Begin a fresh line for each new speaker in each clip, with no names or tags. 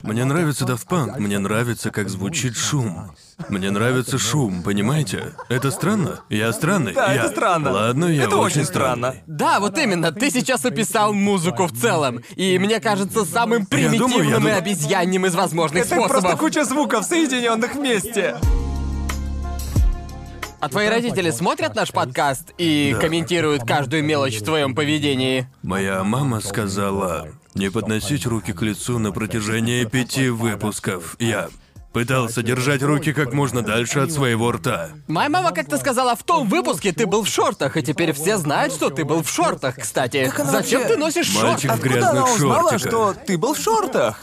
Мне нравится Daft Punk, мне нравится, как звучит шум. Мне нравится шум, понимаете? Это странно? Я странный.
Да,
я-
это странно.
Ладно, я
Это очень
странный.
странно.
Да, вот именно, ты сейчас описал музыку в целом. И мне кажется, самым
Я думаю, я
примитивным и
думаю-
обезьянным из возможных
Это просто
способов.
куча звуков, соединенных вместе.
А твои родители смотрят наш подкаст и комментируют каждую мелочь в твоем поведении?
Моя мама сказала не подносить руки к лицу на протяжении пяти выпусков. Я пытался держать руки как можно дальше от своего рта.
Моя мама как-то сказала, в том выпуске ты был в шортах, и теперь все знают, что ты был в шортах, кстати.
она
Зачем
вообще-
ты носишь
Мальчик
шорты?
в
Откуда она
грязных
узнала,
шортиках.
что ты был в шортах?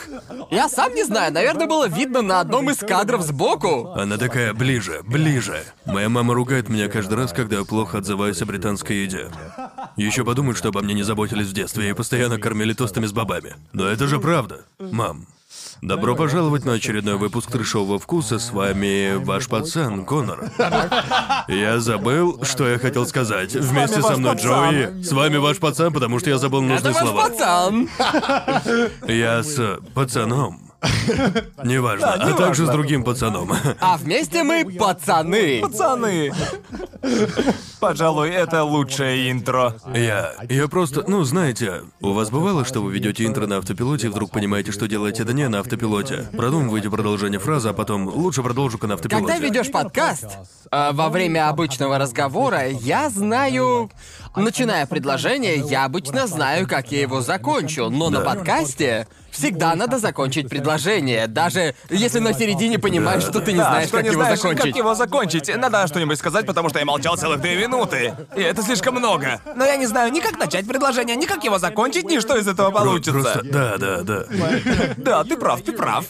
Я сам не знаю, наверное, было видно на одном из кадров сбоку.
Она такая ближе, ближе. Моя мама ругает меня каждый раз, когда я плохо отзываюсь о британской еде. Еще подумают, что обо мне не заботились в детстве и постоянно кормили тостами с бобами. Но это же правда, мам. Добро пожаловать на очередной выпуск трешового вкуса. С вами ваш пацан Конор. Я забыл, что я хотел сказать. Вместе со
ваш
мной
пацан.
Джои. С вами ваш пацан, потому что я забыл
Это
нужные
ваш
слова.
пацан.
Я с пацаном. Неважно. А
неважно.
также с другим пацаном.
А вместе мы пацаны.
Пацаны. Пожалуй, это лучшее интро.
Я... Я просто... Ну, знаете, у вас бывало, что вы ведете интро на автопилоте и вдруг понимаете, что делаете это не на автопилоте. Продумываете продолжение фразы, а потом лучше продолжу-ка на автопилоте.
Когда ведешь подкаст, а, во время обычного разговора я знаю... Начиная предложение, я обычно знаю, как я его закончу, но на подкасте всегда надо закончить предложение, даже если на середине понимаешь, что ты не
Да,
знаешь,
что
как
не
его
знаешь,
закончить.
как его закончить. Надо что-нибудь сказать, потому что я молчал целых две минуты. И это слишком много. Но я не знаю ни как начать предложение, ни как его закончить, ни что из этого
Про-
получится.
Ну, Просто... Да, да, да.
Да, ты прав, ты прав.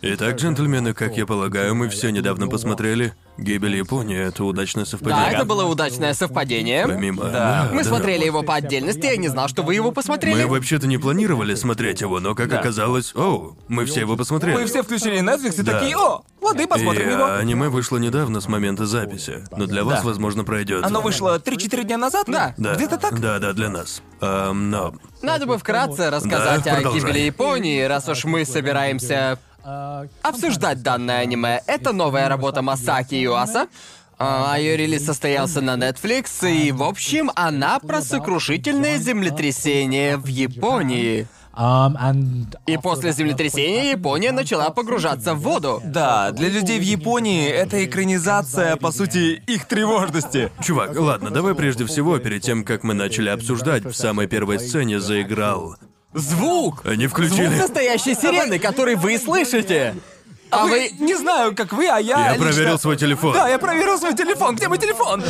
Итак, джентльмены, как я полагаю, мы все недавно посмотрели «Гибель Японии». Это удачное совпадение.
Да, это было удачное совпадение.
Помимо... да,
Мы
да.
смотрели его по отдельности, я не знал, что вы его посмотрели.
Мы вообще-то не планировали смотреть его, но, как оказалось, оу, мы все его посмотрели.
Мы все включили Netflix и
Да.
такие, о, лады, посмотрим
И,
его.
а, аниме вышло недавно с момента записи, но для вас, возможно, пройдет.
Оно вышло 3-4 дня назад?
Да.
Да.
Где-то так?
Да, да, для нас. Ам, но
Надо бы вкратце рассказать
Да,
о
продолжай.
гибели Японии, раз уж мы собираемся обсуждать данное аниме. Это новая работа Масаки Юаса. Ее релиз состоялся на Netflix, и, в общем, она про сокрушительное землетрясение в Японии. И после землетрясения Япония начала погружаться в воду.
Да, для людей в Японии это экранизация, по сути, их тревожности.
Чувак, ладно, давай прежде всего, перед тем, как мы начали обсуждать, в самой первой сцене заиграл.
Звук!
Они
Звук
включили.
настоящей сирены, который вы слышите! А вы...
Не знаю, как вы, а я.
Я
лично-
проверил свой телефон.
Да, я проверил свой телефон. Где мой телефон?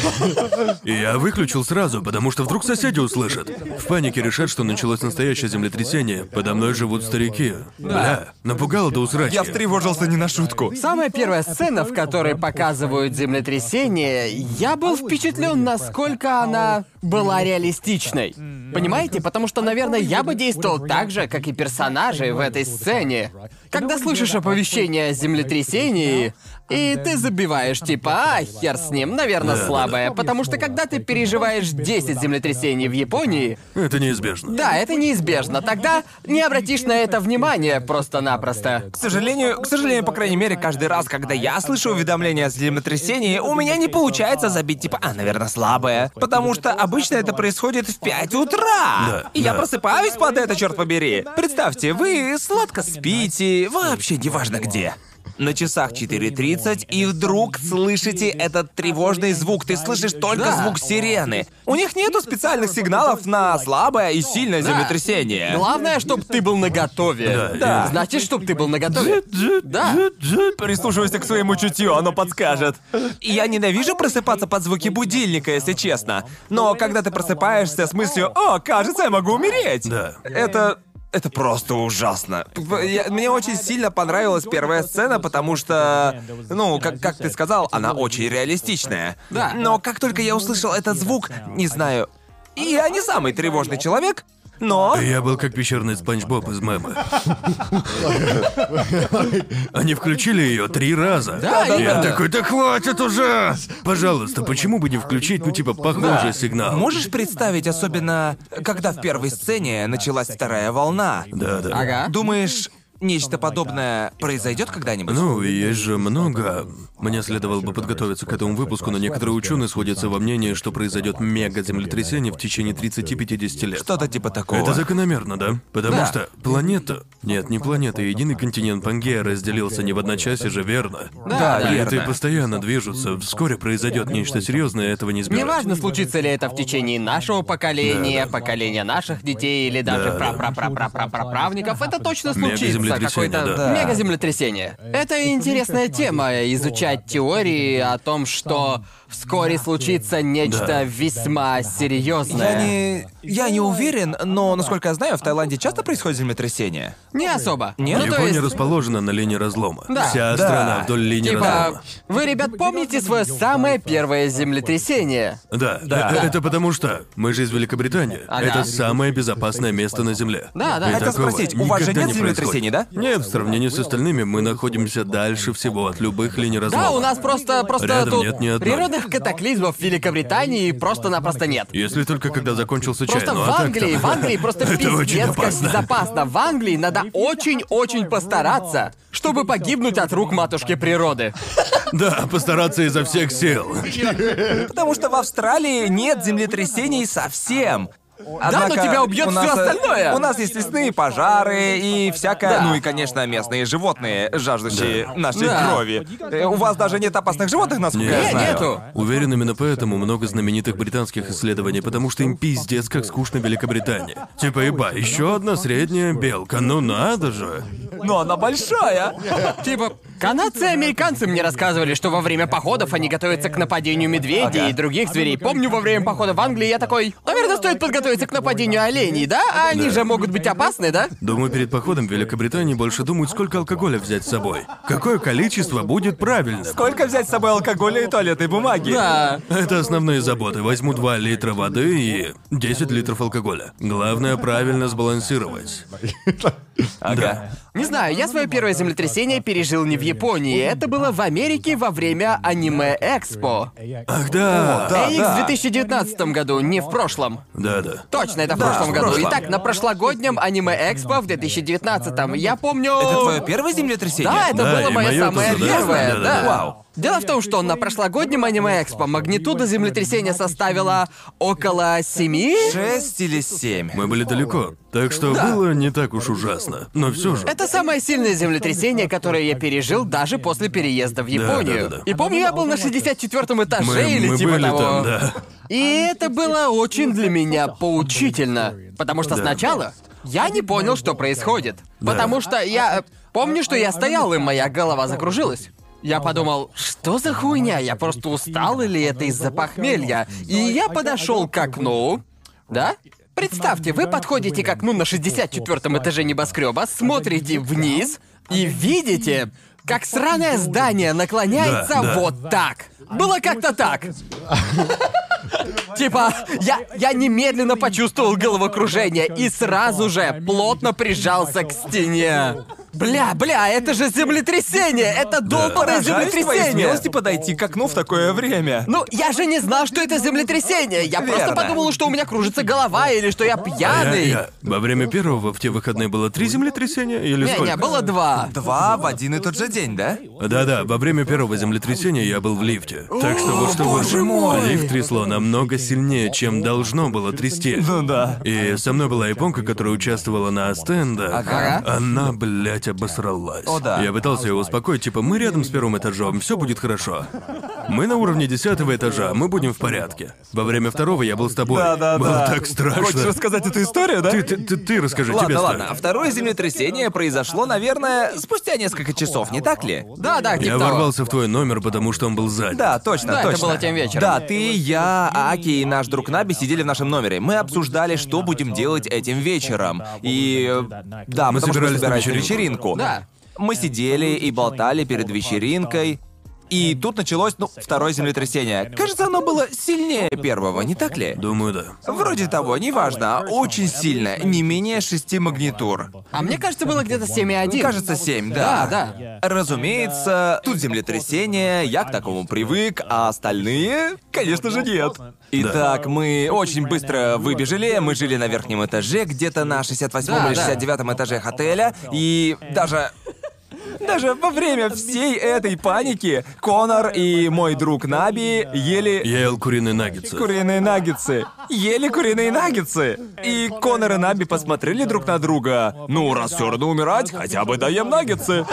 И я выключил сразу, потому что вдруг соседи услышат. В панике решат, что началось настоящее землетрясение. Подо мной живут старики. Бля, напугало до усрачки.
Я встревожился не на шутку.
Самая первая сцена, в которой показывают землетрясение, я был впечатлен, насколько она была реалистичной. Понимаете? Потому что, наверное, А я бы действовал так же, как и персонажи в этой сцене. Когда слышишь оповещение о землетрясении, и ты забиваешь типа, а, хер с ним,
Да,
наверное,
да, да.
слабое. Потому что когда ты переживаешь 10 землетрясений в Японии,
Это неизбежно.
да, это неизбежно. Тогда не обратишь на это внимания просто-напросто.
К сожалению, к сожалению, по крайней мере, каждый раз, когда я слышу уведомления о землетрясении, у меня не получается забить типа, а, наверное, слабое. Потому что обычно это происходит в 5 утра.
Да,
и я
да.
просыпаюсь под это, черт побери. Представьте, вы сладко спите, вообще неважно где. На часах 4.30, и вдруг слышите этот тревожный звук. Ты слышишь только
Да.
звук сирены. У них нету специальных сигналов на слабое и сильное землетрясение.
Главное, чтобы ты был наготове.
Да.
Значит, чтобы ты был наготове. Да.
Прислушивайся к своему чутью, оно подскажет. И Я ненавижу просыпаться под звуки будильника, если честно. Но когда ты просыпаешься с мыслью «О, кажется, я могу умереть!»
Да.
Это... Это просто ужасно. П- я- мне очень сильно понравилась первая сцена, потому что, ну, как, как ты сказал, она очень реалистичная.
Да.
Но как только я услышал этот звук, не знаю, я не самый тревожный человек, но...
Я был как пещерный Спанч Боб из мема. Они включили ее три раза.
Да,
да,
Я
да.
такой, да хватит уже! Пожалуйста, почему бы не включить, ну типа, похожий сигнал?
Можешь представить, особенно когда в первой сцене началась вторая волна?
Да, да.
Ага.
Думаешь, нечто подобное произойдет когда-нибудь?
Ну, есть же много. Мне следовало бы подготовиться к этому выпуску, но некоторые ученые сходятся во мнении, что произойдет мега-землетрясение в течение 30-50 лет.
Что-то типа такого.
Это закономерно, да? Потому
Да.
что планета... Нет, не планета, единый континент Пангея разделился не в одночасье же, верно?
Да,
Планеты
верно.
постоянно движутся. Вскоре произойдет нечто серьезное, этого не избежать.
Неважно, случится ли это в течение нашего поколения, поколения наших детей или даже
Да, да.
пра-пра-пра-пра-пра-правнуков, это точно случится.
Мегаземлетрясение,
Какое-то
да.
мегаземлетрясение. Это интересная тема изучать теории о том, что вскоре случится нечто
Да.
весьма серьезное.
Я не... Я не уверен,
Ну
но, насколько я знаю, в Таиланде часто происходит землетрясение.
Не особо.
Нет?
Ну, то
Япония
есть,
расположена на линии разлома.
Да.
Вся
Да.
страна вдоль линии
типа,
разлома.
вы, ребят, помните свое самое первое землетрясение?
Да,
Да.
э- э- Это потому что мы же из Великобритании.
Ага.
Это самое безопасное место на Земле.
Да, да.
И
Хотел
такого
спросить, у вас же
никогда
нет
не происходит.
землетрясений, да?
Нет, в сравнении с остальными мы находимся дальше всего от любых линий разлома.
Да, у нас просто, просто
Рядом
тут
нет ни одной.
природных катаклизмов в Великобритании просто-напросто нет.
Если только когда закончился чай,
Просто
ну, а
в
так-то-
Англии, в Англии просто
Это очень
пиздец как
опасно.
безопасно. В Англии надо очень-очень постараться, чтобы погибнуть от рук матушки природы.
Да, постараться изо всех сил.
Потому что в Австралии нет землетрясений совсем. Однако
но тебя убьет
у нас,
всё
э,
остальное.
У нас есть лесные пожары и всякое.
Да.
Ну и, конечно, местные животные, жаждущие нашей
Да.
крови. Э, У вас даже нет опасных животных, насколько я
Нет,
знаю.
нету.
Уверен, именно поэтому много знаменитых британских исследований, потому что им пиздец как скучно Великобритания. Типа, еба, еще одна средняя белка, ну надо же.
Но она большая.
Типа, канадцы и американцы мне рассказывали, что во время походов они готовятся к нападению медведей
Ага.
и других зверей. Помню, во время похода в Англии я такой, наверное, стоит подготовиться к нападению оленей, да? А они же могут быть опасны, да?
Думаю, перед походом в Великобритании больше думают, сколько алкоголя взять с собой. Какое количество будет правильно.
Сколько взять с собой алкоголя и туалетной бумаги?
Да.
Это основные заботы. Возьму 2 литра воды и 10 литров алкоголя. Главное правильно сбалансировать.
Ага.
Не знаю, я свое первое землетрясение пережил не в Японии. Это было в Америке во время аниме-экспо.
Ах да!
да.
AX в 2019 году, не в прошлом.
Да, да.
Точно, это в
Да,
прошлом
в
году.
прошлом.
Итак, на прошлогоднем аниме-экспо в 2019 я помню...
Это твое первое землетрясение? Ну,
Да, это
Да,
было
и
мое
моё
самое
тоже, да.
первое, да.
Да-да-да.
Вау.
Дело в том, что на прошлогоднем аниме-экспо магнитуда землетрясения составила около семи.
Шесть или семь.
Мы были далеко, так что было не так уж ужасно. Но все же.
Это самое сильное землетрясение, которое я пережил даже после переезда в Японию.
да-да-да.
И помню, я был на 64-м этаже
Мы,
или
мы
типа
были
того.
там, да.
А, ну, И Ну, это было очень для меня поучительно, потому что сначала я не понял, что происходит. Потому что я э, помню, что я стоял, и моя голова закружилась. Я подумал, что за хуйня? Я просто устал или это из-за похмелья? И а я подошел к окну, да? Представьте, вы подходите к окну на 64-м этаже небоскреба, смотрите вниз и видите, как сраное здание наклоняется
Да, да.
вот так. Было как-то так. Типа, я, я немедленно почувствовал головокружение и сразу же плотно прижался к стене. Бля, бля, это же землетрясение! Это долбанное
Поражаюсь твоей
землетрясение!
смелости подойти к окну в такое время.
Ну, я же не знал, что это землетрясение. Я просто
Верно.
подумал, что у меня кружится голова или что я
А,
Я-
пьяный.
я- Во время первого в те выходные было три землетрясения или
Не,
э, сколько?
не, было два.
Два в один и тот же день, да?
Да-да, во время первого землетрясения я был в лифте. Так что вот что
боже
было.
мой!
Лифт трясло намного сильнее, чем должно было трясти.
Ну да.
И со мной была японка, которая участвовала на стендах.
Ага.
Она, блядь, обосралась.
О, да.
Я пытался ее успокоить, типа, мы рядом с первым этажом, все будет хорошо. Мы на уровне десятого этажа, мы будем в порядке. Во время второго я был с тобой.
Да-да-да.
Было так
Хочешь
страшно.
рассказать эту историю, да?
Ты, ты, ты, ты расскажи, тебе
Ладно,
стоит.
ладно. А второе землетрясение произошло, наверное, спустя несколько часов, не так ли?
Да, да, типа
Я
того.
ворвался в твой номер, потому что он был занят.
Да, точно,
Да, это
точно.
было тем вечером.
Да, ты, я, Аки и наш друг Наби сидели в нашем номере. Мы обсуждали, что будем делать этим вечером. И... э, Да,
Мы
потому что
собирались на
собирались на
вечеринку.
вечеринку.
Да.
Мы сидели и болтали перед вечеринкой. И тут началось, ну, второе землетрясение. Кажется, оно было сильнее первого, не так ли?
Думаю, да.
Вроде того, неважно, очень сильно, не менее шести магнитур.
А мне кажется, было где-то 7,1.
Кажется, семь, да.
Да,
да.
Разумеется, тут землетрясение, я к такому привык, а остальные, конечно же, нет. Итак, мы очень быстро выбежали, мы жили на верхнем этаже, где-то на 68
Да,
или
да.
69 этаже отеля, и даже... Даже во время всей этой паники Конор и мой друг Наби ели
Я ел куриные наггетсы.
Куриные наггетсы. Ели куриные наггетсы. И Конор и Наби посмотрели друг на друга. Ну, раз все равно умирать, хотя бы даем наггетсы.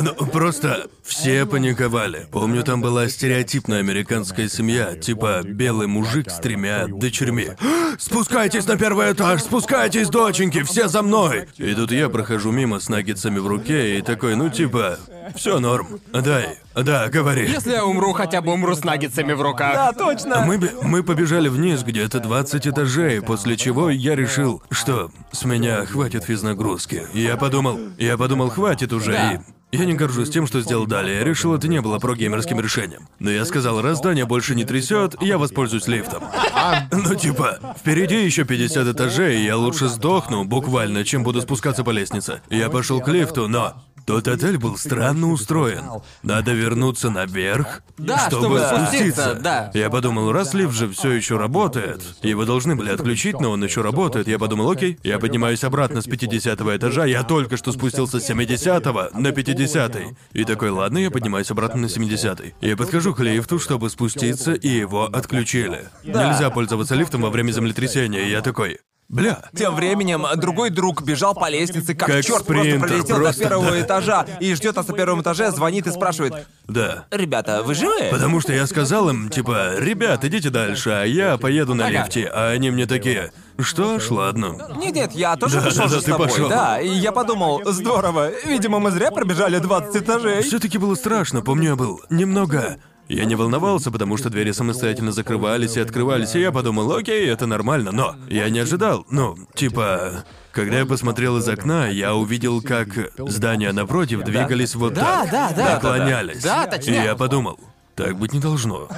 Ну, просто все паниковали. Помню, там была стереотипная американская семья, типа белый мужик с тремя дочерьми. «А, «Спускайтесь на первый этаж! Спускайтесь, доченьки! Все за мной!» И тут я прохожу мимо с наггетсами в руке и такой, ну типа, все норм. Дай, да, говори.
Если я умру, хотя бы умру с наггетсами в руках.
Да, точно.
Мы, бе- мы побежали вниз где-то 20 этажей, после чего я решил, что с меня хватит физнагрузки. И Я подумал, я подумал, хватит уже, и... Я не горжусь тем, что сделал далее. Я решил, это не было прогеймерским решением. Но я сказал, раз здание больше не трясет, я воспользуюсь лифтом. Ну типа, впереди еще 50 этажей, и я лучше сдохну буквально, чем буду спускаться по лестнице. Я пошел к лифту, но тот отель был странно устроен. Надо вернуться наверх,
Да,
чтобы,
чтобы
спуститься.
спуститься, да.
Я подумал, раз лифт же все еще работает, его должны были отключить, но он еще работает. Я подумал, окей, я поднимаюсь обратно с 50 этажа, я только что спустился с 70 на 50 И такой, ладно, я поднимаюсь обратно на 70 Я подхожу к лифту, чтобы спуститься, и его отключили. Нельзя пользоваться лифтом во время землетрясения, и я такой, бля,
Тем временем другой друг бежал по лестнице, как,
Как
черт, просто
спринтер,
пролетел
просто,
до первого
да.
этажа и ждет нас на первом этаже, звонит и спрашивает:
да.
Ребята, вы живы?
Потому что я сказал им, типа, ребят, идите дальше, а я поеду на лифте, а они мне такие, что ж, ладно.
Нет, нет, я тоже
Да,
пошел
да,
же
да,
с
ты
тобой.
пошел.
Да, и я подумал, здорово. Видимо, мы зря пробежали 20 этажей.
Все-таки было страшно, помню, я был немного. Я не волновался, потому что двери самостоятельно закрывались и открывались, и я подумал, окей, это нормально, но я не ожидал. Ну, типа, когда я посмотрел из окна, я увидел, как здания напротив двигались вот
Да,
так.
да, да.
Наклонялись.
Да, точняк.
И я подумал, так быть не должно.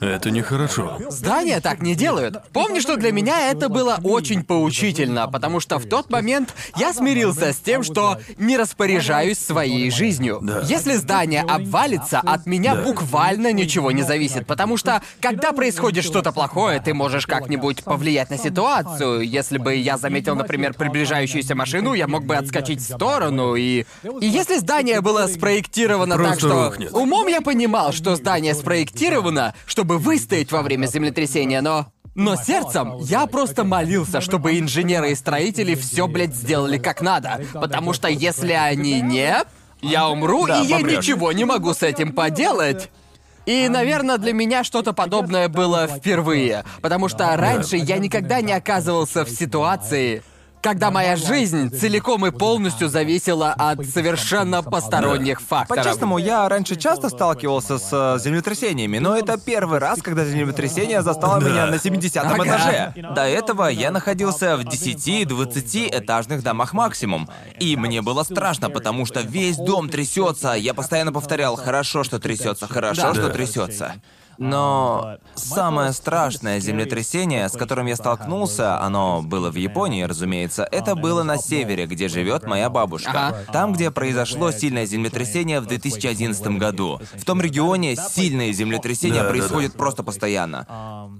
Это нехорошо.
Здания так не делают. Помню, что для меня это было очень поучительно, потому что в тот момент
А,
я смирился с тем, что не распоряжаюсь своей жизнью.
Да.
Если здание обвалится, от меня
Да.
буквально ничего не зависит, потому что когда происходит что-то плохое, ты можешь как-нибудь повлиять на ситуацию. Если бы я заметил, например, приближающуюся машину, я мог бы отскочить в сторону и... И если здание было спроектировано так,
Просто
что...
рухнет.
Умом я понимал, что здание спроектировано, чтобы выстоять во время землетрясения, но... Но сердцем я просто молился, чтобы инженеры и строители все, блядь, сделали как надо. Потому что если они не, я умру,
Да,
и я
помрёшь.
ничего не могу с этим поделать. И, наверное, для меня что-то подобное было впервые. Потому что раньше я никогда не оказывался в ситуации, когда моя жизнь целиком и полностью зависела от совершенно посторонних факторов.
По-честному, я раньше часто сталкивался с э, землетрясениями, но это первый раз, когда землетрясение застало
Да.
меня на 70-м
Ага.
этаже. До этого я находился в 10-20 этажных домах максимум. И мне было страшно, потому что весь дом трясется. Я постоянно повторял, хорошо, что трясется, хорошо,
Да.
что
Да.
трясется. Но самое страшное землетрясение, с которым я столкнулся, оно было в Японии, разумеется, это было на севере, где живет моя бабушка.
Ага.
Там, где произошло сильное землетрясение в 2011 году. В том регионе сильные землетрясения
Да, да,
происходят просто постоянно.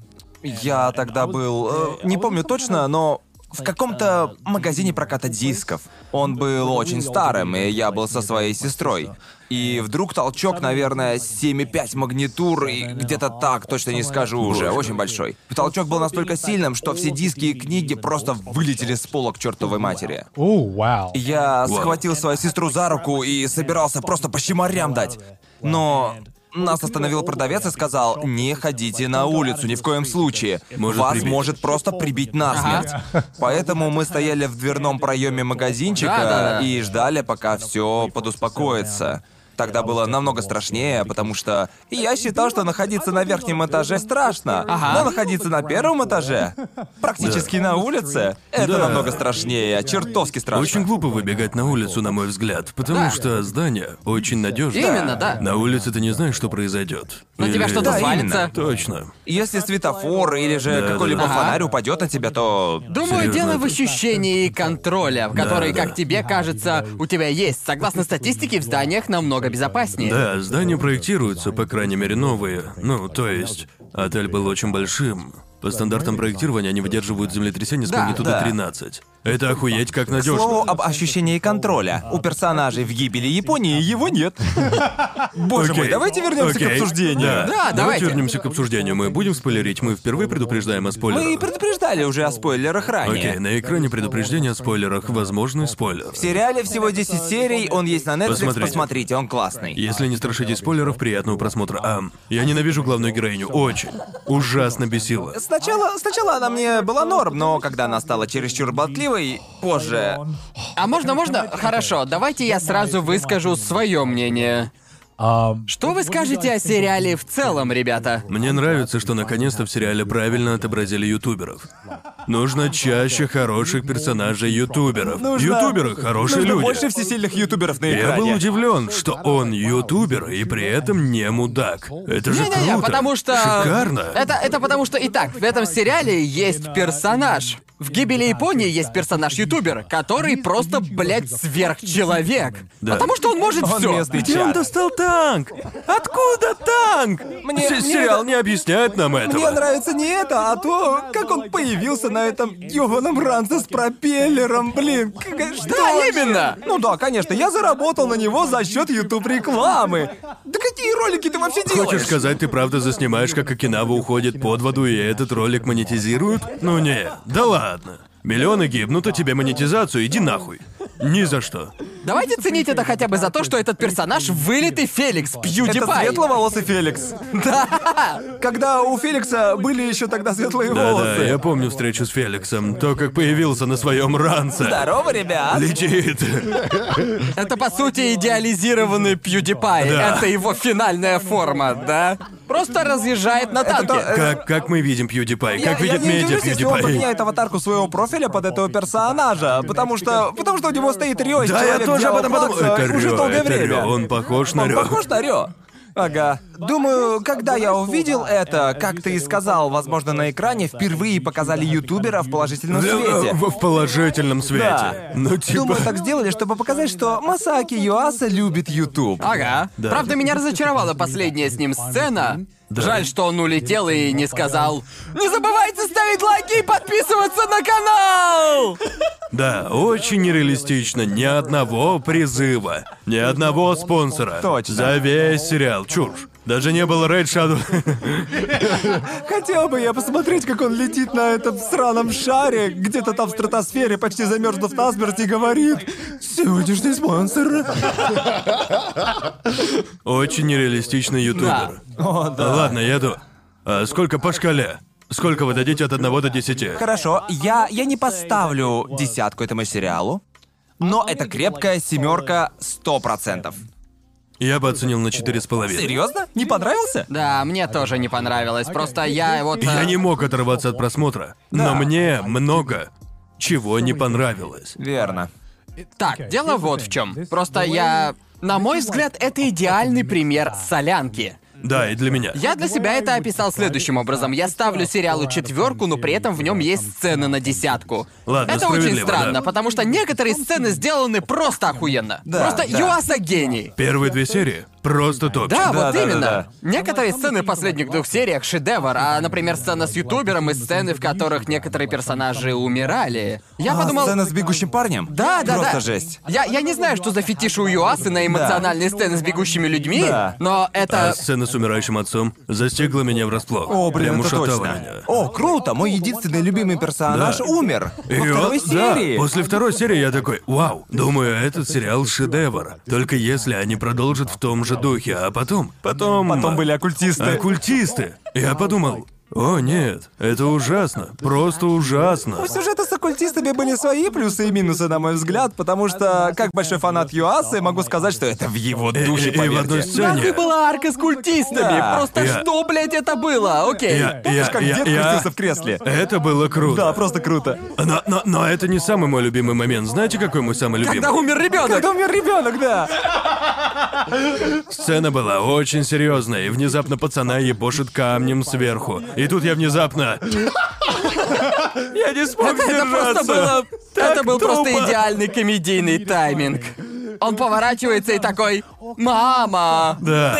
Я тогда был... э, не помню точно, но в каком-то магазине проката дисков. Он был очень старым, и я был со своей сестрой. И вдруг толчок, наверное, 7,5 магнитур, и где-то так, точно не скажу уже, очень большой. Толчок был настолько сильным, что все диски и книги просто вылетели с полок к чертовой матери.
О, вау.
Я
Вау.
схватил свою сестру за руку и собирался просто по щемарям дать. Но нас остановил продавец и сказал, не ходите на улицу ни в коем случае.
Может
Вас
прибить».
может просто прибить насмерть. Поэтому мы стояли в дверном проеме магазинчика
Да-да-да.
и ждали, пока все подуспокоится. Тогда было намного страшнее, потому что я считал, что находиться на верхнем этаже страшно,
Ага.
но находиться на первом этаже, практически на улице, это
Да.
намного страшнее, чертовски страшно.
Очень глупо выбегать на улицу, на мой взгляд, потому
Да.
что здание очень надежное.
Именно, да.
На улице ты не знаешь, что произойдет.
На Ну, тебя
Или-
что-то
э, Да,
свалится.
именно.
Точно.
Если светофор или же
Да, да,
какой-либо
да.
фонарь упадет на тебя, то
Думаю,
Серьёзно,
дело в
это-
ощущении контроля, который,
да.
как тебе кажется, у тебя есть. Согласно статистике, в зданиях намного безопаснее.
Да, здания проектируются, по крайней мере, новые. Ну, то есть, отель был очень большим. По стандартам проектирования они выдерживают землетрясение с
Да,
магнитудой
да.
13. Это охуеть как
К
надежно.
слову об ощущении контроля. У персонажей в гибели Японии его нет. Боже мой,
Окей.
давайте вернемся к
Окей. Ну,
обсуждению.
Да, давайте.
вернемся к обсуждению. Мы будем спойлерить. Мы впервые предупреждаем о спойлерах.
Мы предупреждали уже о спойлерах
Окей,
ранее.
на экране предупреждение о спойлерах. Возможный спойлер.
В сериале всего 10 серий, он есть на Netflix,
Посмотрите.
посмотрите, он классный.
Если не страшитесь спойлеров, приятного просмотра. Ам, я ненавижу главную героиню. Очень. Ужасно бесила.
Сначала, сначала она мне была норм, но когда она стала чересчур болтливой, позже...
А можно, можно? Хорошо, давайте я сразу выскажу свое мнение. Что вы скажете о сериале в целом, ребята?
Мне нравится, что наконец-то в сериале правильно отобразили ютуберов. Нужно чаще хороших персонажей ютуберов. Ютуберы хорошие
Нужно
люди.
больше всесильных ютуберов на
Я был
экране.
удивлен, что он ютубер и при этом не мудак. Это же
Не-не-не,
круто.
потому что...
Шикарно.
Это, это потому что, итак, в этом сериале есть персонаж. В «Гибели Японии» есть персонаж-ютубер, который просто, блядь, сверхчеловек.
Да.
Потому что он может
Он
все.
местный
Где он
чат.
достал танк? Откуда танк?
Мне-
С-
мне
сериал
это-
не объясняет нам этого.
Мне нравится не это, а то, как он появился на этом ёбаном ранце с пропеллером, блин. к- к- Что
Да,
вообще?
именно.
Ну да, конечно, я заработал на него за счет YouTube рекламы. Да какие ролики ты вообще делаешь?
Хочешь сказать, ты правда заснимаешь, как Окинава уходит под воду, и этот ролик монетизируют? Ну не, да ладно. Миллионы гибнут, а тебе монетизацию, иди нахуй. Ни за что.
Давайте ценить это хотя бы за то, что этот персонаж вылитый Феликс
Это
Пьюдипай.
светловолосый Феликс.
Да.
Когда у Феликса были еще тогда светлые
Да-да,
волосы.
я помню встречу с Феликсом, то, как появился на своем ранце.
Здорово, ребят.
Летит.
Это, по сути, идеализированный PewDiePie.
Да.
Это его финальная форма, да? Просто разъезжает на танке.
то-
Как, как мы видим PewDiePie?
Я-
Как видит
я не
медиа
удивлюсь, если он
PewDiePie?
поменяет аватарку своего профиля под этого персонажа, потому что, потому что у него стоит Рё из
Да, я
«Человек
тоже об этом
Дьявола
подумал.
Плакса»
Это
уже
Рё,
долгое
это
время.
Рё, он похож на
Он
Рё.
похож на Рё. Ага. Думаю, когда я увидел это, как ты и сказал, возможно, на экране впервые показали ютубера в
Ну,
положительном свете.
Э, В, в положительном свете.
Да.
Ну типа...
Думаю, так сделали, чтобы показать, что Масаки Юаса любит Ютуб.
Ага.
Да.
Правда, меня разочаровала последняя с ним сцена. Жаль, что он улетел и не сказал «Не забывайте ставить лайки и подписываться на канал!»
Да, очень нереалистично. Ни одного призыва, ни одного спонсора.
Точно.
За весь сериал. Чушь. Даже не было Red Shadow.
Хотел бы я посмотреть, как он летит на этом сраном шаре, где-то там в стратосфере, почти замерзнув насмерть, и говорит «Сегодняшний спонсор».
Очень нереалистичный ютубер. Ладно, я иду. А сколько по шкале? Сколько вы дадите от 1 до 10?
Хорошо, я, я не поставлю десятку этому сериалу, но это крепкая семерка сто процентов.
Я бы оценил на 4,5.
Серьезно? Не понравился?
Да, мне
А
тоже не понравилось. Просто я вот... э,
Я не мог оторваться от просмотра, но мне много чего не понравилось.
Верно.
Так, дело вот в чем. Просто я... На мой взгляд, это идеальный пример солянки.
Да, и для меня.
Я для себя это описал следующим образом. Я ставлю сериалу четверку, но при этом в нем есть сцены на десятку.
Ладно,
это очень
справедливо,
странно,
да.
потому что некоторые сцены сделаны просто охуенно.
Да,
просто
да.
Юаса гений.
Первые две серии просто топчик.
Да,
Да, вот
да, да,
именно.
да.
Некоторые сцены в последних двух сериях шедевр, а, например, сцена с ютубером и сцены, в которых некоторые персонажи умирали. Я
А
подумал,
сцена с бегущим парнем?
да, да,
Просто
да.
жесть.
Я, я не знаю, что за фетиш у Юасы на эмоциональные сцены с бегущими людьми,
Да.
но это...
А сцена с умирающим отцом застигла меня врасплох.
О, блин,
Прям
это
ушатала
точно.
меня.
О, круто, мой единственный любимый персонаж
Да.
умер.
И
Во второй
вот, да,
серии.
после второй серии я такой, вау, думаю, этот сериал шедевр. Только если они продолжат в том же духе, а потом, потом...
Потом были оккультисты.
Оккультисты. Э, Я подумал, О, нет, это ужасно. Просто ужасно.
У сюжета с оккультистами были свои плюсы и минусы, на мой взгляд, потому что, как большой фанат Юаса, я могу сказать, что это в его
И, и- и
духе,
Э, в
поверьте.
одной
Как и
сцене.
была арка с культистами.
Да.
Просто
Я-
что, блядь, это было? Окей.
Я,
Помнишь,
я,
как
я,
дед
я-
крутился в кресле?
Это было круто.
Да, просто круто.
Но, но, но это не самый мой любимый момент. Знаете, какой мой самый любимый?
Когда умер ребенок.
Когда умер ребенок, да.
Сцена была очень серьезная, и внезапно пацана ебошит камнем сверху. И тут я внезапно... Я не смог
Это просто было... Это был просто идеальный комедийный тайминг. Он поворачивается и такой «Мама!»
Да.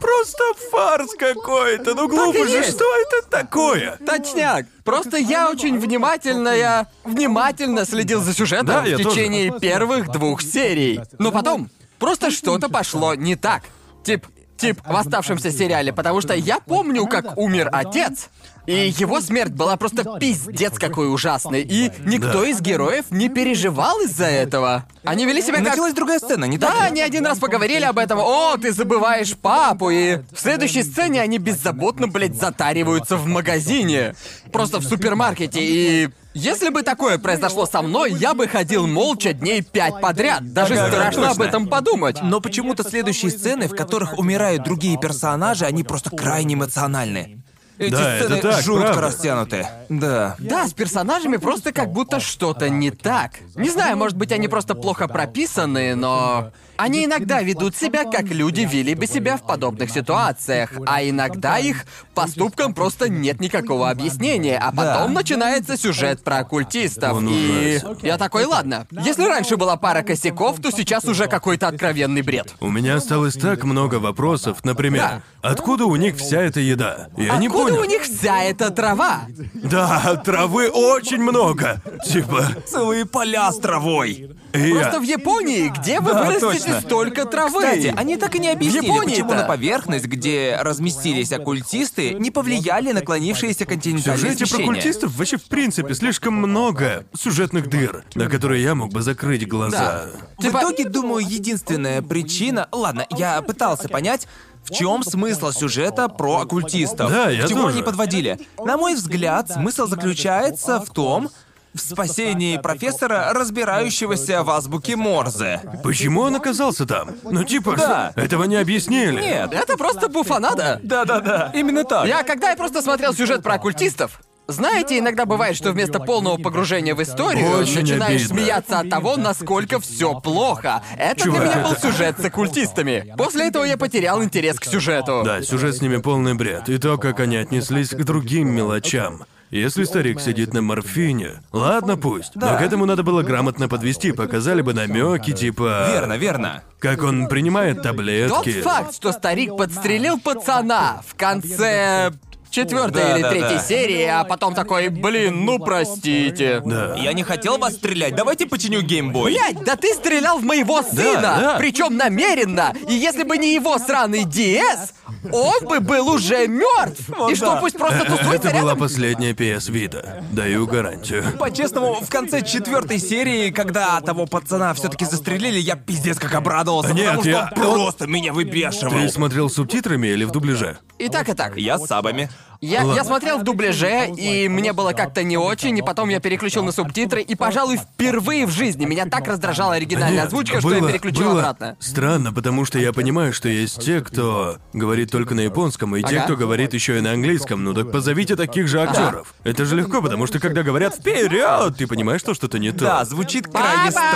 Просто фарс какой-то. Ну глупо
и
же,
есть.
что это такое?
Точняк. Просто я очень внимательно, я внимательно следил за сюжетом
Да, я
в
тоже.
течение первых двух серий. Но потом просто что-то пошло не так. Тип, тип в оставшемся сериале, потому что я помню, как умер отец. И его смерть была просто пиздец какой ужасной. И никто
Да.
из героев не переживал из-за этого. Они вели себя как...
Началась другая сцена, не так
Да,
ли?
они один раз поговорили об этом. О, ты забываешь папу, и в следующей сцене они беззаботно, блядь, затариваются в магазине. Просто в супермаркете, и... Если бы такое произошло со мной, я бы ходил молча дней пять подряд. Даже
Ага,
страшно
точно.
об этом подумать.
Но почему-то следующие сцены, в которых умирают другие персонажи, они просто крайне эмоциональны. Эти
Да, это
сцены
так,
жутко
правда.
растянуты. Да.
Да, с персонажами просто как будто что-то не так. Не знаю, может быть, они просто плохо прописаны, но... Они иногда ведут себя, как люди вели бы себя в подобных ситуациях, а иногда их поступкам просто нет никакого объяснения, а потом начинается сюжет про оккультистов.
Он
И
ужасен.
я такой, ладно, если раньше была пара косяков, то сейчас уже какой-то откровенный бред.
У меня осталось так много вопросов. Например, откуда у них вся эта еда? Я не
Откуда
понял.
у них вся эта трава?
Да, травы очень много. Типа...
Целые поля с травой.
и я-
Просто в Японии, где вы вырастите
точно.
столько травы?
Кстати, они так и не объяснили,
Японии-то.
почему на поверхность, где разместились оккультисты, не повлияли наклонившиеся
В сюжете
континентальные
про
смещения.
культистов вообще в принципе слишком много сюжетных дыр, на которые я мог бы закрыть глаза.
В
Типа-
итоге, думаю, единственная причина... Ладно, я пытался понять, в чем смысл сюжета про оккультистов.
Да, я
К чему
тоже.
они подводили? На мой взгляд, смысл заключается в том, в спасении профессора, разбирающегося в азбуке Морзе.
Почему он оказался там? Ну типа,
Да.
что- этого не объяснили.
Нет,
Это просто буфанада.
да-да-да, именно так.
Я, когда я просто смотрел сюжет про оккультистов, знаете, иногда бывает, что вместо полного погружения в историю
Очень
начинаешь
обидно.
смеяться от того, насколько все плохо. Это
Чувак,
для меня был
это-
сюжет с оккультистами. После этого я потерял интерес к сюжету.
Да, сюжет с ними полный бред, и то, как они отнеслись к другим мелочам. Если старик сидит на морфине, ладно пусть, но к этому надо было грамотно подвести, показали бы намеки типа...
Верно, верно.
Как он принимает
Тот
таблетки.
факт, что старик подстрелил пацана в конце четвертой
Да,
или
да,
третьей
да.
серии, а потом такой, блин, ну простите.
Да.
Я не хотел вас стрелять, давайте починю геймбой.
Блять, да ты стрелял в моего сына!
да.
Причем намеренно! И если бы не его сраный Диэс, он бы был уже мертв! И что, пусть просто тусуется
Это была
рядом?
последняя PS Vita. Даю гарантию.
По-честному, в конце четвертой серии, когда того пацана все-таки застрелили, я пиздец как обрадовался,
Нет,
потому что
я-
он просто меня
Ты
выбешивал.
смотрел с субтитрами или в дубляже?
И так, и так.
Я с сабами.
Я,
Ладно.
я смотрел в дубляже, и мне было как-то не очень, и потом я переключил на субтитры, и, пожалуй, впервые в жизни меня так раздражала оригинальная
Нет,
озвучка,
Ну, было-
что я переключил
было
обратно.
Странно, потому что я понимаю, что есть те, кто говорит только на японском, и те,
Ага.
кто говорит еще и на английском. Ну так позовите таких же актеров. Это же легко, потому что когда говорят вперед, ты понимаешь, что что-то не то.
Да, звучит крайне
Папа!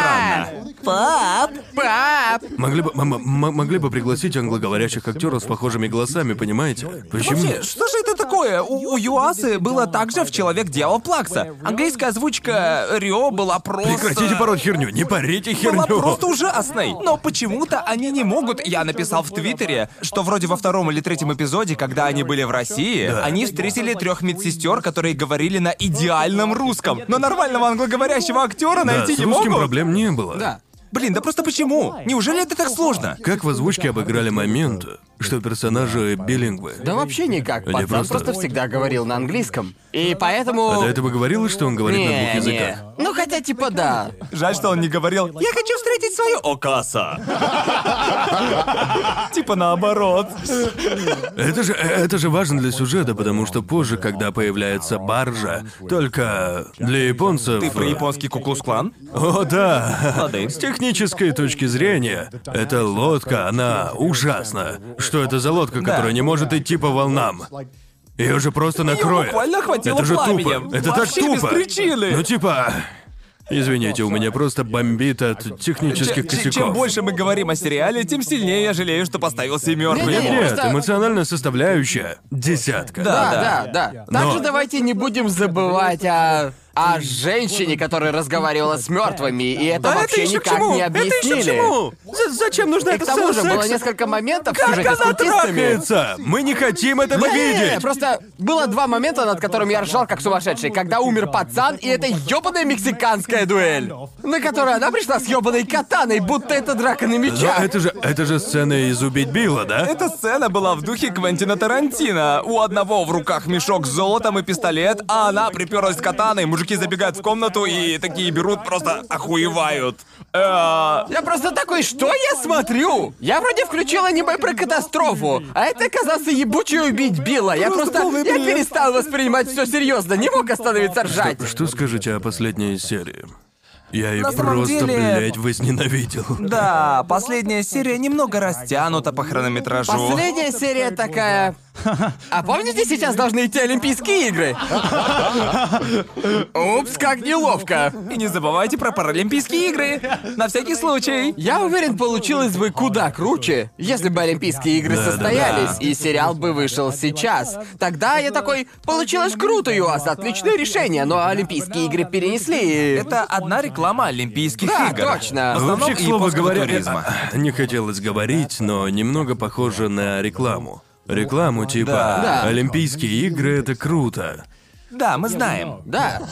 странно.
Пап! Пап!
Могли бы м- м- могли бы пригласить англоговорящих актеров с похожими голосами, понимаете? Почему?
Ну,
Вообще, что же это такое? У, у Юасы было также в «Человек дьявол Плакса». Английская озвучка Рио была просто...
Прекратите пороть херню, не парите херню.
была просто ужасной. Но почему-то они не могут. Я написал в Твиттере, что вроде во втором или третьем эпизоде, когда они были в России, они встретили трех медсестер, которые говорили на идеальном русском. Но нормального англоговорящего актера
Да,
найти
с
не
русским
могут.
проблем не было.
Да.
Блин, да просто почему? Неужели это так сложно?
Как в озвучке обыграли момент, что персонажи билингвы?
Да вообще никак. Пацан
просто-
просто... всегда говорил на английском. И поэтому...
А до этого говорилось, что он говорит на двух
Не,
языках?
не. Ну хотя типа да.
Жаль, что он не говорил «Я хочу встретить свою Окаса». Типа наоборот.
Это же, э, это же важно для сюжета, потому что позже, когда появляется баржа, только для японцев...
Ты про японский куклус-клан?
О, да.
Лады.
С технической точки зрения, эта лодка, она ужасна. Что это за лодка, которая не может идти по волнам? Ее же просто накроет.
буквально хватило
Это же
пламенем.
тупо. Это так
Вообще без
тупо.
причины.
Ну типа... Извините, у меня просто бомбит от технических
Чем-
косяков.
Чем больше мы говорим о сериале, тем сильнее я жалею, что поставил семерку.
Не-не-не.
Нет,
ему.
нет,
Просто-
эмоциональная составляющая — десятка.
Да,
Да,
да, да. Также давайте не будем забывать о о женщине, которая разговаривала с мертвыми, и это
А это
вообще
еще к
никак
чему?
не
Это еще
объяснили.
к чему? З- Зачем нужна
И к
эта
тому же
сцена
было
секса?
несколько моментов в
Как
сюжете с
она
культистами.
Трахается! Мы не хотим этого
Не,
видеть!
просто было два момента, над которым я ржал как сумасшедший, когда умер пацан и эта ёбаная мексиканская дуэль, на которой она пришла с ёбаной катаной, будто это драка
Но
на мечах.
это же, это же сцена из «Убить Билла», да?
Эта сцена была в духе Квентина Тарантино. У одного в руках мешок с золотом и пистолет, а она приперлась с катаной, мужики забегают в комнату и такие берут, просто охуевают. Э,
Я просто такой, что я смотрю? Я вроде включил аниме про катастрофу, а это оказался ебучий убить Билла. Я
Просто
просто,
полный
я
бред.
перестал воспринимать все серьезно, не мог остановиться ржать.
Что скажете о последней серии? Я ее
На самом
просто,
деле-
блядь, возненавидел.
Да, последняя серия немного растянута по хронометражу.
Последняя серия такая. А помните, сейчас должны идти Олимпийские игры? Упс, как неловко.
И не забывайте про Паралимпийские игры. На всякий случай.
Я уверен, получилось бы куда круче, если бы Олимпийские игры состоялись, и сериал бы вышел сейчас. Тогда я такой, получилось круто, Юас, отличное решение, но Олимпийские игры перенесли. и-
Это одна реклама Олимпийских
Да,
игр. Ну,
точно.
В основном
Вообще, к слову
японского
говоря,
туризма.
э, не хотелось говорить, но немного похоже на рекламу. Рекламу типа
Да.
Да.
«Олимпийские игры — это круто».
Да, мы знаем.
Да.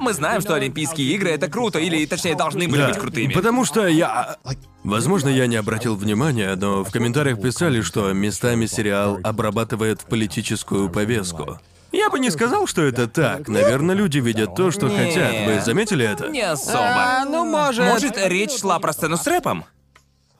Мы знаем, что Олимпийские игры это круто, или точнее должны были
Да,
быть крутыми.
Потому что я... а, Возможно, я не обратил внимания, но в комментариях писали, что местами сериал обрабатывает политическую повестку. Я бы не сказал, что это так. Наверное, люди видят то, что
Не.
хотят. Вы заметили это?
Не особо.
А, ну, может.
Может, речь шла про сцену с рэпом?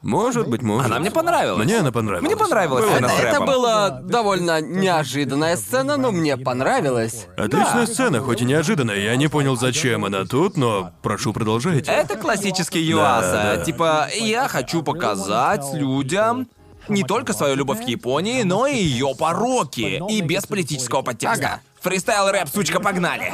Может быть, может.
Она мне понравилась.
Мне она понравилась.
Мне понравилась
Это,
сцена с
это
рэпом.
была довольно неожиданная сцена, но мне понравилось.
Отличная сцена, хоть и неожиданная. Я не понял, зачем она тут, но прошу, продолжайте.
Это классический Юаса.
Да, да.
Типа, я хочу показать людям не только свою любовь к Японии, но и ее пороки. И без политического подтекста.
Ага.
Фристайл рэп, сучка, погнали.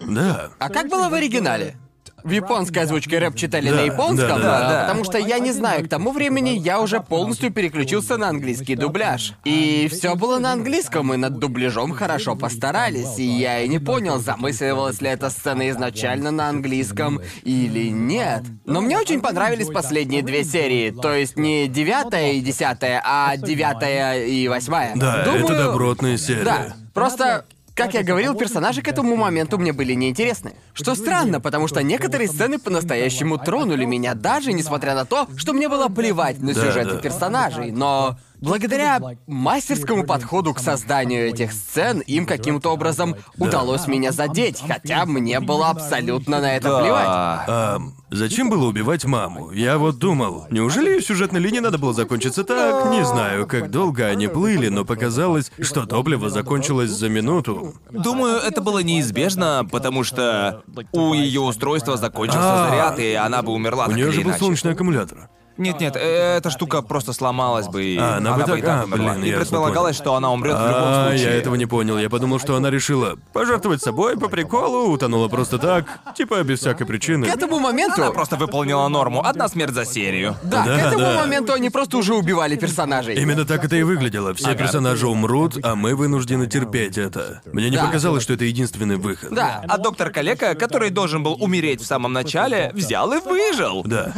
Да.
А как было в оригинале? В японской озвучке рэп читали
Да,
на японском,
да, да,
а,
да.
потому что я не знаю, к тому времени я уже полностью переключился на английский дубляж. И все было на английском, и над дубляжом хорошо постарались, и я и не понял, замысливалась ли эта сцена изначально на английском или нет. Но мне очень понравились последние две серии, то есть не девятая и десятая, а девятая и восьмая.
Да,
Думаю,
это добротная серия.
да, просто, как я говорил, персонажи к этому моменту мне были неинтересны. Что странно, потому что некоторые сцены по-настоящему тронули меня, даже несмотря на то, что мне было плевать на
Да,
сюжеты
да.
персонажей, но... Благодаря мастерскому подходу к созданию этих сцен им каким-то образом удалось меня задеть, хотя мне было абсолютно на это плевать.
А зачем было убивать маму? Я вот думал, неужели её сюжетной линии надо было закончиться так? Не знаю, как долго они плыли, но показалось, что топливо закончилось за минуту.
Думаю, это было неизбежно, потому что у ее устройства закончился
А.
заряд, и она бы умерла.
У нее же был солнечный аккумулятор.
Нет-нет, э, эта штука просто сломалась бы, и
А, она бы так- а,
умерла.
блин,
И
ясно,
предполагалось, что она умрет в любом
А,
случае.
я этого не понял. Я подумал, что она решила пожертвовать собой по приколу, утонула просто так, типа без всякой причины.
К этому моменту...
Она просто выполнила норму. Одна смерть за серию.
Да,
Да,
к этому
да.
моменту они просто уже убивали персонажей.
Именно так это и выглядело. Все персонажи умрут, а мы вынуждены терпеть это. Мне не
Да.
показалось, что это единственный выход.
Да.
А доктор Калека, который должен был умереть в самом начале, взял и выжил.
Да.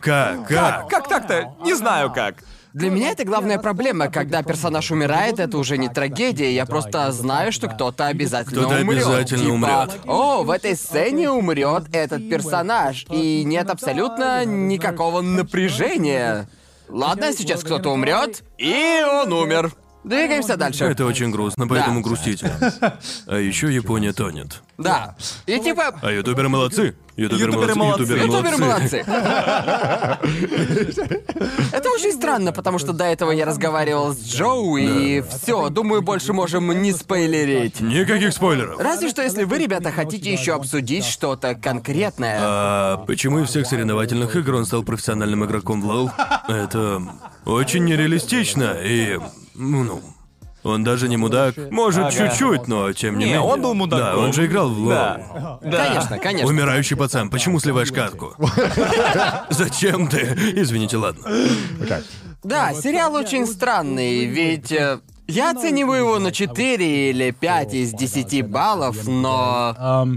Как?
Как?
Как?
Как так-то? Не знаю как.
Для меня это главная проблема, когда персонаж умирает, это уже не трагедия, я просто знаю, что кто-то обязательно
Кто-то
умрет.
обязательно
Типа,
умрет.
О, в этой сцене умрет этот персонаж, и нет абсолютно никакого напряжения. Ладно, сейчас кто-то умрет, и он умер. Двигаемся дальше.
Это очень грустно, поэтому грустите. А еще Япония тонет.
Да. И типа...
А ютуберы молодцы. Ютуберы,
Ютуберы молодцы.
Ютуберы
Ютуберы
молодцы.
молодцы. Это очень странно, потому что до этого я разговаривал с Джоу, и все, думаю, больше можем не спойлерить.
Никаких спойлеров.
Разве что если вы, ребята, хотите еще обсудить что-то конкретное.
А почему из всех соревновательных игр он стал профессиональным игроком в лол? Это очень нереалистично и... Ну, он даже не мудак. Может, чуть-чуть, но тем не,
Не,
менее.
он был мудаком.
Да, он же играл в лол.
Да.
Конечно, конечно.
Умирающий пацан, почему сливаешь катку? Зачем ты? Извините, ладно.
Да, сериал очень странный, ведь э, я оцениваю его на 4 или 5 из 10 баллов, но...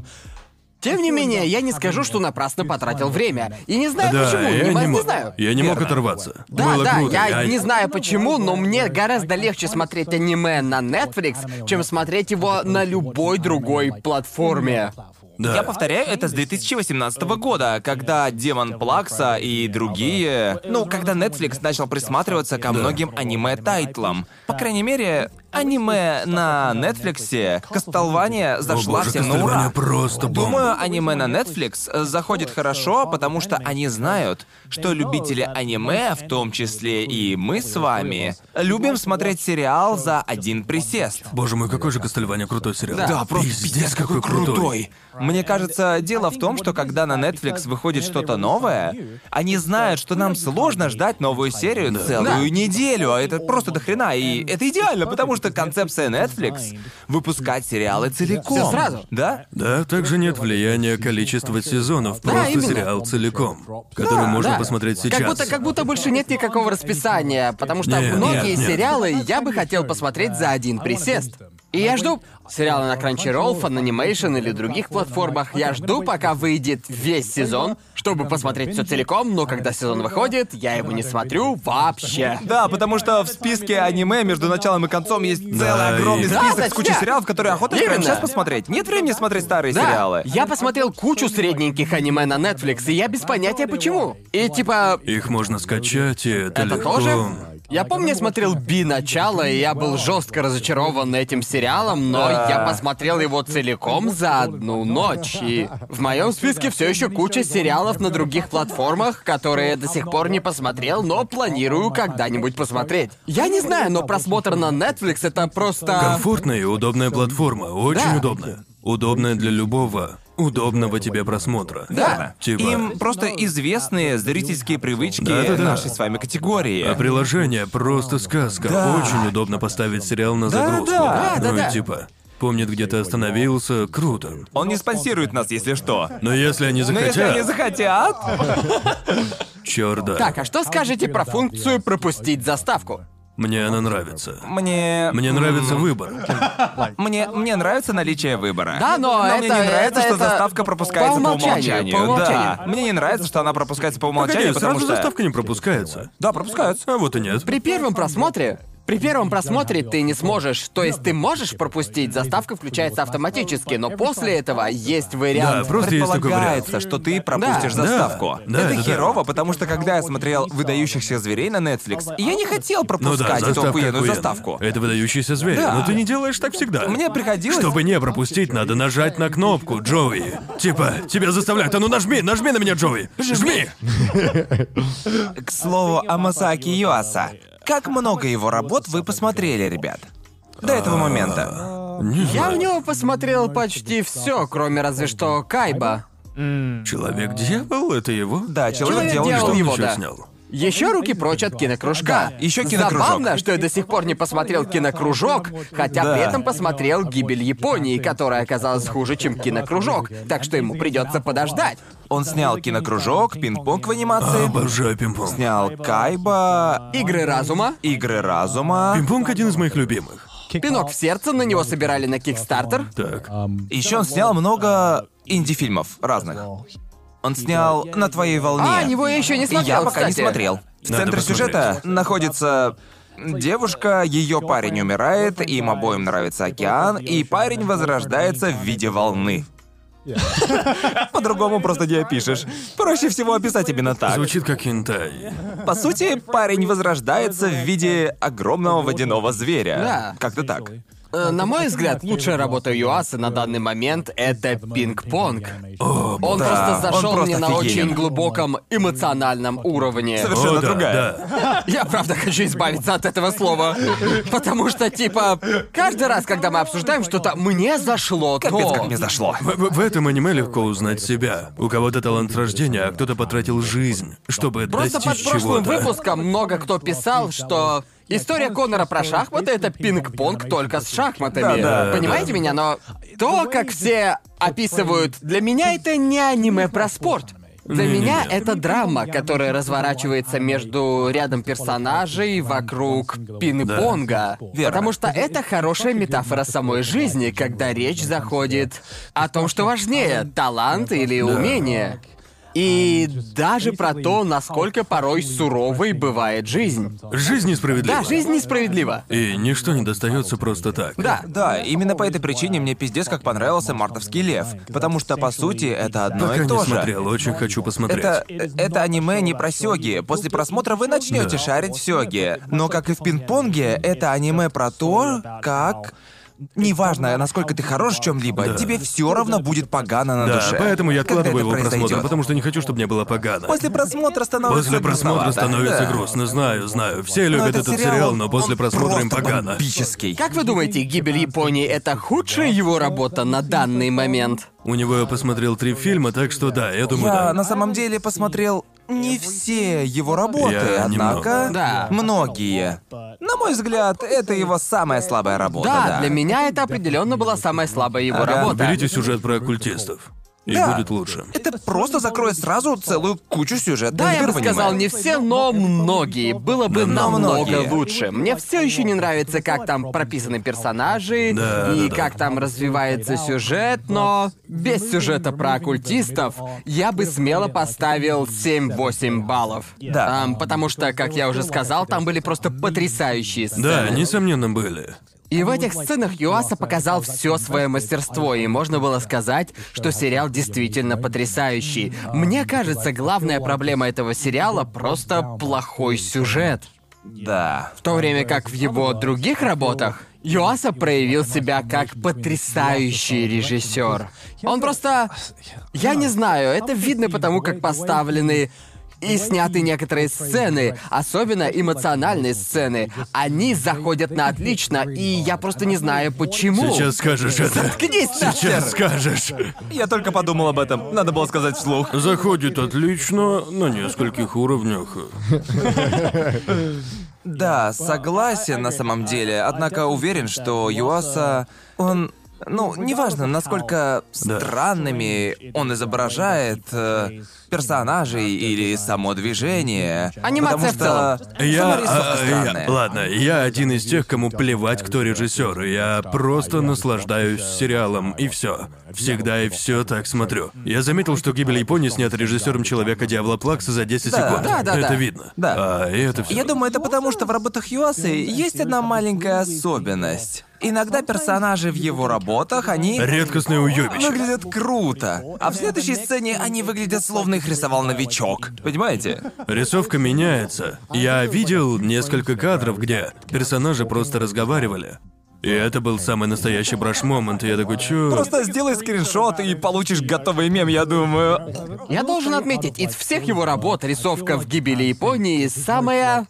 Тем не менее, я не скажу, что напрасно потратил время. И не знаю
Да,
почему,
я
не,
не
не
мог.
знаю.
Я не мог оторваться.
Да,
Было
да,
круто.
я, не знаю почему, но мне гораздо легче смотреть аниме на Netflix, чем смотреть его на любой другой платформе.
Да.
Я повторяю, это с 2018 года, когда Демон Плакса и другие... Ну, когда Netflix начал присматриваться ко многим аниме-тайтлам. По крайней мере, аниме на Netflix, Касталвания, зашла
боже,
всем на
«Кастлвания»
ура.
просто бомба.
Думаю, аниме на Netflix э, заходит хорошо, потому что они знают, что любители аниме, в том числе и мы с вами, любим смотреть сериал за один присест.
Боже мой, какой же Кастельвания крутой сериал.
Да, просто
пиздец, какой
крутой. Мне кажется, дело в том, что когда на Netflix выходит что-то новое, они знают, что нам сложно ждать новую серию целую неделю, а это просто дохрена, и это идеально, потому что концепция Netflix — выпускать сериалы целиком.
Всё сразу.
Да?
Да, также нет влияния количества сезонов,
Да,
просто
именно.
сериал целиком, который можно
да.
посмотреть сейчас.
Как будто, как будто больше нет никакого расписания, потому что
Нет,
многие
нет, нет.
сериалы я бы хотел посмотреть за один присест. И я жду сериалы на Crunchyroll, Funimation или других платформах. Я жду, пока выйдет весь сезон, чтобы посмотреть все целиком, но когда сезон выходит, я его не смотрю вообще.
Да, потому что в списке аниме между началом и концом есть целый огромный
Да,
список с
Настя!
кучей сериалов, которые охота прямо
Именно.
сейчас посмотреть. Нет времени смотреть старые
Да,
сериалы.
я посмотрел кучу средненьких аниме на Netflix, и я без понятия почему. И типа,
Их можно скачать, и это,
Это
легко.
тоже? Я помню, я смотрел Би начало, и я был жестко разочарован этим сериалом, но я посмотрел его целиком за одну ночь. И в моем списке все еще куча сериалов на других платформах, которые я до сих пор не посмотрел, но планирую когда-нибудь посмотреть. Я не знаю, но просмотр на Netflix это просто.
Комфортная и удобная платформа, очень
Да.
удобная. Удобная для любого удобного тебе просмотра.
Да.
Типа,
Им просто известны зрительские привычки
Да-да-да.
нашей с вами категории.
а приложение просто сказка.
Да.
Очень удобно поставить сериал на
Да,
загрузку.
да.
ну, и
Да-да-да.
типа, помнит, где ты остановился, круто.
Он не спонсирует нас, если что.
Но если они
Но
захотят,
если они захотят...
чёрт да.
Так, а что скажете про функцию пропустить заставку?
Мне она нравится.
Мне...
Мне нравится выбор.
Мне, мне нравится наличие выбора.
Да, но
мне
это-
не нравится,
это-
что
это
заставка пропускается по умолчанию.
умолчанию, по
Да.
умолчанию.
Мне не нравится, что она пропускается по умолчанию,
Погоди,
потому
сразу
что...
заставка не пропускается.
Да, пропускается.
А вот и нет.
При первом просмотре при первом просмотре ты не сможешь, то есть ты можешь пропустить, заставка включается автоматически, но после этого есть
Да,
вариант.
просто есть такой вариант.
Предполагается, что ты пропустишь
Да.
заставку.
Да,
это
да, да.
херово, потому что когда я смотрел выдающихся зверей на Netflix, я не хотел
Ну да,
пропускать эту
заставка
охуенную
охуенная.
заставку.
Это выдающийся зверь.
Да.
Но ты не делаешь так всегда.
Мне приходилось.
Чтобы не пропустить, надо нажать на кнопку, Джоуи. Типа, тебя заставляют. А ну нажми, нажми на меня, Джоуи. Жми!
К слову о Масааки Юаса. Как много его работот вы посмотрели, ребят? До этого
А,
момента.
Не
Я в
знаю.
него посмотрел почти все, кроме разве что Кайба.
Человек-дьявол, это его?
Да, человек
Человек
делал
Что
делал
он
что
его,
еще
да.
снял?
Еще руки прочь от кинокружка.
Да, еще кинокружок.
Забавно, что я до сих пор не посмотрел кинокружок, хотя
Да.
при этом посмотрел гибель Японии, которая оказалась хуже, чем кинокружок, так что ему придется подождать.
Он снял кинокружок, пинг-понг в анимации,
Обожаю пинг-понг.
снял Кайба,
Игры разума.
Игры разума.
Пинг-понг один из моих любимых.
Пинок в сердце, на него собирали на Кикстартер.
Так.
Еще он снял много инди-фильмов разных. Он снял «На твоей волне».
А, его я еще не
И
смотрел,
я пока не
кстати.
смотрел. В
Надо
центре
посмотреть.
сюжета находится девушка, ее парень умирает, им обоим нравится океан, и парень возрождается в виде волны. По-другому просто не опишешь. Проще всего описать именно так.
Звучит как хентай.
По сути, парень возрождается в виде огромного водяного зверя.
Да.
Как-то так.
Э, На мой взгляд, лучшая работа ЮАСа на данный момент — это пинг-понг.
О,
Он
Да,
просто зашел
он просто
мне на
офигенен.
очень глубоком эмоциональном уровне.
Совершенно
О, да,
другая.
да.
Я правда хочу избавиться от этого слова. Потому что, типа, каждый раз, когда мы обсуждаем что-то, мне зашло
Капец,
то.
как мне зашло.
В, в- в этом аниме легко узнать себя. У кого-то талант с рождения, а кто-то потратил жизнь, чтобы
Просто под
достичь
прошлым
чего-то.
выпуском много кто писал, что история Конора про шахматы — это пинг-понг только с шахматами.
Да,
да,
Понимаете
да.
меня? Но то, как все описывают, для меня это не аниме про спорт. Для
Не-не-не.
меня это драма, которая разворачивается между рядом персонажей вокруг пинг-понга.
Верно.
Потому что это хорошая метафора самой жизни, когда речь заходит о том, что важнее — талант или умение. И даже про то, насколько порой суровой бывает жизнь.
Жизнь несправедлива.
Да, жизнь несправедлива.
И ничто не достается просто так.
Да.
Да, именно по этой причине мне пиздец как понравился «Мартовский лев», потому что, по сути, это одно
Пока
Ну и
не
то же.
смотрел, очень хочу посмотреть.
Это, это аниме не про сёги. После просмотра вы начнете
Да.
шарить в сёге. Но как и в пинг-понге, это аниме про то, как... Неважно, насколько ты хорош в чем либо
Да.
тебе все равно будет погано на
Да,
душе.
поэтому я
Когда
откладываю
это
его просмотр,
произойдёт?
потому что не хочу, чтобы мне было погано.
После просмотра становится
После просмотра
грустновато.
становится
Да.
грустно, знаю, знаю. Все
Но
любят
этот сериал,
но после
он
просмотра им
просто
погано.
бомбический.
Как вы думаете, гибель Японии это худшая его работа на данный момент?
У него я посмотрел три фильма, так что да, я думаю,
Я
да.
на самом деле посмотрел не все его работы,
Я
однако
немного.
Да.
многие. На мой взгляд, это его самая слабая работа.
Да,
Да,
для меня это определенно была самая слабая его
Ага.
работа.
Берите сюжет про оккультистов. И
Да.
будет лучше.
Это просто закроет сразу целую кучу сюжетных
Да, я
дыр
бы
в аниме.
сказал, не все, но многие. Было бы
Да,
намного
многие.
лучше. Мне все еще не нравится, как там прописаны персонажи
Да, да,
и
да.
как там развивается сюжет, но без сюжета про оккультистов я бы смело поставил 7-8 баллов.
Да.
Ам, потому что, как я уже сказал, там были просто потрясающие сцены.
Да, несомненно, были.
И в этих сценах Юаса показал все свое мастерство, и можно было сказать, что сериал действительно потрясающий. Мне кажется, главная проблема этого сериала просто плохой сюжет.
Да.
В то время как в его других работах Юаса проявил себя как потрясающий режиссер. Он просто... Я не знаю, это видно потому, как поставлены и сняты некоторые сцены, особенно эмоциональные сцены. Они заходят на отлично, и я просто не знаю
Ну,
почему.
Сейчас скажешь это.
Заткнись нахер!
Сейчас скажешь.
Я только подумал об этом. Надо было сказать вслух.
Заходит отлично на нескольких уровнях.
Да,
Типа, а,
согласен на самом деле. Однако уверен, что Юаса... Он... Ну, неважно, насколько
Да.
странными он изображает
типа,
э, персонажей или само движение. потому
Анимация в
что
целом.
сама
Я,
рисовка
а, я-
странная.
ладно, я один из тех, кому плевать, кто режиссер, и я просто наслаждаюсь сериалом и все. Всегда и все так смотрю. Я заметил, что гибель Японии снята режиссером человека Диабло Плакса за 10
Да.
секунд.
Да, да,
это
да.
видно.
Да.
А, и это все.
Я думаю, это потому, что в работах Юасы есть одна маленькая особенность. Иногда персонажи в его работах, они
Редкостное уебище.
выглядят круто, а в следующей сцене они выглядят словно их рисовал новичок. Понимаете?
Рисовка меняется. Я видел несколько кадров, где персонажи просто разговаривали. И это был самый настоящий браш-момент, и я такой, чё?
Просто сделай скриншот и получишь готовый мем, я думаю.
Я должен отметить, из всех его работ рисовка в гибели Японии самая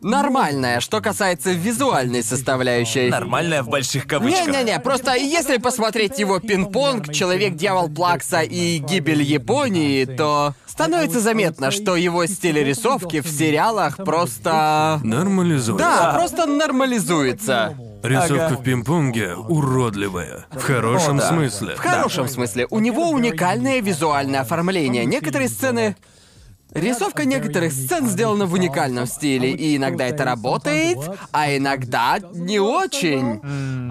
нормальная, что касается визуальной составляющей.
Нормальная в больших кавычках.
Не-не-не, просто если посмотреть его пинг-понг, человек-дьявол Плакса и гибель Японии, то становится заметно, что его стиль рисовки в сериалах просто...
Нормализуется.
Да, просто нормализуется.
Рисовка
Ага.
в пинг-понге уродливая. В хорошем
О, да.
смысле.
В хорошем смысле, у него уникальное визуальное оформление. Некоторые сцены... Рисовка некоторых сцен сделана в уникальном стиле, и иногда это работает, а Mm. иногда не очень.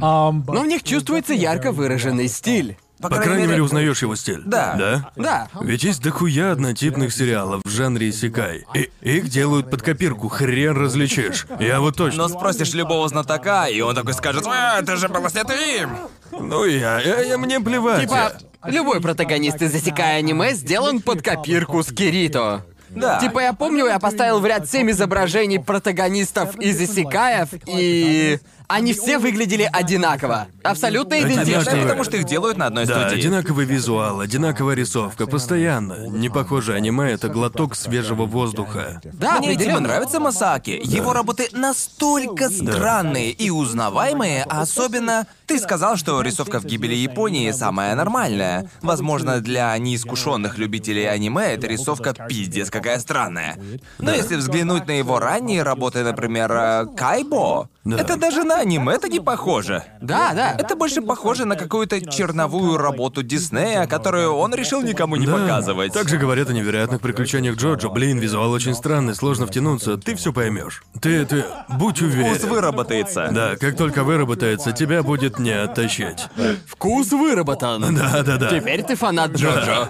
Но в них чувствуется ярко выраженный стиль.
По,
По крайней мере, узнаешь его стиль.
Да.
Да?
Да.
Ведь есть дохуя однотипных сериалов в жанре исекай. И их делают под копирку, хрен различишь. Я вот точно.
Но спросишь любого знатока, и он такой скажет, «Э, это же было снято им.
Ну я, я, я- мне плевать.
Типа, любой протагонист из засекая аниме сделан под копирку с Кирито.
Да.
Типа, я помню, я поставил в ряд семь изображений протагонистов из Исикаев, и... Они все выглядели одинаково. Абсолютно
Да,
Одинаково.
идентично.
потому что их делают на одной
Да,
студии.
одинаковый визуал, одинаковая рисовка, постоянно. Не похоже аниме, это глоток свежего воздуха.
Да,
Мне тебе
определенно.
нравится Масаки. Его работы настолько странные и узнаваемые, а особенно ты сказал, что рисовка в гибели Японии самая нормальная. Возможно, для неискушенных любителей аниме эта рисовка пиздец какая странная. Но если взглянуть на его ранние работы, например, э, Кайбо,
Да.
это даже на аниме это не похоже.
Да, да.
Это больше похоже на какую-то черновую работу Диснея, которую он решил никому не
Да.
показывать.
Также говорят о невероятных приключениях Джоджо. Блин, визуал очень странный, сложно втянуться. Ты все поймешь. Ты, ты, будь уверен.
Вкус выработается.
Да, как только выработается, тебя будет не оттащить.
Вкус выработан.
Да, да, да.
Теперь ты фанат Джоджо.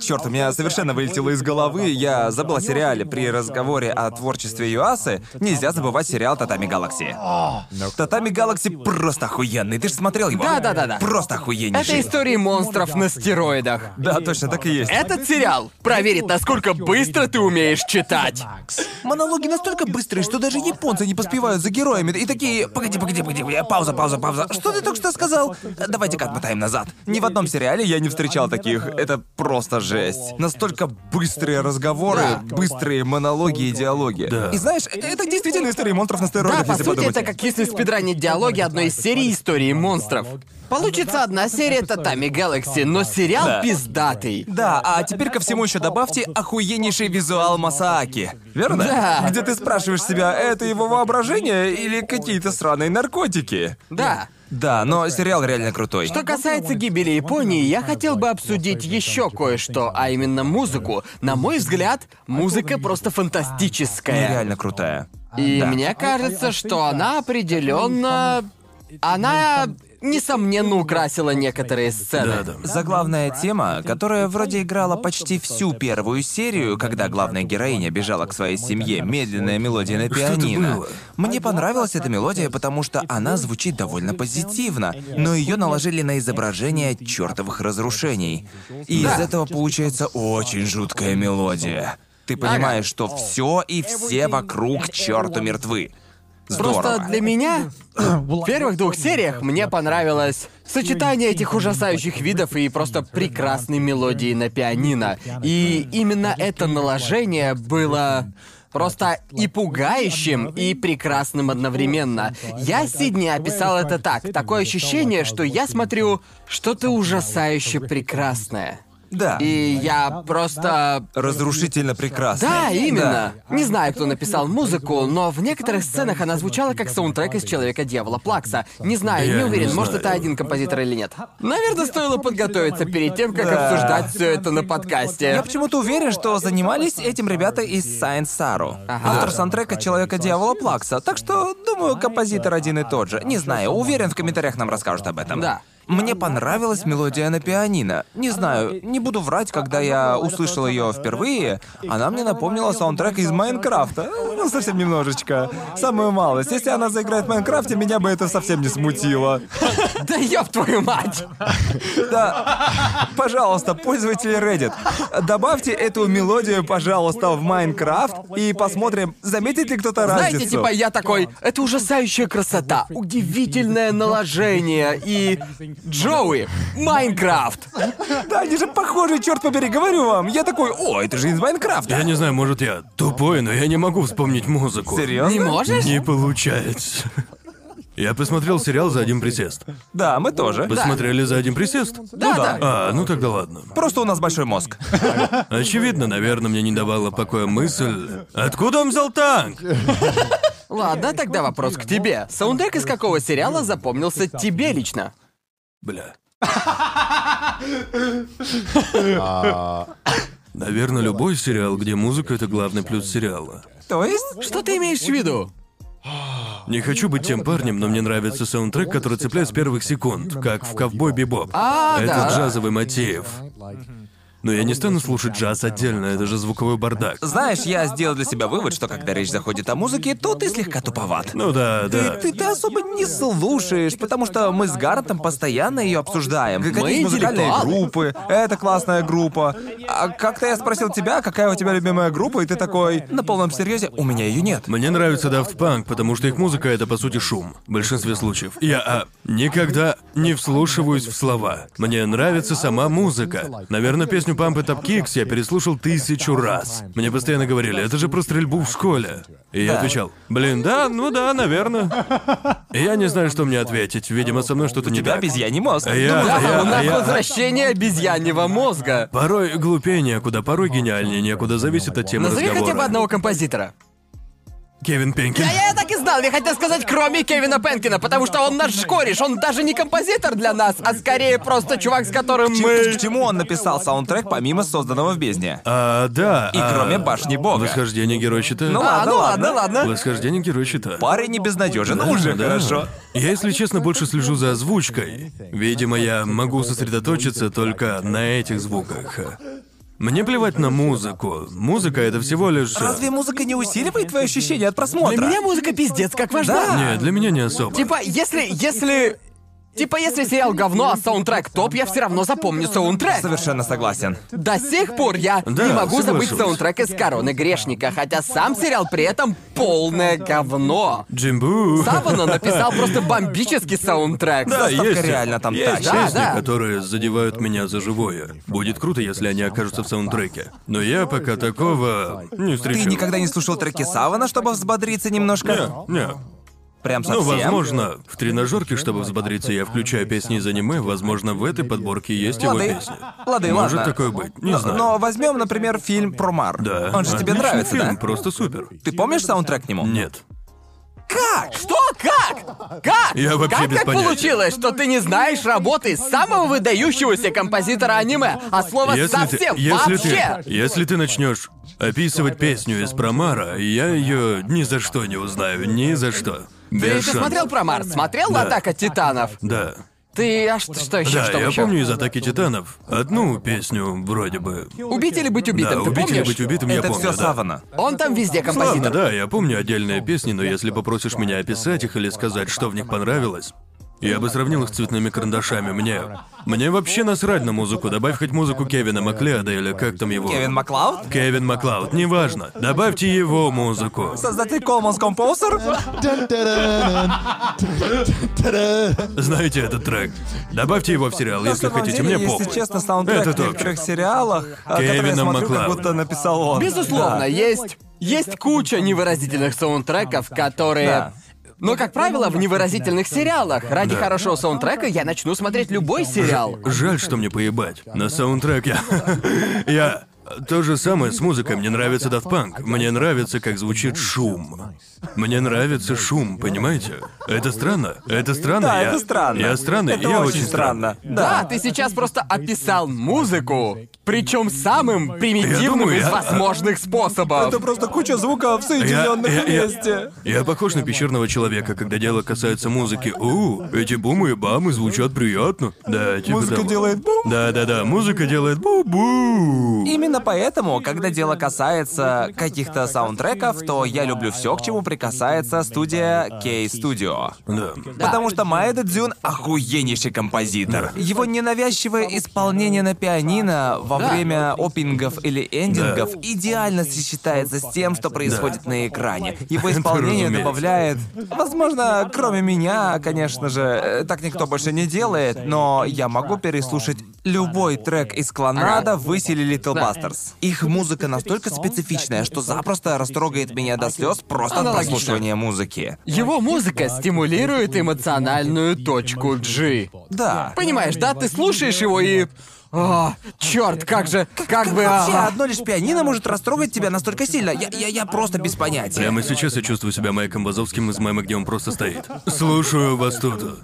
Черт, у меня совершенно вылетело из головы. Я забыл о сериале. При разговоре о творчестве Юасы нельзя забывать сериал «Татами Галакси». «Татами Галакси» просто охуенный. Ты же смотрел его?
Да-да-да-да.
Просто охуеннейший.
Это истории монстров на стероидах.
Да, точно, так и есть.
Этот сериал проверит, насколько быстро ты умеешь читать.
Монологи настолько быстрые, что даже японцы не поспевают за героями. И такие, погоди, погоди, погоди, э, пауза, пауза, пауза. Что ты только что сказал? Э, Давайте-ка отмотаем назад. Ни в одном сериале я не встречал таких. Это просто жесть. Настолько быстрые разговоры, быстрые монологи и диалоги.
Да.
И знаешь, э, это действительно история монстров на стероидах,
Да, по
если
сути,
подумать.
это как если спидранить диалоги одной из серий истории монстров. Получится одна серия Татами Galaxy, но сериал
Да.
пиздатый.
Да, а теперь ко всему еще добавьте охуеннейший визуал Масааки. Верно?
Да.
Где ты спрашиваешь себя, это его воображение или какие-то сраные наркотики?
Да.
Да, но сериал реально крутой. Ну,
Что касается гибели Японии, я хотел бы обсудить еще кое-что, а именно музыку. На мой взгляд, музыка просто фантастическая.
Нереально крутая.
И
Ну, Да.
мне кажется, а что она определенно... Она, несомненно, украсила некоторые
Да,
сцены.
да.
Заглавная тема, которая вроде играла почти всю первую серию, когда главная героиня бежала к своей семье, медленная мелодия на
это
пианино.
было?
Мне понравилась эта мелодия, потому что она звучит довольно позитивно, но ее наложили на изображение чертовых разрушений. И из этого получается очень жуткая мелодия. Ты понимаешь, что все и все вокруг к черту мертвы. Здорово.
Просто для меня в первых двух сериях мне понравилось сочетание этих ужасающих видов и просто прекрасной мелодии на пианино. И именно это наложение было просто и пугающим, и прекрасным одновременно. Я Сидни описал это так. Такое ощущение, что я смотрю что-то ужасающе прекрасное.
Да.
И я просто
Разрушительно прекрасно.
да, именно. Не знаю, кто написал музыку, но в некоторых сценах она звучала как саундтрек из Человека-дьявола Плакса. Не знаю,
Я
не уверен,
не
может,
знаю.
это один композитор или нет. Наверное, стоило подготовиться перед тем, как
Да.
обсуждать все это на подкасте.
Я почему-то уверен, что занимались этим ребята из Science Saru. Автор саундтрека Человека-дьявола Плакса. Так что, думаю, композитор один и тот же. Не знаю, уверен, в комментариях нам расскажут об этом.
Да.
Мне понравилась мелодия на пианино. Не знаю, не буду врать, когда я услышал ее впервые, она мне напомнила саундтрек из Майнкрафта. Ну, совсем немножечко. Самую малость. Если она заиграет в Майнкрафте, меня бы это совсем не смутило.
Да ёб твою мать!
Да, пожалуйста, пользователи Reddit, добавьте эту мелодию, пожалуйста, в Майнкрафт и посмотрим, заметит ли кто-то разницу.
Знаете, типа я такой, это ужасающая красота, удивительное наложение и... Джоуи, Майнкрафт!
Да, они же похожи, черт побери, говорю вам. Я такой, о, это же из Майнкрафта.
Я не знаю, может я тупой, но я не могу вспомнить музыку.
Серьезно?
Не можешь?
Не получается. Я посмотрел сериал за один присест.
Да, мы тоже.
Посмотрели за один присест?
Да, да.
А, ну тогда ладно.
Просто у нас большой мозг.
Очевидно, наверное, мне не давала покоя мысль. Откуда он взял танк?
Ладно, тогда вопрос к тебе. Саундтрек из какого сериала запомнился тебе лично?
Бля. Наверное, любой сериал, где музыка это главный плюс сериала.
То есть?
Что ты имеешь в виду?
Не хочу быть тем парнем, но мне нравится саундтрек, который цепляет с первых секунд, как в «Ковбой Бибоп».
А,
Это
да.
джазовый мотив. Но я не стану слушать джаз отдельно, это же звуковой бардак.
Знаешь, я сделал для себя вывод, что когда речь заходит о музыке, то ты слегка туповат.
Ну да, да.
Ты, ты особо не слушаешь, потому что мы с Гарретом постоянно ее обсуждаем. Какие
Мы
музыкальные
интеллектуалы.
группы, это классная группа. А как-то я спросил тебя, какая у тебя любимая группа, и ты такой, на полном серьезе, у меня ее нет.
Мне нравится Daft Punk, потому что их музыка — это, по сути, шум. В большинстве случаев. Я а, никогда не вслушиваюсь в слова. Мне нравится сама музыка. Наверное, песню Pump It Up Kicks я переслушал тысячу раз. Мне постоянно говорили, это же про стрельбу в школе. И я отвечал, блин, да, ну да, наверное. И я не знаю, что мне ответить. Видимо, со мной что-то не
Тебя
так.
обезьяний мозг.
А я-
Думаю,
а я-
Ну Да, у нас
а я-
возвращение обезьяньего мозга.
Порой глупее некуда, порой гениальнее некуда, зависит от темы
Назови
разговора.
хотя бы одного композитора.
Кевин Пенкин.
Да А я так и знал, я хотел сказать, кроме Кевина Пенкина, потому что он наш кореш, он даже не композитор для нас, а скорее просто чувак, с которым
Ну, К
мы...
чему он написал саундтрек помимо созданного в бездне?
А, да.
И
а,
кроме башни бога.
Восхождение Героя Щита.
Ну
А, ну
ладно.
ладно, ладно.
Восхождение Героя Щита.
Парень не безнадежен,
Да,
уже
да.
хорошо.
Я, если честно, больше слежу за озвучкой. Видимо, я могу сосредоточиться только на этих звуках. Мне плевать на музыку. Музыка — это всего лишь... э,
Разве музыка не усиливает твои ощущения от просмотра?
Для меня музыка пиздец как важна.
Не, для меня не особо.
Типа, если... если... Типа, если сериал говно, а саундтрек топ, я все равно запомню саундтрек.
Совершенно согласен.
До сих пор я
Да,
не могу забыть
соглашусь.
саундтрек из «Короны грешника», хотя сам сериал при этом полное говно.
Джимбу.
Савана написал просто бомбический саундтрек.
Да,
Заставка
есть.
реально там
есть
та.
песни,
Да, да.
которые задевают меня за живое. Будет круто, если они окажутся в саундтреке. Но я пока такого не встречал.
Ты никогда не слушал треки Савана, чтобы взбодриться немножко?
Не,
Прям
Ну,
совсем?
возможно, в тренажерке, чтобы взбодриться, я включаю песни из аниме, возможно, в этой подборке есть его
Лады.
песни.
Лады,
Может
ладно.
такое быть, не
Но-
знаю.
Но возьмем, например, фильм про Мар.
Да.
Он же тебе
Отличный
нравится,
фильм,
да?
просто супер.
Ты помнишь саундтрек к нему?
Нет.
Как?
Что? Как? Как?
Я вообще
как
без
так
понятия.
получилось, что ты не знаешь работы самого выдающегося композитора аниме, а слово совсем
ты, если
вообще?
ты, если ты начнешь описывать песню из Промара, я ее ни за что не узнаю, ни за что.
Ты,
Без
ты
шансов.
смотрел про Марс? Смотрел Атака Титанов?
Да.
Ты а что, что еще?
Да,
что
я
еще?
помню из Атаки Титанов одну песню вроде бы.
Убить или быть убитым,
Да,
ты
убить или
помнишь?
быть убитым, я
Это
помню.
все
да.
Савана.
Он там везде композитор.
Ладно, да, я помню отдельные песни, но если попросишь меня описать их или сказать, что в них понравилось, я бы сравнил их с цветными карандашами. Мне... Мне вообще насрать на музыку. Добавь хоть музыку Кевина Маклеода или как там его...
Кевин Маклауд?
Кевин Маклауд, неважно. Добавьте его музыку.
Создатель Coleman's Composer?
Знаете этот трек? Добавьте его в сериал,
На
если
самом
хотите.
деле,
Мне
если
похуй.
честно, саундтрек
Это
в
точно.
некоторых сериалах, а, которые я
Кевина
смотрю, как
Маклауд.
будто написал он.
Безусловно,
Да.
есть, есть куча невыразительных саундтреков, которые...
Да.
Но, как правило, в невыразительных сериалах. Ради хорошего саундтрека я начну смотреть любой сериал.
Жаль, что мне поебать. На саундтрек я... я... То же самое с музыкой. Мне нравится Daft Punk. Мне нравится, как звучит шум. Мне нравится шум, понимаете? Это странно. Это странно.
Да,
я...
это странно.
Я странный.
Это
я
очень
очень странный.
странно.
Да, А, ты сейчас просто описал музыку, причем самым
Я
примитивным
думаю,
из
я-
возможных способов.
Это просто куча звуков, соединенных
Я- я- я-
вместе.
Я похож на пещерного человека, когда дело касается музыки. У, эти бумы и бамы звучат приятно. Да, типа
Музыка
того.
делает бум.
Да-да-да, музыка делает бу-бу.
Именно поэтому, когда дело касается каких-то саундтреков, то я люблю все, к чему прикасается студия K-Studio.
Да.
Потому что Маэда Дзюн охуеннейший композитор. Его ненавязчивое исполнение на пианино во время опингов или эндингов идеально сочетается с тем, что происходит на экране. Его исполнение
разумеется.
добавляет... Возможно, кроме меня, конечно же, э, так никто больше не делает, но я могу переслушать любой трек из Клонада «Выселили Литл Бастерс». Их музыка настолько специфичная, что запросто растрогает меня до слез просто от
Аналогично.
прослушивания музыки.
Его музыка стимулирует эмоциональную точку G.
Да.
Понимаешь, да? Ты слушаешь его и... А, черт, как же, как бы...
Вообще,
а,
одно лишь пианино может растрогать тебя настолько сильно. Я, я, я просто без понятия.
Прямо сейчас я чувствую себя Майком Базовским из мема, где он просто стоит. Слушаю вас тут.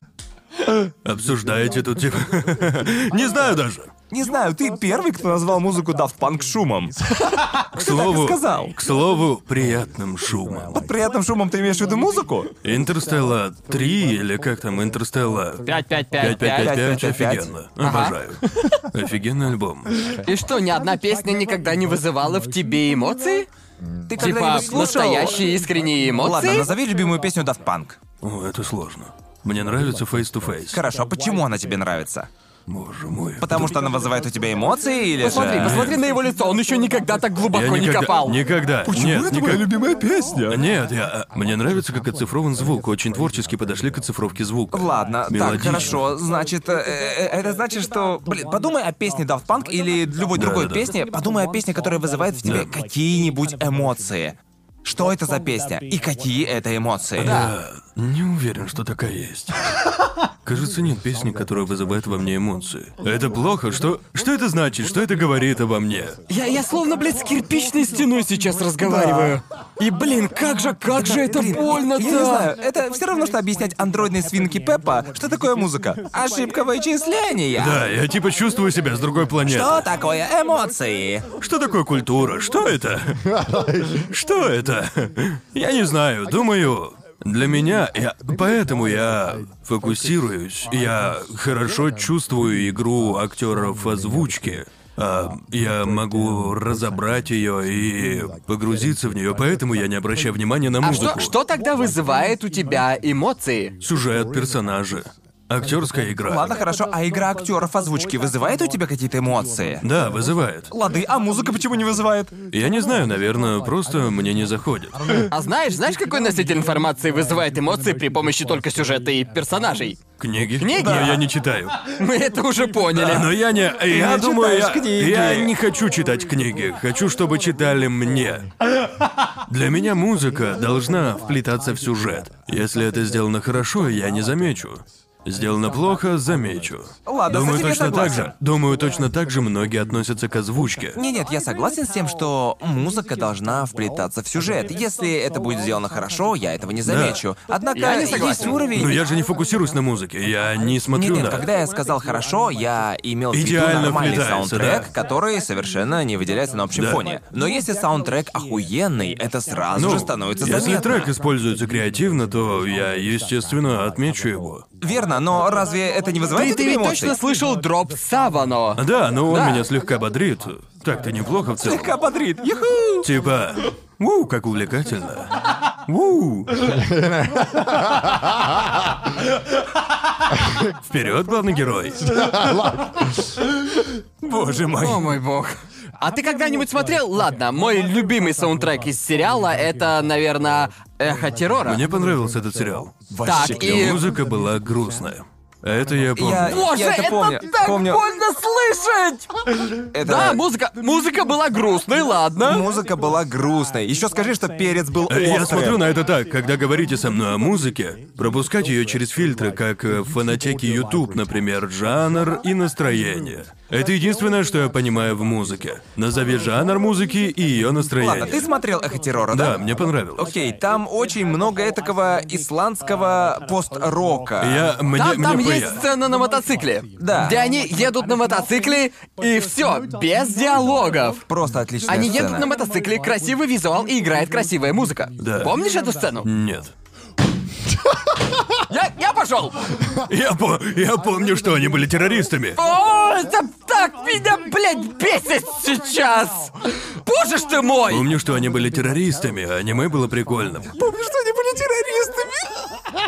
Обсуждаете тут типа... Не знаю даже.
Не знаю, ты первый, кто назвал музыку Daft Punk шумом.
К
Так и
слову,
сказал.
к слову, приятным шумом.
Под приятным шумом ты имеешь в виду музыку?
Интерстелла 3 или как там Интерстелла?
5-5-5-5.
5-5-5-5
5-5-5-5.
офигенно. Обожаю. Офигенный альбом.
И что, ни одна песня никогда не вызывала в тебе эмоций?
Ты
Типа,
когда-нибудь слушал? Ну
настоящие искренние
Ладно,
эмоции?
назови любимую песню Daft Punk.
О, это сложно. Мне нравится Face to Face.
Хорошо, а почему она тебе нравится?
Боже мой.
Потому что она вызывает у тебя эмоции или
Посмотри,
же...
посмотри на его лицо, он еще никогда так
Я
глубоко не
никогда-
копал.
Никогда. Нет, никогда.
любимая песня?
Нет, я... а, Мне нравится, как оцифрован звук. Очень творчески подошли к оцифровке звука.
Ладно, так,
Мелодично.
хорошо. Значит, э, э, это значит, что... Блин, подумай о песне Daft Punk или любой
Да,
другой
да, да.
песне. Подумай о песне, которая вызывает в тебе
Да.
какие-нибудь эмоции. Что это за песня? И какие это эмоции?
Я не уверен, что такая есть. Кажется, нет песни, которая вызывает во мне эмоции. Это плохо, что... Что это значит? Что это говорит обо мне?
Я, я словно, блядь, с кирпичной стеной сейчас разговариваю. И, блин, как же, как же это больно-то!
Я не знаю, это все равно, что объяснять андроидной свинке Пеппа, что такое музыка. Ошибка вычисления.
Да, я типа чувствую себя с другой планеты.
Что такое эмоции?
Что такое культура? Что это? Что это? Я не знаю, думаю. Для меня, я, поэтому я фокусируюсь, я хорошо чувствую игру актеров озвучки. А, я могу разобрать ее и погрузиться в нее, поэтому я не обращаю внимания на
А
музыку.
что, что тогда вызывает у тебя эмоции?
Сюжет персонажа. Актерская игра.
Ладно, хорошо, а игра актеров озвучки вызывает у тебя какие-то эмоции?
Да, вызывает.
Лады, а музыка почему не вызывает?
Я не знаю, наверное, просто мне не заходит.
А знаешь, знаешь, какой носитель информации вызывает эмоции при помощи только сюжета и персонажей?
Книги?
Книги?
Но я не читаю.
Мы это уже поняли.
Но я не... Я
А, не
думаю, я,
читаешь книги.
я не хочу читать книги. Хочу, чтобы читали мне. Для меня музыка должна вплетаться в сюжет. Если это сделано хорошо, я не замечу. Сделано плохо, замечу.
Ладно, с
думаю,
этим я
точно так
согласен.
же. Думаю, точно так же многие относятся к озвучке.
Не, нет, я согласен с тем, что музыка должна вплетаться в сюжет. Если это будет сделано хорошо, я этого не замечу. Однако
Я не
есть
согласен.
уровень.
Но Ну, я же не фокусируюсь на музыке. Я не смотрю
Нет, нет,
на.
когда я сказал хорошо, я имел в виду
Идеально
нормальный
вплетается,
саундтрек,
да.
который совершенно не выделяется на общем
Да.
фоне. Но если саундтрек охуенный, это сразу
Ну,
же становится
если
заметно.
трек используется креативно, то я, естественно, отмечу его.
Верно, но разве это не вызывает
Ты,
у
ты
тебя
ведь
эмоций?
точно слышал дроп Савано?
Да, но он
Да.
меня слегка бодрит. Так-то неплохо в целом.
Слегка бодрит. Юху!
Типа, вау, как увлекательно. Вау. Вперед, главный герой.
Боже мой.
О мой бог. А ты когда-нибудь смотрел? Ладно, мой любимый саундтрек из сериала это, наверное, Эхо террора.
Мне понравился этот сериал.
Так, и.
Музыка была грустная. Это я
Я,
помню.
Боже,
я это
это
помню.
так
помню,
больно слышать!
это-
Да, музыка. Музыка была грустной, ладно.
Музыка была грустной. Еще скажи, что перец был
Э,
острым.
Я смотрю на это так, когда говорите со мной о музыке, пропускать ее через фильтры, как э, в фонотеке YouTube, например, жанр и настроение. Это единственное, что я понимаю в музыке. Назови жанр музыки и ее настроение.
Ладно, ты смотрел «Эхо террора», да?
Да, мне понравилось.
Окей, там очень много этакого исландского пост-рока.
Я мне,
Там,
мне
там
бы-
есть сцена на мотоцикле.
Да.
Где они едут на мотоцикле, и все, без диалогов.
Просто отличная
Они
сцена.
едут на мотоцикле, красивый визуал и играет красивая музыка.
Да.
Помнишь эту сцену?
Нет.
Я, я пошел!
Я, по- я помню, что они были террористами.
О, это так меня, блядь, бесит сейчас! Боже ж ты мой!
Помню, что они были террористами, а аниме было прикольным.
Помню, что они были террористами.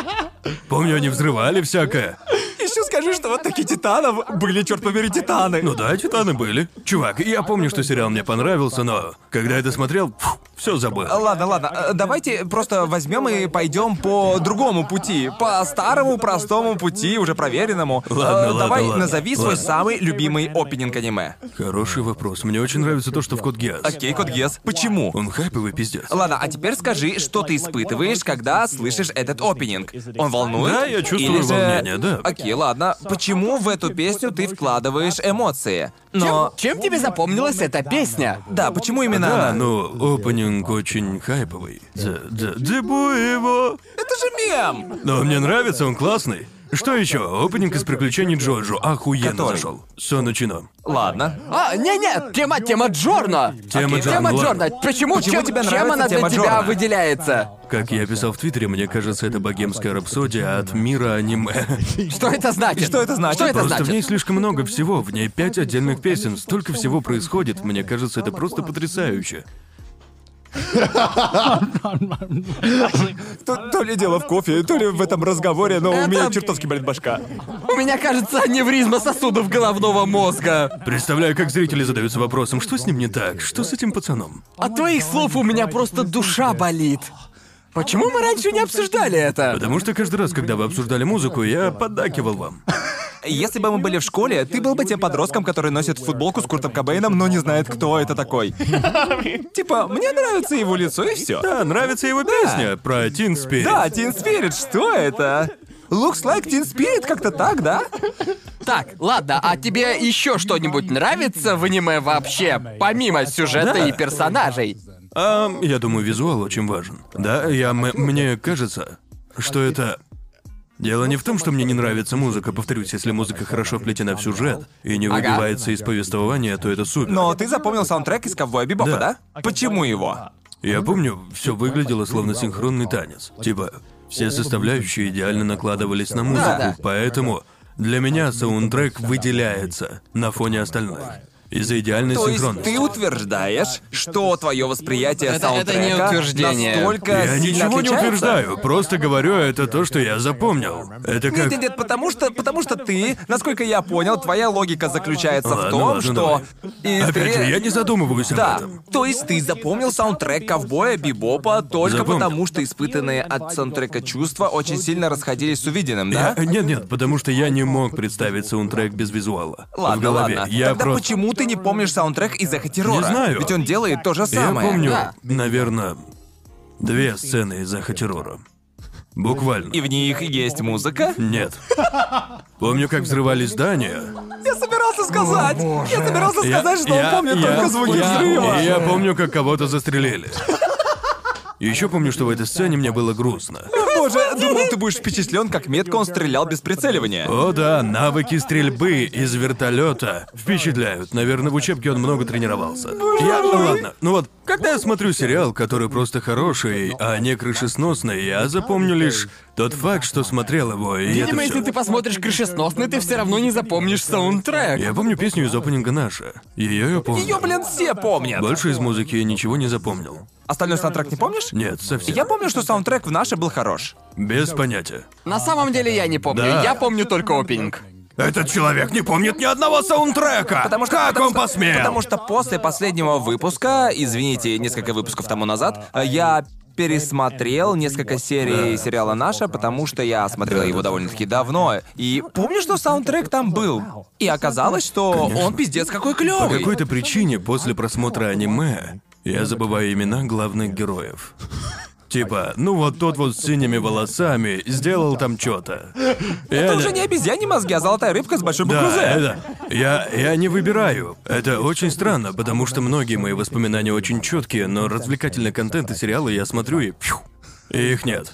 Помню, они взрывали всякое.
Еще скажи, что вот такие титанов были, черт побери, титаны.
Ну да, титаны были. Чувак, я помню, что сериал мне понравился, но когда это смотрел, все забыл.
Ладно, ладно, э, давайте просто возьмем и пойдем по другому пути. По старому, простому пути, уже проверенному. Э,
Ладно, ладно,
Давай
ладно.
назови свой
Ладно.
самый любимый опенинг аниме.
Хороший вопрос. Мне очень нравится то, что в Код Гиас.
Окей, код Гес. Почему?
Он хайповый пиздец.
Ладно, а теперь скажи, что ты испытываешь, когда слышишь этот опенинг. Он волнует?
Да, я чувствую
Или же-
волнение, да.
Окей, ладно. Почему в эту песню ты вкладываешь эмоции? Но...
Чем тебе запомнилась эта песня?
Да, почему именно
Да,
она?
ну, рынок очень хайповый. Д- д- Дебуево!
Это же мем!
Но мне нравится, он классный. Что еще? Опенинг из приключений Джорджу. Охуенно
Который?
зашел. Все начино.
Ладно.
А, не-не, тема, тема Джорна.
Тема
Окей,
Джорна,
Тема
ладно.
Джорна. Почему, чем,
тебе
чем
нравится
она для
тема
тебя
Джорна?
выделяется?
Как я писал в Твиттере, мне кажется, это богемская рапсодия от мира аниме.
Что это значит?
Что это значит?
Что это
Просто в
значит?
ней слишком много всего, в ней пять отдельных песен, столько всего происходит, мне кажется, это просто потрясающе.
То, то ли дело в кофе, то ли в этом разговоре, но
Это-
у меня чертовски болит башка.
У меня, кажется, аневризма сосудов головного мозга.
Представляю, как зрители задаются вопросом, что с ним не так, что с этим пацаном.
От А твоих слов у меня просто душа болит. Почему мы раньше не обсуждали это?
Потому что каждый раз, когда вы обсуждали музыку, я поддакивал вам.
Если бы мы были в школе, ты был бы тем подростком, который носит футболку с Куртом Кобейном, но не знает, кто это такой. Типа, мне нравится его лицо и все.
Да, нравится его песня про Тин Спирит.
Да, Тин Спирит, что это? Looks like Teen Spirit, как-то так, да?
Так, ладно, а тебе еще что-нибудь нравится в аниме вообще, помимо сюжета
Да.
и персонажей?
А, я думаю, визуал очень важен. Да, я м- мне кажется, что это. Дело не в том, что мне не нравится музыка, повторюсь, если музыка хорошо вплетена в сюжет и не выбивается из повествования, то это супер.
Но ты запомнил саундтрек из Ковбоя Бибопа,
Да.
да? Почему его?
Я помню, все выглядело словно синхронный танец. Типа, все составляющие идеально накладывались на музыку,
да.
поэтому для меня саундтрек выделяется на фоне остальных. Из-за идеальной
То есть
синхронности.
ты утверждаешь, что твое восприятие
Это- это не
саундтрека
утверждение.
настолько
Я
сильно
ничего не
отличается?
утверждаю, просто говорю, это то, что я запомнил. Это как...
Нет, нет, нет, потому что, потому что ты, насколько я понял, твоя логика заключается в
Ладно,
том,
ладно,
что. И
Опять же, я не задумываюсь об
Да,
этом.
то есть ты запомнил саундтрек ковбоя Бибопа только
Запомнил.
потому, что испытанные от саундтрека чувства очень сильно расходились с увиденным, да?
Я- Э, Нет, нет, потому что я не мог представить саундтрек без визуала. в
Ладно,
голове.
ладно.
Я
Тогда
просто.
почему ты не помнишь саундтрек из эхо террора?
Не знаю.
Ведь он делает то же
Я
самое.
помню,
Да.
наверное, две сцены из эхо террора. Буквально.
И в них есть музыка?
Нет. Помню, как взрывали здания.
Я собирался сказать! Я собирался сказать, что он помнит только звуки
я-
взрыва!
Я помню, как кого-то застрелили. Еще помню, что в этой сцене мне было грустно.
Боже, думал, ты будешь впечатлен, как метко он стрелял без прицеливания.
О да, навыки стрельбы из вертолета впечатляют. Наверное, в учебке он много тренировался. Я, ну ладно, ну вот, когда я смотрю сериал, который просто хороший, а не крышесносный, я запомню лишь тот факт, что смотрел его, и это всё.
Видимо, если ты посмотришь крышесносный, ты все равно не запомнишь саундтрек.
Я помню песню из опенинга «Наша». Ее я помню.
Ее, блин, все помнят.
Больше из музыки я ничего не запомнил.
Остальной саундтрек не помнишь?
Нет, совсем.
Я помню, что саундтрек в наше был хорош.
Без понятия.
На самом деле я не помню.
Да.
Я помню только опенинг.
Этот человек не помнит ни одного саундтрека!
Потому что-
как
потому
он посмел?
Потому что после последнего выпуска, извините, несколько выпусков тому назад, э, я пересмотрел несколько серий сериала «Наша», потому что я смотрел его довольно-таки давно. И помню, что саундтрек там был. И оказалось, что он пиздец какой
По
клевый.
какой-то причине после просмотра аниме я забываю имена главных героев. Типа, ну вот тот вот с синими волосами сделал там что-то.
Это уже не обезьяне мозги, а золотая рыбка с большой буквы
Да,
«З».
это. Я, я не выбираю. Это очень странно, потому что многие мои воспоминания очень четкие, но развлекательный контент и сериалы я смотрю и... пфью, и их нет.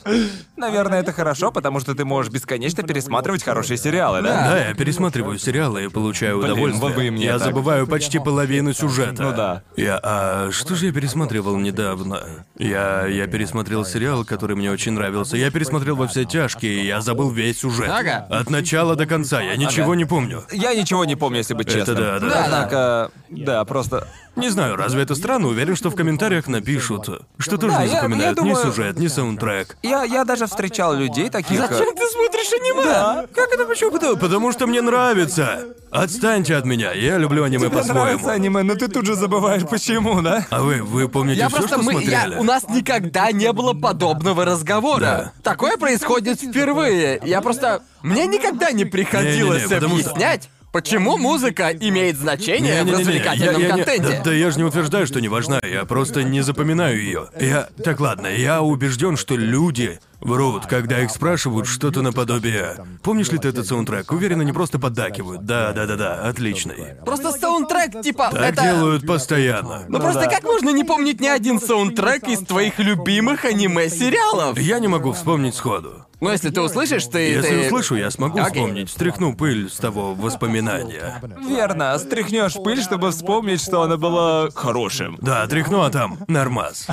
Наверное, это хорошо, потому что ты можешь бесконечно пересматривать хорошие сериалы, да?
Да, я пересматриваю сериалы и получаю
Блин,
удовольствие.
вот вы и мне
я
так.
забываю почти половину сюжета.
Ну да.
Я, а что же я пересматривал недавно? Я, я пересмотрел сериал, который мне очень нравился. Я пересмотрел во все тяжкие, и я забыл весь сюжет.
Ага.
От начала до конца. Я ничего не помню.
Я ничего не помню, если быть
Это
честным.
да, да.
Однако, да, просто...
Не знаю, разве это странно? Уверен, что в комментариях напишут, что тоже
Да,
не
я- я
запоминают ни
думаю-
сюжет, ни саундтрек.
Я, я даже встречал людей таких... э,
Зачем А ты смотришь аниме?
Да.
Как это почему? Потому, потому что мне нравится. Отстаньте от меня. Я люблю аниме
Тебе нравится
по-своему.
аниме, но ты тут же забываешь, почему, да?
А вы, вы помните
Я
все,
просто
что
мы. я-
смотрели?
у нас никогда не было подобного разговора. Такое происходит впервые. Я просто. Мне никогда не приходилось
Не-не-не, потому что-
объяснять, почему музыка имеет значение в
Не-не-не-не,
развлекательном
я- я не-
контенте.
Да, да я же не утверждаю, что не важна, я просто не запоминаю ее. Я. Так ладно, я убежден, что люди Врут, когда их спрашивают что-то наподобие. Помнишь ли ты этот саундтрек? Уверен, они просто поддакивают. Да, да, да, да, отличный.
Просто саундтрек, типа,
Так
это...
делают постоянно.
Ну, просто
да.
как можно не помнить ни один саундтрек из твоих любимых аниме-сериалов?
Я не могу вспомнить сходу.
Но если ты услышишь, ты...
Если
ты-
услышу, я смогу
Окей.
вспомнить, стряхну пыль с того воспоминания.
Верно, стряхнешь пыль, чтобы вспомнить, что она была хорошим.
Да, тряхну, а там нормас.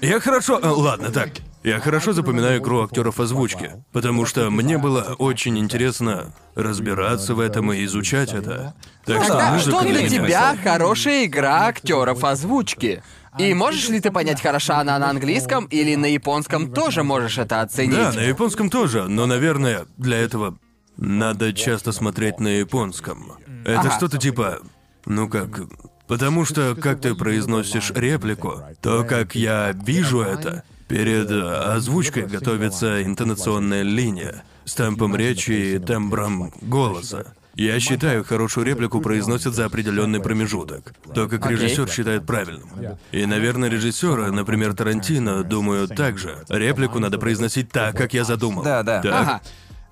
Я хорошо... э, Ладно, так. Я хорошо запоминаю игру актеров озвучки, потому что мне было очень интересно разбираться в этом и изучать это. Так что
Тогда
музыка
что
для
для
меня-
тебя хорошая игра актеров озвучки? И можешь ли ты понять, хороша она на английском или на японском тоже можешь это оценить?
Да, на японском тоже, но, наверное, для этого надо часто смотреть на японском. Это
Ага.
что-то типа, ну как, потому что как ты произносишь реплику, то как я вижу это, перед э, озвучкой готовится интонационная линия с темпом речи и тембром голоса. Я считаю, хорошую реплику произносят за определенный промежуток. То, как
Окей.
режиссер считает правильным. И, наверное, режиссеры, например, Тарантино, думаю, так же. Реплику надо произносить так, как я задумал.
Да, да.
Так.
Ага.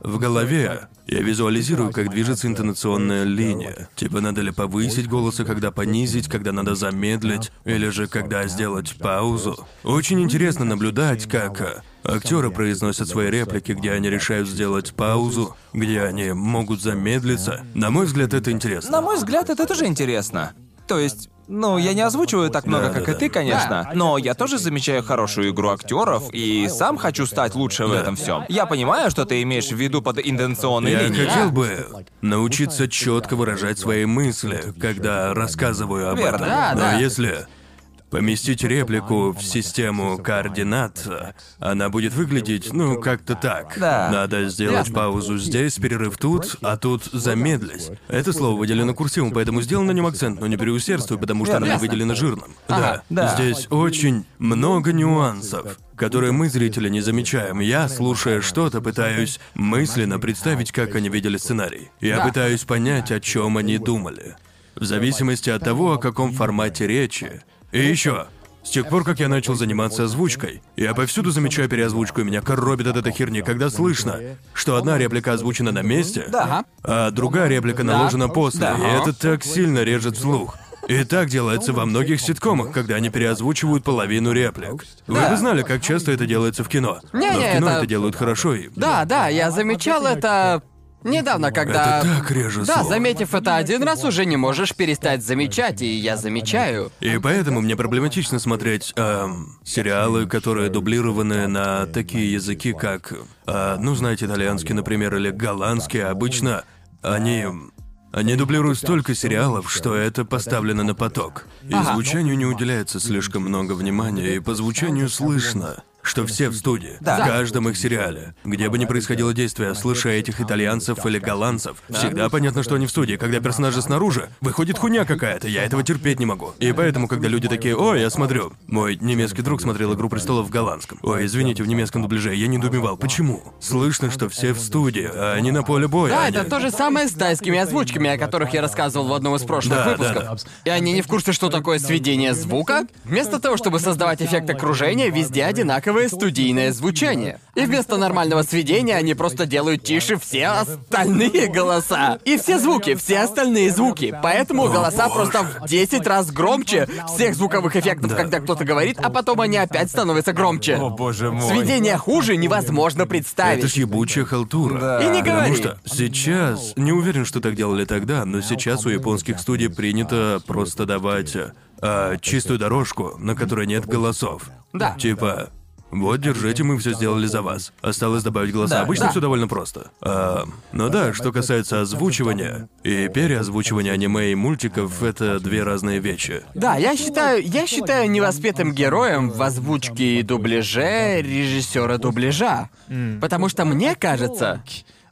В голове я визуализирую, как движется интонационная линия. Типа, надо ли повысить голос, и когда понизить, когда надо замедлить, или же когда сделать паузу. Очень интересно наблюдать, как э, актеры произносят свои реплики, где они решают сделать паузу, где они могут замедлиться. На мой взгляд, это интересно.
На мой взгляд, это тоже интересно. То есть, ну, я не озвучиваю так много,
Да,
как
да,
и ты,
да.
конечно, но я тоже замечаю хорошую игру актеров и сам хочу стать лучше в этом всем. Я понимаю, что ты имеешь в виду под интенционной
Я
линией.
хотел бы научиться четко выражать свои мысли, когда рассказываю об
Верно.
этом.
Да,
Но
да.
если поместить реплику в систему координат, она будет выглядеть, ну, как-то так.
Да.
Надо сделать
Ясно.
паузу здесь, перерыв тут, а тут замедлить. Это слово выделено курсивом, поэтому сделал на нем акцент, но не переусердствуй, потому что оно
Верно.
выделено жирным.
Ага,
да.
Здесь очень много нюансов, которые мы, зрители, не замечаем. Я, слушая что-то, пытаюсь мысленно представить, как они видели сценарий. Я
Да.
пытаюсь понять, о чем они думали. В зависимости от того, о каком формате речи. И еще. С тех пор, как я начал заниматься озвучкой, я повсюду замечаю переозвучку, и меня коробит от этой херни, когда слышно, что одна реплика озвучена на месте,
Ага.
а другая реплика наложена после,
Да.
и это так сильно режет слух. И так делается во многих ситкомах, когда они переозвучивают половину реплик. Вы бы знали, как часто это делается в кино.
Не-не,
Но в кино
это-
это... делают хорошо и...
Да, да, я замечал это недавно, когда...
Это так режет
Да,
слух.
заметив это один раз, уже не можешь перестать замечать, и я замечаю.
И поэтому мне проблематично смотреть эм, сериалы, которые дублированы на такие языки, как, э, ну знаете, итальянский, например, или голландский. Обычно они они дублируют столько сериалов, что это поставлено на поток. И
Ага.
звучанию не уделяется слишком много внимания, и по звучанию слышно, что все в студии,
Да.
в каждом их сериале. Где бы ни происходило действие, слыша этих итальянцев или голландцев, всегда понятно, что они в студии. Когда персонажи снаружи, выходит хуйня какая-то, я этого терпеть не могу. И поэтому, когда люди такие, ой, я смотрю. Мой немецкий друг смотрел «Игру престолов» в голландском. Ой, извините, в немецком дубляже, я не недоумевал, почему? Слышно, что все в студии, а они на поле боя.
Да,
они-
это то же самое с тайскими озвучками, о которых я рассказывал в одном из прошлых
Да, да,
выпусков.
да.
И они не в курсе, что такое сведение звука. Вместо того, чтобы создавать эффект окружения, везде одинаковое студийное звучание. И вместо нормального сведения они просто делают тише все остальные голоса. И все звуки, все остальные звуки. Поэтому голоса просто в 10 раз громче всех звуковых эффектов, когда кто-то говорит, а потом они опять становятся громче.
О, боже мой.
Сведение хуже невозможно представить.
Это ж ебучая халтура.
Да.
И не говори.
Потому что сейчас, не уверен, что так делали тогда, но сейчас у японских студий принято просто давать э, а, чистую дорожку, на которой нет голосов.
Да.
Типа, вот, держите, мы все сделали за вас. Осталось добавить голоса. Обычно
да.
все довольно просто. А, но да, что касается озвучивания и переозвучивания аниме и мультиков, это две разные вещи.
Да, я считаю, я считаю невоспетым героем в озвучке и дубляже режиссера дубляжа. Потому что мне кажется,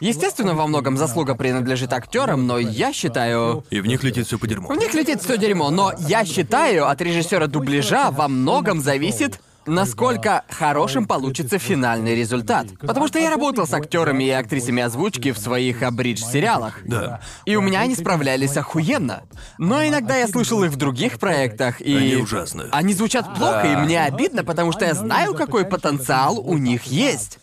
естественно, во многом заслуга принадлежит актерам, но я считаю.
И в них летит все по дерьму.
В них летит все дерьмо, но я считаю, от режиссера дубляжа во многом зависит насколько хорошим получится финальный результат. Потому что я работал с актерами и актрисами озвучки в своих абридж-сериалах.
Да.
И у меня они справлялись охуенно. Но иногда я слышал их в других проектах, и...
Они ужасны.
Они звучат плохо, и мне обидно, потому что я знаю, какой потенциал у них есть.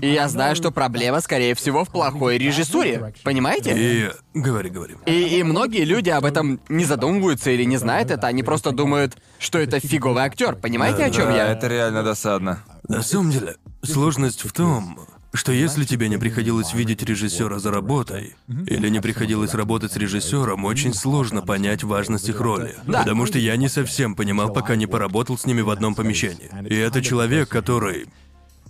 И я знаю, что проблема, скорее всего, в плохой режиссуре. Понимаете?
И... Говори, говори.
И, и многие люди об этом не задумываются или не знают это, они просто думают, что это фиговый актер. Понимаете, о чем
Да,
я?
это реально досадно.
На самом деле, сложность в том, что если тебе не приходилось видеть режиссера за работой, или не приходилось работать с режиссером, очень сложно понять важность их роли.
Да.
Потому что я не совсем понимал, пока не поработал с ними в одном помещении. И это человек, который.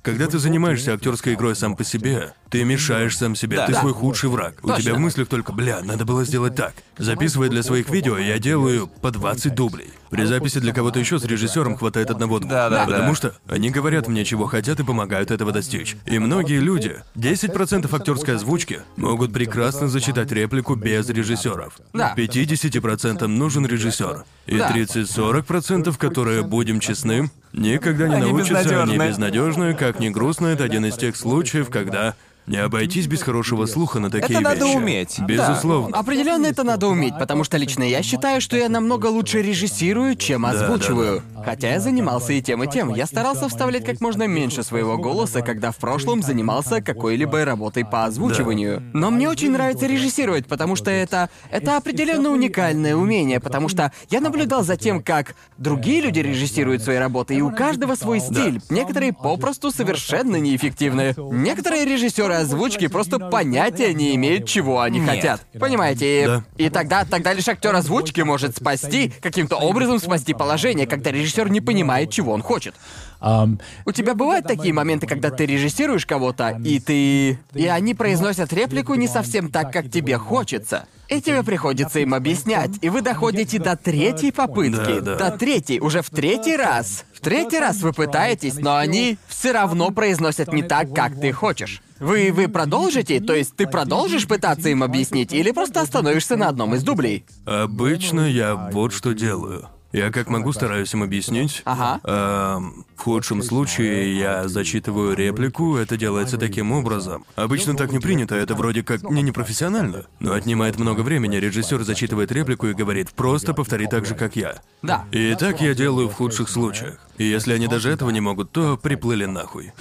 Когда ты занимаешься актерской игрой сам по себе, ты мешаешь сам себе, ты
Да.
свой худший враг. У
Точно.
тебя в мыслях только, бля, надо было сделать так. Записывая для своих видео, я делаю по 20 дублей. При записи для кого-то еще с режиссером хватает одного-двух.
Да-да-да.
Потому что они говорят мне, чего хотят, и помогают этого достичь. И многие люди, 10% актерской озвучки, могут прекрасно зачитать реплику без режиссеров.
Да.
50% нужен режиссер. И
Да.
30-40%, которые, будем честны, никогда не
Они
научатся, они
безнадёжны.
безнадежны, как ни грустно, это один из тех случаев, когда не обойтись без хорошего слуха на такие
Это надо
вещи.
уметь.
Безусловно.
Определенно это надо уметь, потому что лично я считаю, что я намного лучше режиссирую, чем озвучиваю. Хотя я занимался и тем, и тем. Я старался вставлять как можно меньше своего голоса, когда в прошлом занимался какой-либо работой по озвучиванию. Но мне очень нравится режиссировать, потому что это... Это определенно уникальное умение, потому что я наблюдал за тем, как другие люди режиссируют свои работы, и у каждого свой стиль. Некоторые попросту совершенно неэффективны. Некоторые режиссеры озвучки просто понятия не имеют, чего они
Нет.
хотят. Понимаете, и,
Да.
и тогда, тогда лишь актер озвучки может спасти, каким-то образом спасти положение, когда режиссер не понимает, чего он хочет. У тебя бывают такие моменты, когда ты режиссируешь кого-то, и ты... И они произносят реплику не совсем так, как тебе хочется. И тебе приходится им объяснять, и вы доходите до третьей попытки,
Да, да.
до третьей, уже в третий раз. В третий раз вы пытаетесь, но они все равно произносят не так, как ты хочешь. Вы вы продолжите, то есть ты продолжишь пытаться им объяснить, или просто остановишься на одном из дублей.
Обычно я вот что делаю. Я как могу стараюсь им объяснить.
Ага.
Эм, в худшем случае я зачитываю реплику, это делается таким образом. Обычно так не принято, это вроде как не непрофессионально. Но отнимает много времени, режиссер зачитывает реплику и говорит «просто повтори так же, как я».
Да.
И так я делаю в худших случаях. И если они даже этого не могут, то приплыли нахуй.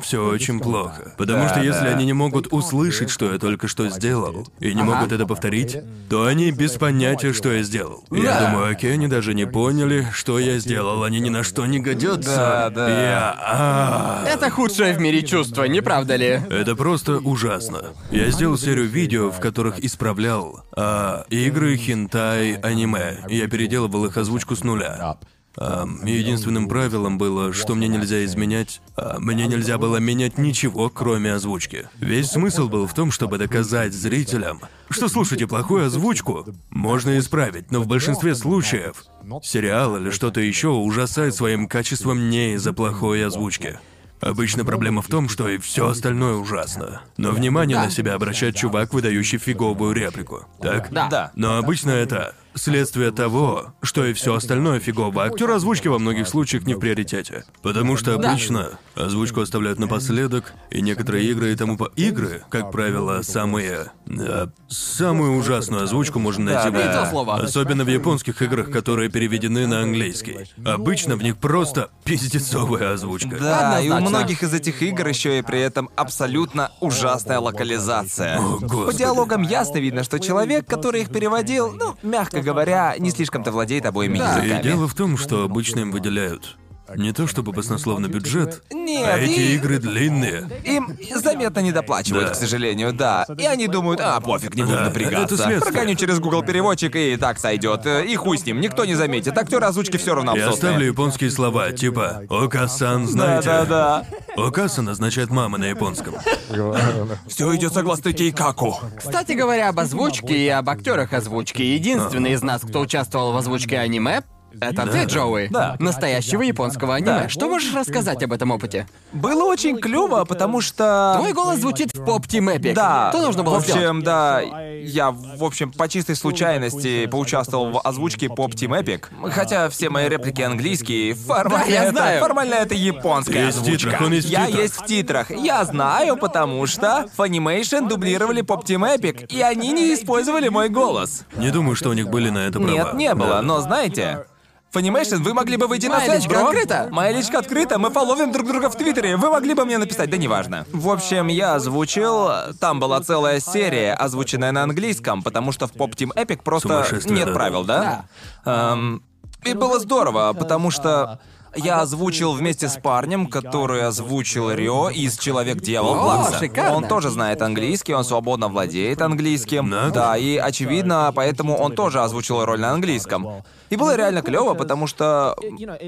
Все очень плохо. Потому что если они не могут услышать, что я только что сделал, и не
Ага.
могут это повторить, то они без понятия, что я сделал. Я
Да.
думаю, окей, они даже не поняли, что я сделал, они ни на что не годятся.
Да, да.
Я... а.
Это худшее в мире чувство, не правда ли?
Это просто ужасно. Я сделал серию видео, в которых исправлял а, игры, хентай, аниме. Я переделывал их озвучку с нуля. Ам, единственным правилом было, что мне нельзя изменять. а, мне нельзя было менять ничего, кроме озвучки. Весь смысл был в том, чтобы доказать зрителям, что слушайте плохую озвучку, можно исправить, но в большинстве случаев сериал или что-то еще ужасает своим качеством не из-за плохой озвучки. Обычно проблема в том, что и все остальное ужасно. Но внимание на себя обращает чувак, выдающий фиговую реплику. Так?
Да.
Да.
Но обычно это следствие того, что и все остальное фигово. Актер озвучки во многих случаях не в приоритете. Потому что
Да.
обычно озвучку оставляют напоследок, и некоторые игры и тому по... Игры, как правило, самые... э, самую ужасную озвучку можно найти в
Да,
игре.
да.
слово.
Особенно в японских играх, которые переведены на английский. Обычно в них просто пиздецовая озвучка.
Да, и у
Однозначно.
многих из этих игр еще и при этом абсолютно ужасная локализация.
О,
По
господи.
диалогам ясно видно, что человек, который их переводил, ну, мягко говоря, не слишком-то владеет обоими
Да.
И
языками.
дело в том, что обычно им выделяют не то чтобы баснословный бюджет,
Нет,
а эти
и-
игры длинные.
Им заметно не доплачивают,
Да.
к сожалению, да. И они думают, а, пофиг, не буду
Да, это
напрягаться.
следствие.
Прогоню через Google переводчик и так сойдет. И хуй с ним, никто не заметит. Актеры озвучки все равно
Я ставлю
абсолютные.
японские слова, типа «Окасан»,
Да,
знаете?
да, да.
«Окасан» означает «мама» на японском.
Все идет согласно Кейкаку.
Кстати говоря, об озвучке и об актерах озвучки. Единственный из нас, кто участвовал в озвучке аниме, это ты, Джоуи.
Да.
Настоящего японского аниме.
Да.
Что можешь рассказать об этом опыте?
Было очень клево, потому что.
Твой голос звучит в поп-тимэпе.
Да.
Что нужно было
В общем,
сделать?
да. Я, в общем, по чистой случайности поучаствовал в озвучке Pop Team Epic. Хотя все мои реплики английские, формально,
Да, я
это,
знаю.
формально это японская
Есть в
озвучка.
титрах, он есть в
я
титрах.
есть в титрах. Я знаю, потому что Funimation дублировали Pop Team Epic, и они не использовали мой голос.
Не думаю, что у них были на это права.
Нет, не было,
Да.
но знаете... Фанимейшн, вы могли бы выйти на связь,
Маялечка
бро.
открыта.
Маялечка открыта, мы фоловим друг друга в Твиттере. Вы могли бы мне написать, да неважно. В общем, я озвучил... Там была целая серия, озвученная на английском, потому что в Pop Team Epic просто
Сумасшествие,
нет
да.
правил, да? Эм, и было здорово, потому что... Я озвучил вместе с парнем, который озвучил Рио из Человек-дьявол
О,
Плакса.
шикарно.
Он тоже знает английский, он свободно владеет английским.
Надо.
Да, и очевидно, поэтому он тоже озвучил роль на английском. И было реально клево, потому что,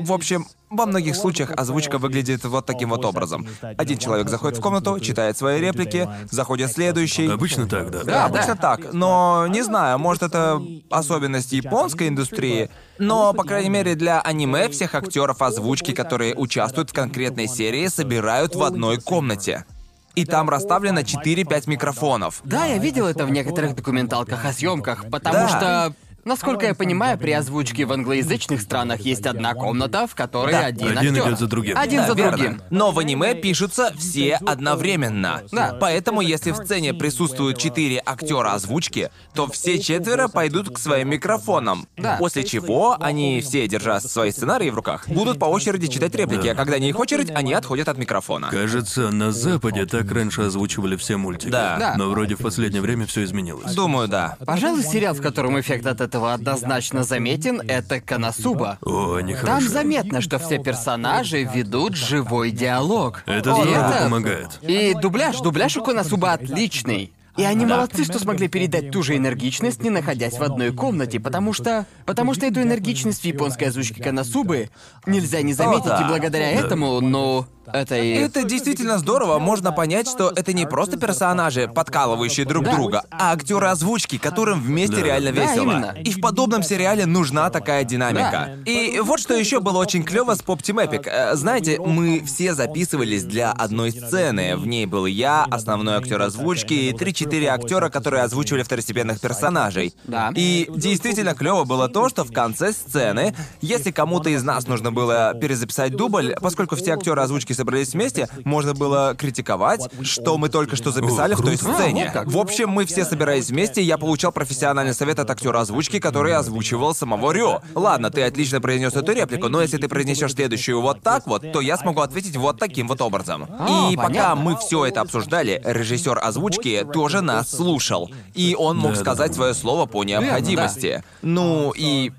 в общем, во многих случаях озвучка выглядит вот таким вот образом. Один человек заходит в комнату, читает свои реплики, заходит следующий.
Обычно так, да.
Да,
Да, да.
обычно так. Но не знаю, может это особенность японской индустрии. Но, по крайней мере, для аниме всех актеров озвучки, которые участвуют в конкретной серии, собирают в одной комнате. И там расставлено 4-5 микрофонов.
Да, я видел это в некоторых документалках о съемках, потому
Да.
что, насколько я понимаю, при озвучке в англоязычных странах есть одна комната, в которой
Да.
один
Один
актер.
идет за другим.
Один за
Верно.
другим.
Но в аниме пишутся все одновременно.
Да.
Поэтому, если в сцене присутствуют четыре актера озвучки, то все четверо пойдут к своим микрофонам.
Да.
После чего они, все держа свои сценарии в руках, будут по очереди читать реплики, а когда не их очередь, они отходят от микрофона.
Кажется, на Западе так раньше озвучивали все мультики.
Да.
Да.
Но вроде в последнее время все изменилось.
Думаю, да.
Пожалуй, сериал, в котором эффект от этого однозначно заметен, это Канасуба.
О, они
Там
хорошие.
заметно, что все персонажи ведут живой диалог.
Это
И
здорово
это-
помогает.
И дубляж, дубляж у Коносуба отличный. И они молодцы, что смогли передать ту же энергичность, не находясь в одной комнате, потому что... Потому что эту энергичность в японской озвучке Коносубы нельзя не заметить,
да.
и благодаря этому, ну... Это и...
Это действительно здорово, можно понять, что это не просто персонажи, подкалывающие друг
Да.
друга, а актеры озвучки, которым вместе
Да.
реально
Да,
весело.
именно.
И в подобном сериале нужна такая динамика. И вот что еще было очень клево с Pop Team Epic. Э, Знаете, мы все записывались для одной сцены. В ней был я, основной актер озвучки и 3-4 актера, которые озвучивали второстепенных персонажей.
Да.
И действительно клево было то, что в конце сцены, если кому-то из нас нужно было перезаписать дубль, поскольку все актеры озвучки собрались вместе, можно было критиковать, что мы только что записали
О,
в той
круто.
сцене.
А, вот как.
В общем, мы все собирались вместе, и я получал профессиональный совет от актера озвучки, который озвучивал самого Рю. Ладно, ты отлично произнес эту реплику, но если ты произнесешь следующую вот так вот, то я смогу ответить вот таким вот образом.
А,
и пока
понятно.
мы все это обсуждали, режиссер озвучки тоже нас слушал. И он мог
Да, да.
сказать свое слово по необходимости. Ну и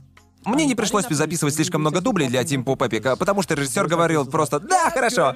мне не пришлось записывать слишком много дублей для Тим Пупепика, потому что режиссер говорил просто «Да, хорошо».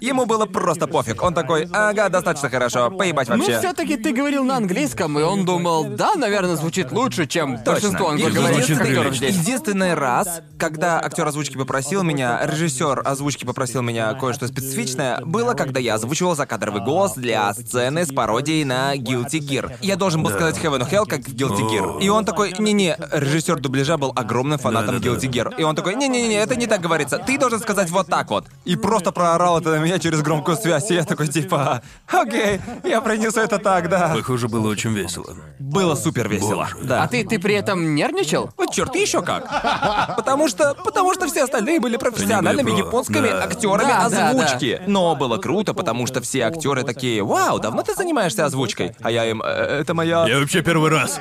Ему было просто пофиг. Он такой «Ага, достаточно хорошо, поебать
Ну,
вообще».
все-таки ты говорил на английском, и он думал, да, наверное, звучит лучше, чем большинство
Точно.
англоговорящих
Звучит
актеров
прилично.
здесь.
Единственный раз, когда актер озвучки попросил меня, режиссер озвучки попросил меня кое-что специфичное, было, когда я озвучивал закадровый голос для сцены с пародией на Guilty Gear. Я должен был сказать Heaven or Hell как в Guilty Gear. И он такой, не-не, режиссер дубляжа был огромным фанатом
Да-да-да.
Guilty Gear. И он такой, не-не-не, это не так говорится, ты должен сказать вот так вот. И просто проорал это на меня через громкую связь, и я такой, типа, окей, я принесу это так, да.
Похоже, было очень весело.
Было супер весело.
Боже.
Да.
А ты, ты при этом нервничал?
Вот черт, и еще как. Потому что, потому что все остальные были профессиональными
Они были про.
японскими
Да.
актерами
Да, да,
озвучки. Но было круто, потому что все актеры такие, вау, давно ты занимаешься озвучкой? А я им, «Э, это моя,
Я вообще первый раз.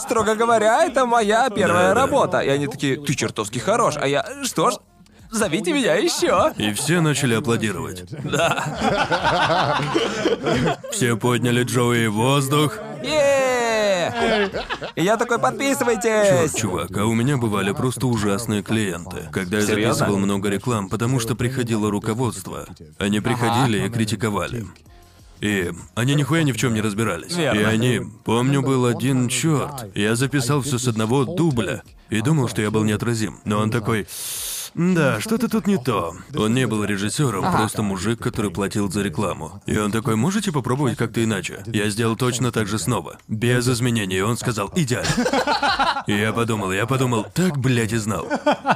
строго говоря, это моя первая
Да, да.
работа. И они такие, ты чертовски хорош. А я, что ж, зовите меня еще.
И все начали аплодировать. Да. Все подняли Джоуи в воздух.
Е-е-е! И я такой,
Чёрт,
подписывайтесь.
чувак, а у меня бывали просто ужасные клиенты. Когда я
Серьёзно?
записывал много реклам, потому что приходило руководство. Они приходили и критиковали. И они нихуя ни в чем не разбирались. И
Верно.
они. Помню, был один черт. Я записал все с одного дубля и думал, что я был неотразим. Но он такой. Да, что-то тут не то. Он не был режиссером, просто мужик, который платил за рекламу. И он такой, можете попробовать как-то иначе? Я сделал точно так же снова. Без изменений. И он сказал, идеально. И я подумал, я подумал, так, блядь, и знал.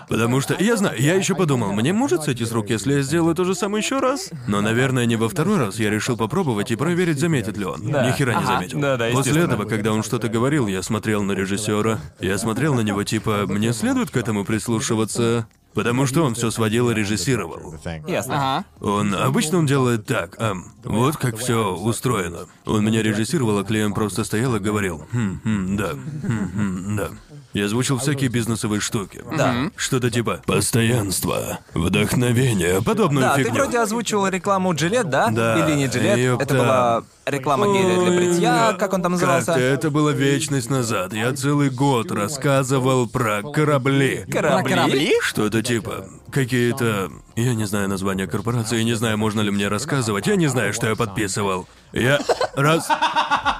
Потому что, я знаю, я еще подумал, мне может сойти с рук, если я сделаю то же самое еще раз? Но, наверное, не во второй раз я решил попробовать и проверить, заметит ли он. Ни хера не заметил.
Да, да,
После
естественно.
этого, когда он что-то говорил, я смотрел на режиссера. Я смотрел на него, типа, мне следует к этому прислушиваться. Потому что он все сводил и режиссировал.
Ясно.
Ага.
Он обычно он делает так, эм, вот как все устроено. Он меня режиссировал, а клиент просто стоял и говорил, хм, хм, да, хм, хм, да. Я озвучил всякие бизнесовые штуки.
Да.
Что-то типа постоянство, вдохновение, подобную
Да, ты
фигню.
вроде озвучивал рекламу Джилет, да?
Да.
Или не Джилет?
Ёпта.
Это была реклама геля для
Ой,
бритья,
да.
как он там
Как-то
назывался?
это было вечность назад. Я целый год рассказывал про корабли.
Про
Корабли?
корабли?
Что-то типа какие-то... Я не знаю название корпорации, не знаю, можно ли мне рассказывать, я не знаю, что я подписывал. Я раз...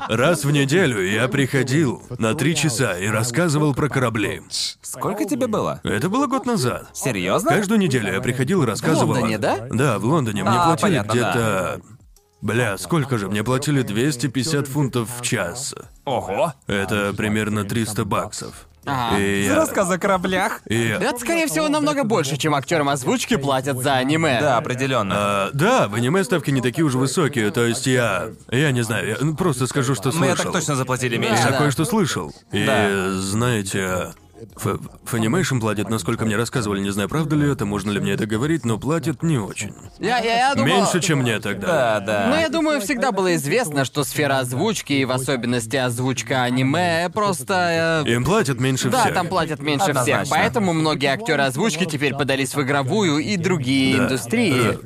Раз в неделю я приходил на три часа и рассказывал про корабли.
Сколько тебе было?
Это было год назад.
Серьезно?
Каждую неделю я приходил и рассказывал.
В Лондоне, да?
Да, в Лондоне. Мне
А,
платили
понятно,
где-то... Бля, сколько же? Мне платили 250 фунтов в час.
Ого.
Это примерно 300 баксов.
Ага.
И
За
я...
рассказ о кораблях.
и я-
Это, скорее всего, намного больше, чем актерам озвучки платят за аниме.
Да, определенно.
А, да, в аниме ставки не такие уже высокие, то есть я... Я не знаю, я ну, просто скажу, что слышал.
Мы так точно заплатили
Я
меньше.
да.
кое-что слышал. И,
Да.
знаете, ф- Фанимейшн платит, насколько мне рассказывали, не знаю, правда ли это, можно ли мне это говорить, но платит не очень.
Я, я, я думал...
Меньше, чем мне тогда.
Ну, Да, да.
Ну, я думаю, всегда было известно, что сфера озвучки, и в особенности озвучка аниме, просто... э,
Им платят меньше
Да,
всех.
там платят меньше всех,
Однозначно.
поэтому многие актеры озвучки теперь подались в игровую и другие
Да.
индустрии.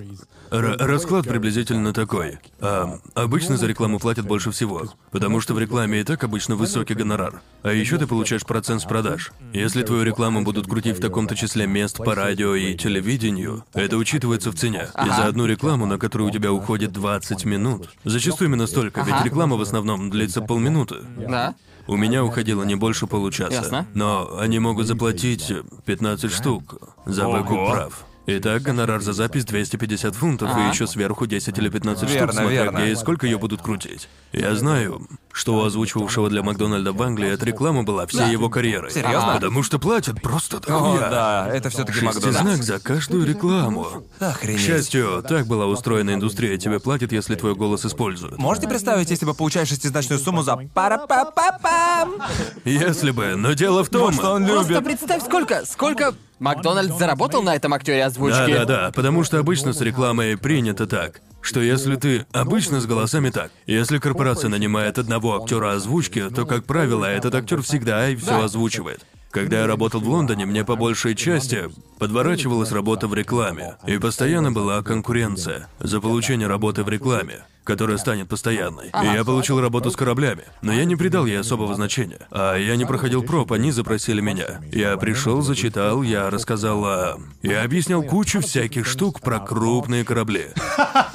Э, Р- расклад приблизительно такой. А, обычно за рекламу платят больше всего, потому что в рекламе и так обычно высокий гонорар. А еще ты получаешь процент с продаж. Если твою рекламу будут крутить в таком-то числе мест по радио и телевидению, это учитывается в цене. И за одну рекламу, на которую у тебя уходит 20 минут, зачастую именно столько, ведь
Ага.
реклама в основном длится полминуты.
Да.
У меня уходило не больше получаса.
Ясно.
Но они могут заплатить 15 штук за выкуп
Ого.
прав. Итак, гонорар за запись 250 фунтов, и
Ага.
еще сверху 10 или 15
Верно,
штук, смотря
верно.
где и сколько ее будут крутить. Я знаю, что у озвучивавшего для Макдональда в Англии эта реклама была всей его карьерой.
Серьезно?
Потому что платят просто так.
О, да, это все-таки Макдональдс.
Шестизнак за каждую рекламу. К
Охренеть.
счастью, так была устроена индустрия, тебе платят, если твой голос используют.
Можете представить, если бы получаешь шестизначную сумму за пара па па пам
Если бы, но дело в том...
что он
Просто
любит.
представь, сколько, сколько Макдональдс заработал на этом актере
Да,
озвучки.
да, да, потому что обычно с рекламой принято так, что если ты обычно с голосами так, если корпорация нанимает одного актера озвучки, то как правило этот актер всегда и все озвучивает. Когда я работал в Лондоне, мне по большей части подворачивалась работа в рекламе, и постоянно была конкуренция за получение работы в рекламе которая станет постоянной. И я получил работу с кораблями, но я не придал ей особого значения. А я не проходил проб, они запросили меня. Я пришел, зачитал, я рассказал о... Я объяснял кучу всяких штук про крупные корабли.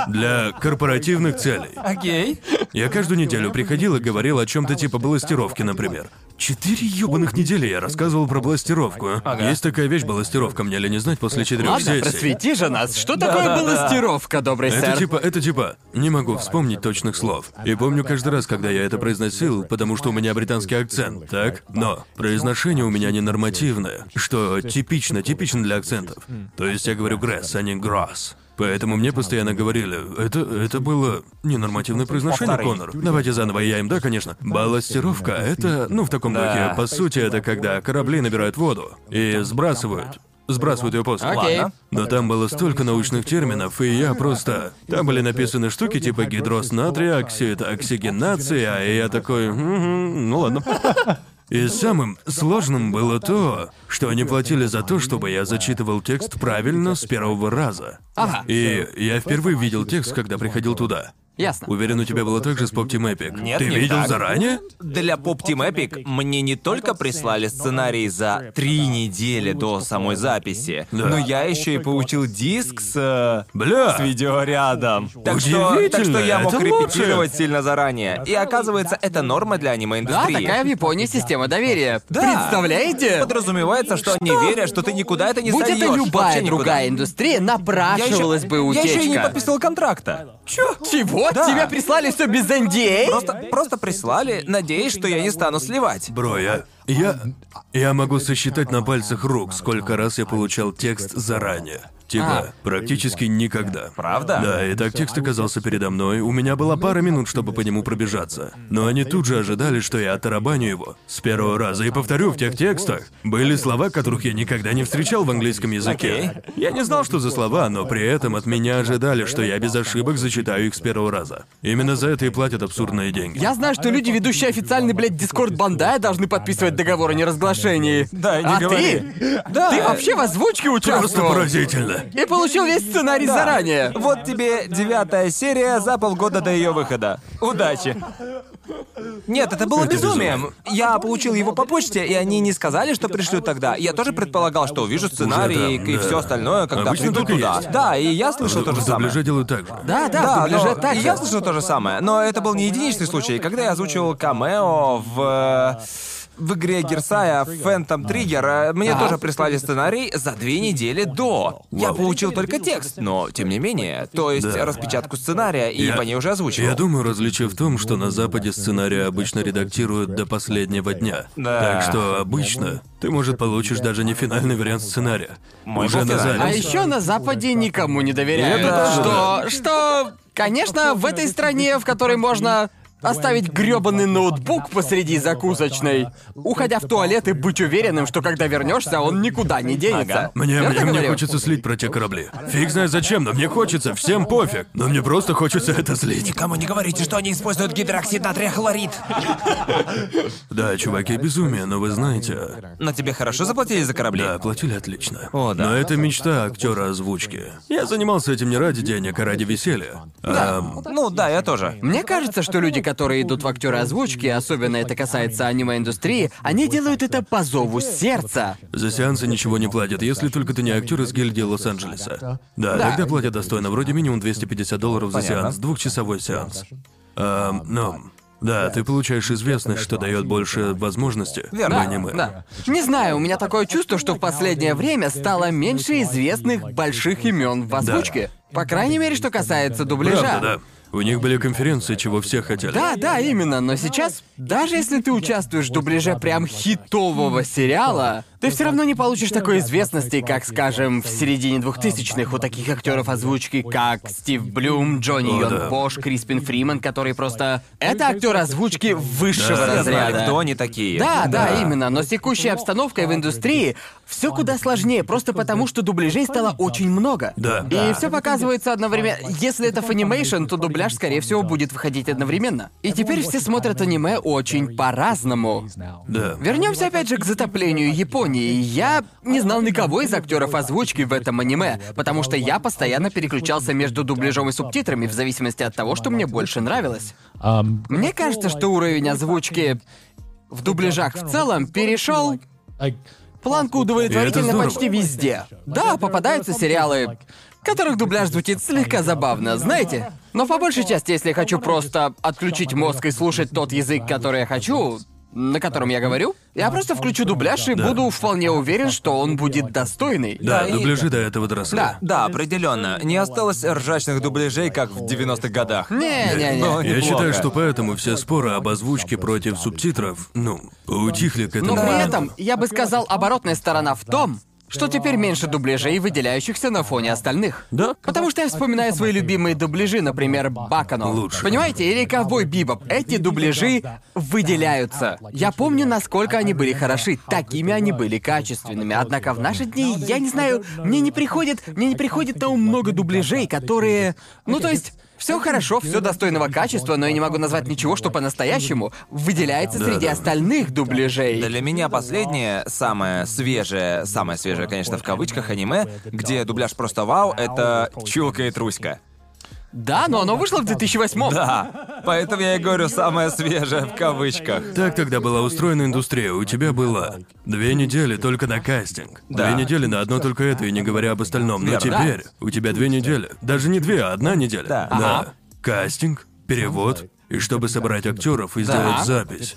Для корпоративных целей.
Окей.
Я каждую неделю приходил и говорил о чем-то типа балластировки, например. Четыре ёбаных недели я рассказывал про балластировку. Есть такая вещь балластировка, мне ли не знать после четырех
Ладно,
сессий.
просвети же нас, что такое балластировка, добрый
Это
сэр?
типа, это типа, не могу вспомнить точных слов. И помню каждый раз, когда я это произносил, потому что у меня британский акцент, так? Но произношение у меня ненормативное, что типично, типично для акцентов. То есть я говорю «грэс», а не «грасс». Поэтому мне постоянно говорили, это, это было ненормативное произношение,
Повтори.
Конор. Давайте заново, я им, да, конечно. Балластировка — это, ну, в таком духе, по сути, это когда корабли набирают воду и сбрасывают. Сбрасывают ее после.
Окей.
Ладно.
Но там было столько научных терминов, и я просто... Там были написаны штуки типа гидроз натрия, оксид, оксигенация, и я такой... «Мгм, ну ладно. И самым сложным было то, что они платили за то, чтобы я зачитывал текст правильно с первого раза.
Ага.
И я впервые видел текст, когда приходил туда.
Ясно.
Уверен, у тебя было так же с Pop Team Epic.
Нет,
Ты
не
видел
так.
заранее?
Для Pop Team Epic мне не только прислали сценарий за три недели до самой записи,
Да.
но я еще и получил диск с... э,
Бля!
с видеорядом. Так что, так что
Удивительно,
я мог
это
репетировать
лучше.
сильно заранее. И оказывается, это норма для
Да,
аниме-индустрии.
такая в Японии система доверия.
Да.
Представляете?
Подразумевается, что, они верят, что ты никуда это не
Будь
сольёшь.
это
Вообще
любая
никуда.
другая индустрия,
Я еще-
напрашивалась бы утечка.
Я еще и не подписал контракта.
Чё? Чего?
Да.
Тебя прислали все без NDA?
Просто, просто прислали, надеясь, что я не стану сливать.
Бро, я... Я... Я могу сосчитать на пальцах рук, сколько раз я получал текст заранее. Типа, практически никогда.
Правда?
Да, и так текст оказался передо мной. У меня была пара минут, чтобы по нему пробежаться. Но они тут же ожидали, что я оттарабаню его. С первого раза. И повторю, в тех текстах были слова, которых я никогда не встречал в английском языке. Я не знал, что за слова, но при этом от меня ожидали, что я без ошибок зачитаю их с первого раза. Именно за это и платят абсурдные деньги.
Я знаю, что люди, ведущие официальный, блядь, Дискорд Бандая, должны подписывать договор о неразглашении.
Да, и не
а
говори.
ты? Да. Ты вообще в озвучке
Просто
участвовал?
поразительно.
И получил весь сценарий заранее.
Вот тебе девятая серия за полгода до ее выхода. Удачи. Нет, это было
Это
безумием. Я получил его по почте, и они не сказали, что пришлют тогда. Я тоже предполагал, что увижу сценарий
Уже
и,
там, да.
все остальное, когда
Обычно
придут
так и
туда.
есть.
Да, и я слышал
В
Ну, то же самое.
дубляже делают так же.
Да, да, в дубляже
но-
так
и
же.
я слышал то же самое, но это был не единичный случай. Когда я озвучивал камео в э, в игре Герсая Phantom Trigger э, мне тоже прислали сценарий за две недели до. Я
Вау.
получил только текст, но тем не менее, то есть
Да.
распечатку сценария и
Я-
по ней уже озвучил.
Я думаю, различие в том, что на Западе сценарии обычно редактируют до последнего дня.
Да.
Так что обычно ты, может, получишь даже не финальный вариант сценария.
Мой
Уже
был
на
финальный.
А
зале.
еще на Западе никому не доверяют.
Это
что, что, конечно, в этой стране, в которой можно оставить грёбаный ноутбук посреди закусочной, уходя в туалет и быть уверенным, что когда вернешься, он никуда не денется.
Ага.
Мне,
Я
мне,
так
мне
говорю.
хочется слить про те корабли. Фиг знает зачем, но мне хочется, всем пофиг. Но мне просто хочется это слить.
Никому не говорите, что они используют гидроксид натрия хлорид.
Да, чуваки, безумие, но вы знаете...
Но тебе хорошо заплатили за корабли?
Да, платили отлично.
О, да.
Но это мечта актера озвучки. Я занимался этим не ради денег, а ради веселья. Ам,
Ну да, я тоже.
Мне кажется, что люди, которые идут в актеры озвучки, особенно это касается аниме-индустрии, они делают это по зову сердца.
За сеансы ничего не платят, если только ты не актер из гильдии Лос-Анджелеса. Да, тогда платят достойно, вроде минимум 250 долларов за
Понятно.
сеанс, двухчасовой сеанс. Эм, ну, да, ты получаешь известность, что дает больше возможности
Верно.
в аниме.
Да. Не знаю, у меня такое чувство, что в последнее время стало меньше известных больших имен в озвучке. По крайней мере, что касается дубляжа.
Правда, да. У них были конференции, чего все хотели.
Да, да, именно, но сейчас, даже если ты участвуешь в дубляже прям хитового сериала, ты все равно не получишь такой известности, как, скажем, в середине двухтысячных у таких актеров озвучки, как Стив Блюм, Джонни
О,
Йон
да.
Бош, Криспин Фриман, которые просто... Это актеры озвучки
Все
высшего
знали,
разряда.
кто они такие.
Да, да, именно. Но с текущей обстановкой в индустрии все куда сложнее, просто потому что дубляжей стало очень много.
Да.
И все показывается одновременно. Если это фанимейшн, то дубляж, скорее всего, будет выходить одновременно. И теперь все смотрят аниме очень по-разному.
Да.
Вернемся опять же к затоплению Японии. Я не знал никого из актеров озвучки в этом аниме, потому что я постоянно переключался между дубляжом и субтитрами в зависимости от того, что мне больше нравилось. Мне кажется, что уровень озвучки в дубляжах в целом перешел планку
И это
удовлетворительно
здорово.
почти везде. Да, попадаются сериалы, в которых дубляж звучит слегка забавно, знаете? Но по большей части, если я хочу просто отключить мозг и слушать тот язык, который я хочу, на котором я говорю, я просто включу дубляж и буду вполне уверен, что он будет достойный.
Да,
Да, и-
дубляжи до этого доросли.
Да.
Да, определенно. Не осталось ржачных дубляжей, как в 90-х годах.
Не-не-не.
Было
Я
неплохо.
считаю, что поэтому все споры об озвучке против субтитров, ну, утихли к этому
Но при
моменту.
этом, я бы сказал, оборотная сторона в том, что теперь меньше дубляжей, выделяющихся на фоне остальных.
Да.
Потому что я вспоминаю свои любимые дубляжи, например, Бакано.
Лучше.
Понимаете, или Ковбой Бибоп. Эти дубляжи выделяются. Я помню, насколько они были хороши. Такими они были качественными. Однако в наши дни, я не знаю, мне не приходит, мне не приходит на ум много дубляжей, которые... Ну, то есть... Все хорошо, все достойного качества, но я не могу назвать ничего, что по-настоящему выделяется среди остальных дубляжей.
Для меня последнее, самое свежее, самое свежее, конечно, в кавычках, аниме, где дубляж просто вау, это «Чулка и Труська».
Да, но оно вышло в 2008
Да, поэтому я и говорю «самое свежее» в кавычках.
Так тогда была устроена индустрия, у тебя было две недели только на кастинг.
Да.
Две недели на одно только это, и не говоря об остальном. Но
Верно.
теперь у тебя две недели. Даже не две, а одна неделя.
Да.
На
Ага.
кастинг, перевод, и чтобы собрать актеров и сделать
Да.
запись.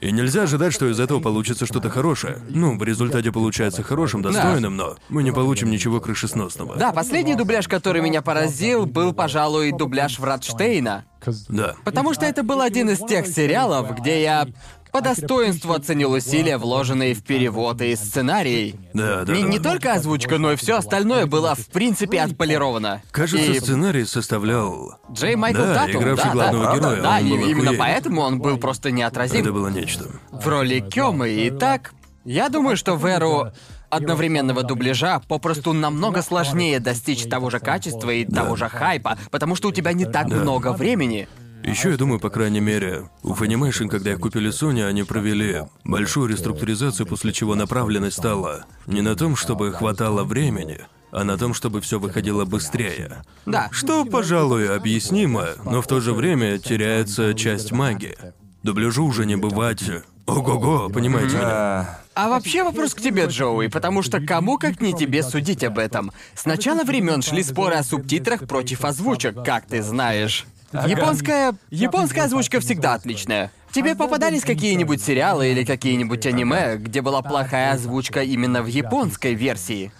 И нельзя ожидать, что из этого получится что-то хорошее. Ну, в результате получается хорошим, достойным, но мы не получим ничего крышесносного.
Да, последний дубляж, который меня поразил, был, пожалуй, дубляж Вратштейна.
Да.
Потому что это был один из тех сериалов, где я по достоинству оценил усилия, вложенные в переводы и сценарий.
Да, да.
Не,
да.
не только озвучка, но и все остальное было в принципе отполировано.
Кажется,
И
сценарий составлял.
Джей Майкл
Да,
Татум,
игравший
да,
главного
да,
героя,
Да,
он
и-
был
именно
охуенен.
поэтому он был просто неотразим
Это было нечто.
в роли Кёмы. И так, я думаю, что в эру одновременного дубляжа попросту намного сложнее достичь того же качества и того же хайпа, потому что у тебя не так много времени.
Еще я думаю, по крайней мере, у Funimation, когда их купили Sony, они провели большую реструктуризацию, после чего направленность стала не на том, чтобы хватало времени, а на том, чтобы все выходило быстрее.
Да.
Что, пожалуй, объяснимо, но в то же время теряется часть магии. Дубляжу уже не бывать. Ого-го, понимаете меня?
А,
А вообще вопрос к тебе, Джоуи, потому что кому как не тебе судить об этом? С начала времен шли споры о субтитрах против озвучек, как ты знаешь. Японская... Японская озвучка всегда отличная. Тебе попадались какие-нибудь сериалы или какие-нибудь аниме, где была плохая озвучка именно в японской версии?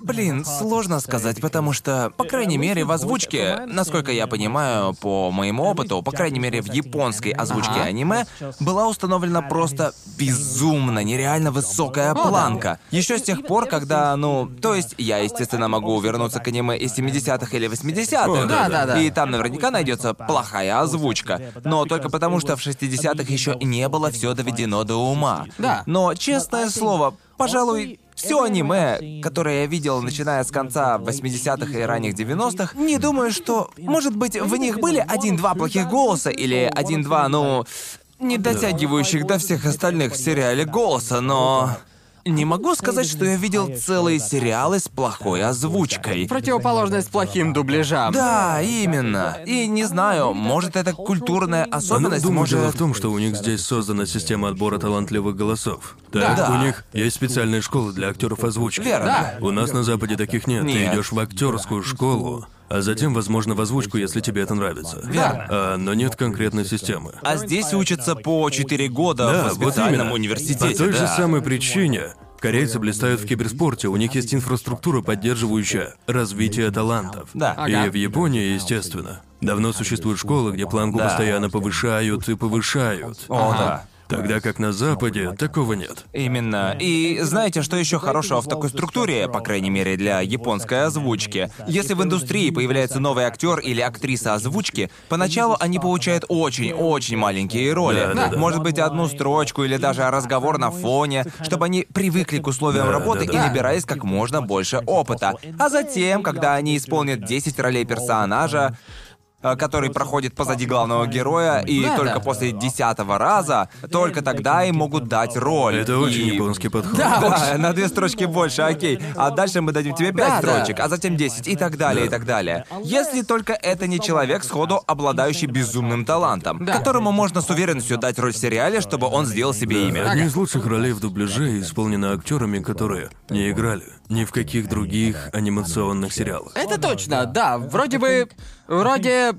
блин, сложно сказать, потому что, по крайней мере, в озвучке, насколько я понимаю, по моему опыту, по крайней мере, в японской озвучке
Ага.
аниме была установлена просто безумно нереально высокая планка. Еще с тех пор, когда, ну, то есть я, естественно, могу вернуться к аниме из 70-х или 80-х.
О, да,
да, да.
И там наверняка найдется плохая озвучка. Но только потому, что в 60-х еще не было все доведено до ума.
Да.
Но, честное слово, пожалуй, все аниме, которое я видел, начиная с конца 80-х и ранних 90-х, не думаю, что... Может быть, в них были один-два плохих голоса или один-два, ну... Не дотягивающих до всех остальных в сериале голоса, но... Не могу сказать, что я видел целые сериалы с плохой озвучкой.
Противоположность плохим дубляжам.
Да, именно. И не знаю, может это культурная
Оно,
особенность,
Ну, думаю, дело
может...
в том, что у них здесь создана система отбора талантливых голосов. Так,
Да.
у них есть специальные школы для актеров озвучки.
Верно.
У нас на Западе таких нет. Ты
Нет.
идешь в актерскую школу, а затем, возможно, в озвучку, если тебе это нравится.
Верно.
А, но нет конкретной системы.
А здесь учатся по 4 года
Да,
в
А, вот
специальном
именно.
университете.
По той же
да.
самой причине корейцы блистают в киберспорте, у них есть инфраструктура, поддерживающая развитие талантов.
Да.
И
Ага.
в Японии, естественно. Давно существуют школы, где планку
Да.
постоянно повышают и повышают.
О, да.
Тогда как на Западе такого нет.
Именно. И знаете, что еще хорошего в такой структуре, по крайней мере, для японской озвучки? Если в индустрии появляется новый актер или актриса озвучки, поначалу они получают очень-очень маленькие роли.
Да, да, да.
Может быть, одну строчку или даже разговор на фоне, чтобы они привыкли к условиям
Да,
работы
да,
и
да.
набирались как можно больше опыта. А затем, когда они исполнят 10 ролей персонажа, э, который проходит позади главного героя, и
Да,
только
да.
после десятого раза, только тогда им могут дать роль.
Это очень
И-
японский подход.
да, на две строчки больше, окей. А дальше мы дадим тебе пять
Да, да.
строчек, а затем 10 и так далее, и так далее. Если только это не человек, сходу обладающий безумным талантом,
Да.
которому можно с уверенностью дать роль в сериале, чтобы он сделал себе имя.
Одни из лучших ролей в дубляже исполнены актерами, которые не играли ни в каких других анимационных сериалах.
Это точно, да. Вроде бы... Вроде...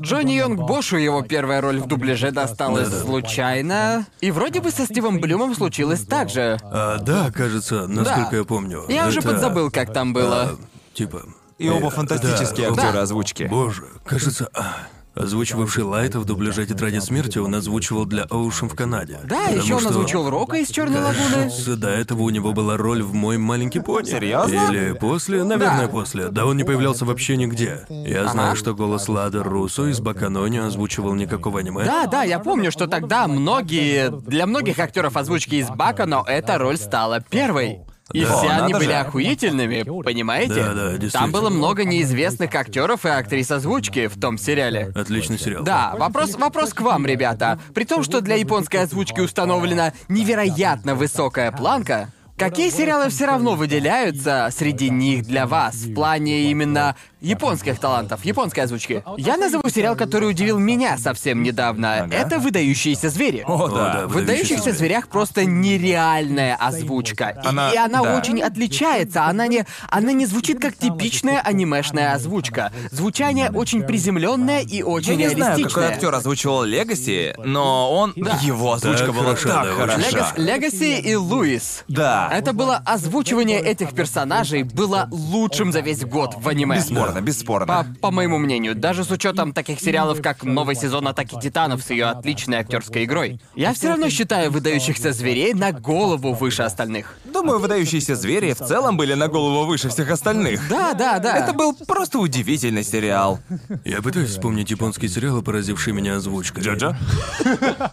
Джонни Йонг Бошу его первая роль в дубляже досталась случайно. И вроде бы со Стивом Блюмом случилось так же.
А, да, кажется, насколько
Да.
я помню.
Я уже
это,
подзабыл, как там было.
а, Типа.
И
э,
оба фантастические
да,
актеры
Да.
оба-
озвучки.
Боже, кажется, а, озвучивавший Лайта в дубляже «Тетради смерти» он озвучивал для Оушен в Канаде.
Да,
Потому
еще он
что,
озвучил Рока из Черной лагуны.
Кажется, до этого у него была роль в «Мой маленький пони».
Серьезно?
Или после, наверное, после. Да он не появлялся вообще нигде. Я знаю, что голос Лада Русо из Бакано не озвучивал никакого аниме.
Да, да, я помню, что тогда многие. Для многих актеров озвучки из Бака, но эта роль стала первой. И
Да.
все
О,
они
надо
были
же.
охуительными, понимаете?
Да, да, действительно.
Там было много неизвестных актеров и актрис озвучки в том сериале.
Отличный сериал.
Да, вопрос, вопрос к вам, ребята. При том, что для японской озвучки установлена невероятно высокая планка, какие сериалы все равно выделяются среди них для вас в плане именно японских талантов, японской озвучки. Я назову сериал, который удивил меня совсем недавно.
Ага.
Это «Выдающиеся звери».
О, да.
В «Выдающихся зверях» просто нереальная озвучка. И-
Она-
и она
да.
очень отличается. Она не, она не звучит как типичная анимешная озвучка. Звучание очень приземленное и
Я
очень
не знаю, какой
реалистичное.
актер озвучивал Легаси, но он... Его озвучка
Так
была
хороша,
так
да,
хороша.
очень.
Легас- Легаси и Луис.
Да.
Это было озвучивание этих персонажей было лучшим за весь год в аниме.
Бесспорно,
По,
бесспорно.
по моему мнению, даже с учетом таких сериалов, как новый сезон Атаки Титанов с ее отличной актерской игрой, я все равно считаю выдающихся зверей на голову выше остальных.
Думаю, выдающиеся звери в целом были на голову выше всех остальных.
Да, да, да.
Это был просто удивительный сериал.
Я пытаюсь вспомнить японские сериалы, поразившие меня озвучкой.
Джо-Джо?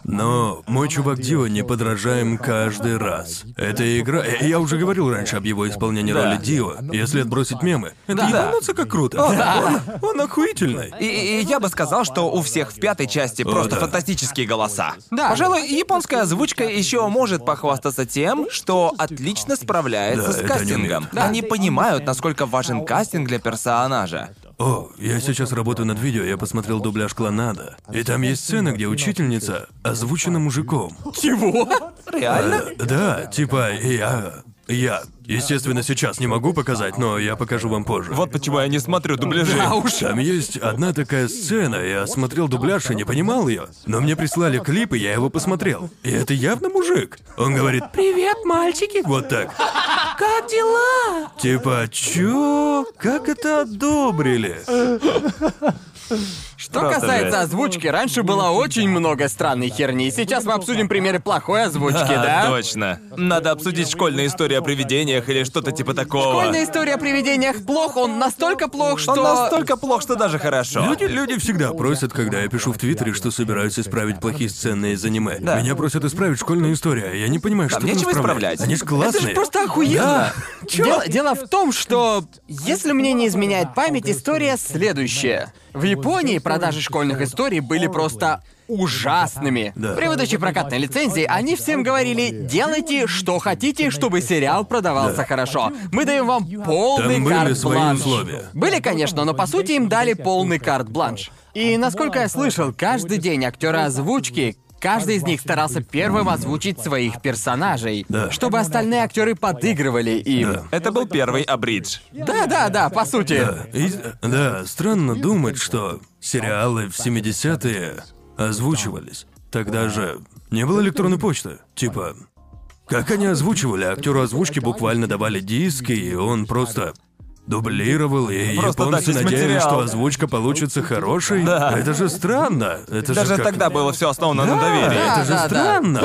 Но мой чувак Дио не подражаем каждый раз. Эта игра... э, Я уже говорил раньше об его исполнении
Да.
роли Дио. Если отбросить мемы, это
Да.
ебануться как круто. Он, он охуительный.
И, и я бы сказал, что у всех в пятой части просто
да.
фантастические голоса.
Да.
Пожалуй, японская озвучка еще может похвастаться тем, что отлично справляется
Да,
с
это они
кастингом.
умеют.
Они, понимают, насколько важен кастинг для персонажа.
О, я сейчас работаю над видео, я посмотрел дубляж Клонада. И там есть сцена, где учительница озвучена мужиком.
Чего?
Реально?
Э, Да, типа я... Я, естественно, сейчас не могу показать, но я покажу вам позже.
Вот почему я не смотрю дубляжи.
Там есть одна такая сцена, я смотрел дубляж и не понимал ее. Но мне прислали клип, и я его посмотрел. И это явно мужик. Он говорит «Привет, мальчики!» Вот так.
Как дела?
Типа, чё? Как это одобрили?
Что касается озвучки, раньше было очень много странной херни. Сейчас мы обсудим примеры плохой озвучки,
Да,
да?
А, точно. Надо обсудить школьные истории о привидениях или что-то типа такого.
Школьная история о привидениях плох, он настолько плох, что...
Он настолько плох, что даже хорошо.
Люди, люди всегда просят, когда я пишу в Твиттере, что собираюсь исправить плохие сцены из аниме.
Да.
Меня просят исправить школьную историю, а я не понимаю, что
Там
тут
нечего
исправлять.
исправлять.
Они же классные.
Это же просто охуенно.
Чё?
Дело, дело в том, что если мне не изменяет память, история следующая. В Японии продажи школьных историй были просто ужасными.
Да.
При выдаче прокатной лицензии они всем говорили, делайте что хотите, чтобы сериал продавался хорошо. Мы даем вам полный
Там были
карт-бланш».
свои условия.
Были, конечно, но по сути им дали полный карт-бланш. И насколько я слышал, каждый день актеры озвучки Каждый из них старался первым озвучить своих персонажей,
Да.
чтобы остальные актеры подыгрывали им.
Это был первый абридж.
Да, да, да, по сути.
Да, Э, и- да, странно думать, что сериалы в 70-е озвучивались. Тогда же не было электронной почты. Типа, как они озвучивали, актеру озвучки буквально давали диски, и он просто дублировал, и
Просто
японцы
дать весь
надеялись,
материал.
что озвучка получится хорошей.
Да.
Это же странно. Это
Даже
же как-
тогда было все основано на
Да,
доверии.
это же
Да, да, да.
странно.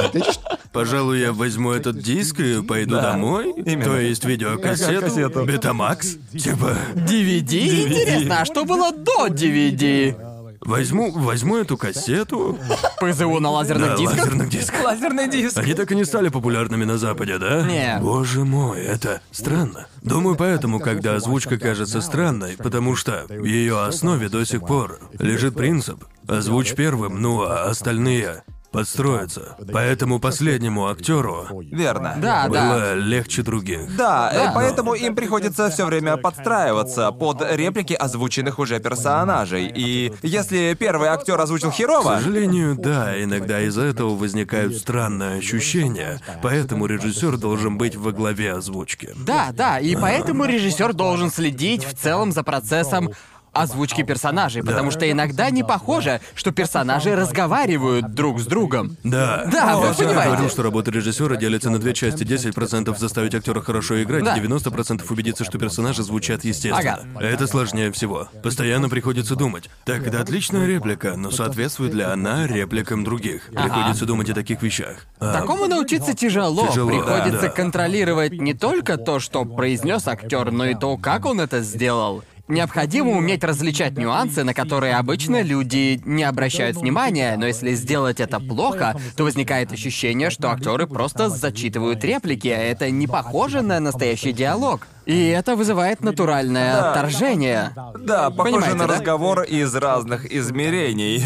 Пожалуй, я возьму этот диск и пойду домой.
именно.
То есть видеокассету.
Кассету.
Бетамакс. Типа.
DVD? Интересно, а что было до DVD?
Возьму, возьму эту кассету.
ПЗУ на лазерных
Да,
дисках?
лазерных дисках.
Лазерный диск.
Они так и не стали популярными на Западе, да?
Не.
Боже мой, это странно. Думаю, поэтому, когда озвучка кажется странной, потому что в ее основе до сих пор лежит принцип «озвучь первым, ну а остальные подстроятся». Поэтому последнему актеру
Верно.
А, Да, да.
было легче других.
Да, э,
Да.
поэтому им приходится все время подстраиваться под реплики озвученных уже персонажей. И если первый актер озвучил
К
херово,
сожалению, да, иногда из-за этого возникают странные ощущения, поэтому режиссер должен быть во главе озвучки.
Да, да, и поэтому режиссер должен следить в целом за процессом озвучки персонажей, потому что иногда не похоже, что персонажи разговаривают друг с другом.
Да.
Да, вы
Ну, Я всегда
понимаете.
говорил, что работа режиссера делится на две части. 10% заставить актера хорошо играть,
Да.
90% убедиться, что персонажи звучат естественно.
Ага.
Это сложнее всего. Постоянно приходится думать. Так, это отличная реплика, но соответствует ли она репликам других? Приходится думать о таких вещах. А,
Такому научиться тяжело.
Тяжело,
Приходится
да.
контролировать не только то, что произнес актер, но и то, как он это сделал. Необходимо уметь различать нюансы, на которые обычно люди не обращают внимания, но если сделать это плохо, то возникает ощущение, что актеры просто зачитывают реплики, а это не похоже на настоящий диалог. И это вызывает натуральное отторжение.
да, похоже
Понимаете,
на
да?
разговор из разных измерений.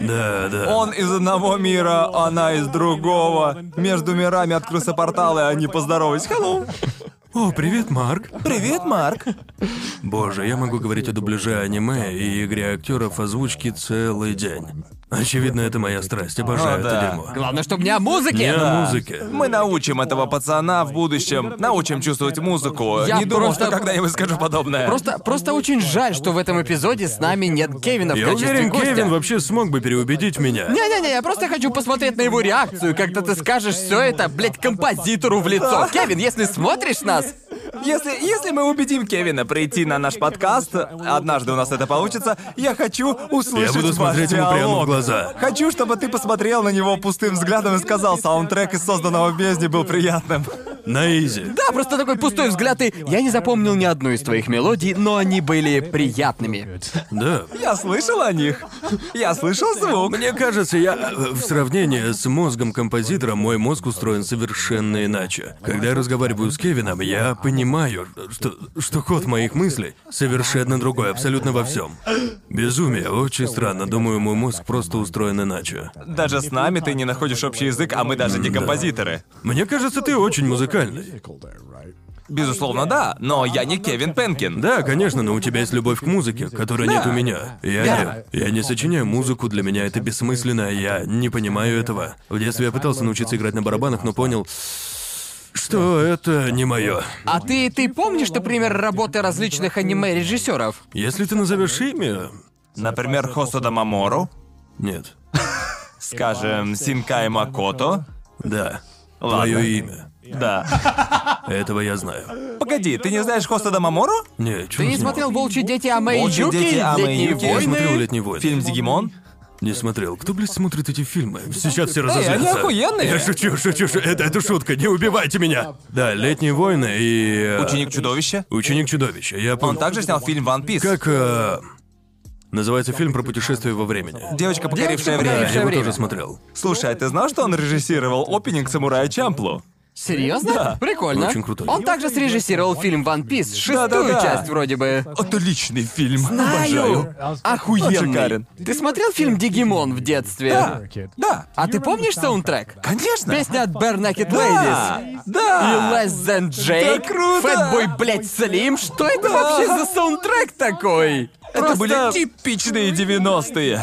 Да, да.
Он из одного мира, она из другого. Между мирами открылся портал, и они поздоровались. Hello.
О, привет, Марк.
Привет, Марк.
Боже, я могу говорить о дубляже аниме и игре актеров озвучки целый день. Очевидно, это моя страсть. Обожаю
О,
это
да.
дерьмо.
Главное, чтобы не о музыке.
Не о музыке.
Мы научим этого пацана в будущем, научим чувствовать музыку.
Я
Не думал, что
просто-
когда-нибудь скажу подобное.
Просто, просто очень жаль, что в этом эпизоде с нами нет Кевина в
Я
качестве
уверен,
гостя.
Кевин вообще смог бы переубедить меня.
Не-не-не, я просто хочу посмотреть на его реакцию, когда ты скажешь все это, блядь, композитору в лицо. Кевин, если смотришь нас,
Если, если мы убедим Кевина прийти на наш подкаст, однажды у нас это получится, я хочу услышать
Я буду
ваш
смотреть ему прямо в
диалог.
глаза.
Хочу, чтобы ты посмотрел на него пустым взглядом и сказал, саундтрек из созданного в бездне был приятным.
На изи.
да, просто такой пустой взгляд и... Я не запомнил ни одну из твоих мелодий, но они были приятными.
Да.
Я слышал о них. Я слышал звук.
Мне кажется, я э, в сравнении с мозгом композитора мой мозг устроен совершенно иначе. Когда я разговариваю с Кевином, я понимаю, что, что ход моих мыслей совершенно другой, абсолютно во всем. Безумие, очень странно. Думаю, мой мозг просто устроен иначе.
Даже с нами ты не находишь общий язык, а мы даже не композиторы.
Мне кажется, ты очень музыкальный.
Безусловно, да, но я не Кевин Пенкин.
Да, конечно, но у тебя есть любовь к музыке, которой нет у меня. Я
Да.
не, я не сочиняю музыку, для меня это бессмысленно, я не понимаю этого. В детстве я пытался научиться играть на барабанах, но понял, что это не мое.
А ты, ты помнишь, например, работы различных аниме-режиссеров?
Если ты назовешь имя...
Например, Хосода Мамору,
Нет.
скажем, Синкай Макото.
Да.
Ладно.
Твое имя.
Да.
Этого я знаю.
Погоди, ты не знаешь Хосода Мамору?
Не, чё
Ты не
с него?
смотрел «Волчьи дети» Амэ и
«Волчьи
Юки?
дети» Амэ и
«Летние
Юки».
«А Я
войны»?
смотрел «Летний войн».
Фильм «Дигимон»?
Не смотрел. Кто, блядь, смотрит эти фильмы? Сейчас
Э,
все
они
разозлятся.
охуенные.
Я шучу, шучу, шучу. Это, это шутка, не убивайте меня. Да, «Летние войны» и... э,
Ученик чудовища?
Ученик чудовища. Я помню.
Он также снял фильм «Ван Пис».
Как э, называется фильм про путешествие во времени?
Девочка, покорившая
«Покорившая
Да,
время.
я его
время.
тоже смотрел.
Слушай, а ты знал, что он режиссировал опенинг «Самурая Чамплу»?
Серьезно? Прикольно.
Очень круто.
Он также срежиссировал фильм «Ван Пис», шестую
Да-да-да.
часть вроде бы.
Отличный фильм. Ну, Обожаю.
Знаю. Охуенный.
Он шикарен.
ну, Ты смотрел фильм «Дигимон» в детстве?
Да. Да.
А ты помнишь саундтрек?
Конечно.
Песня от Bare Naked
Да.
Ladies.
Да.
И Less Than Jake.
Да круто.
Фэтбой, блядь, Слим. Что это вообще за саундтрек такой?
Это
Просто
были
тип-
типичные 90-е.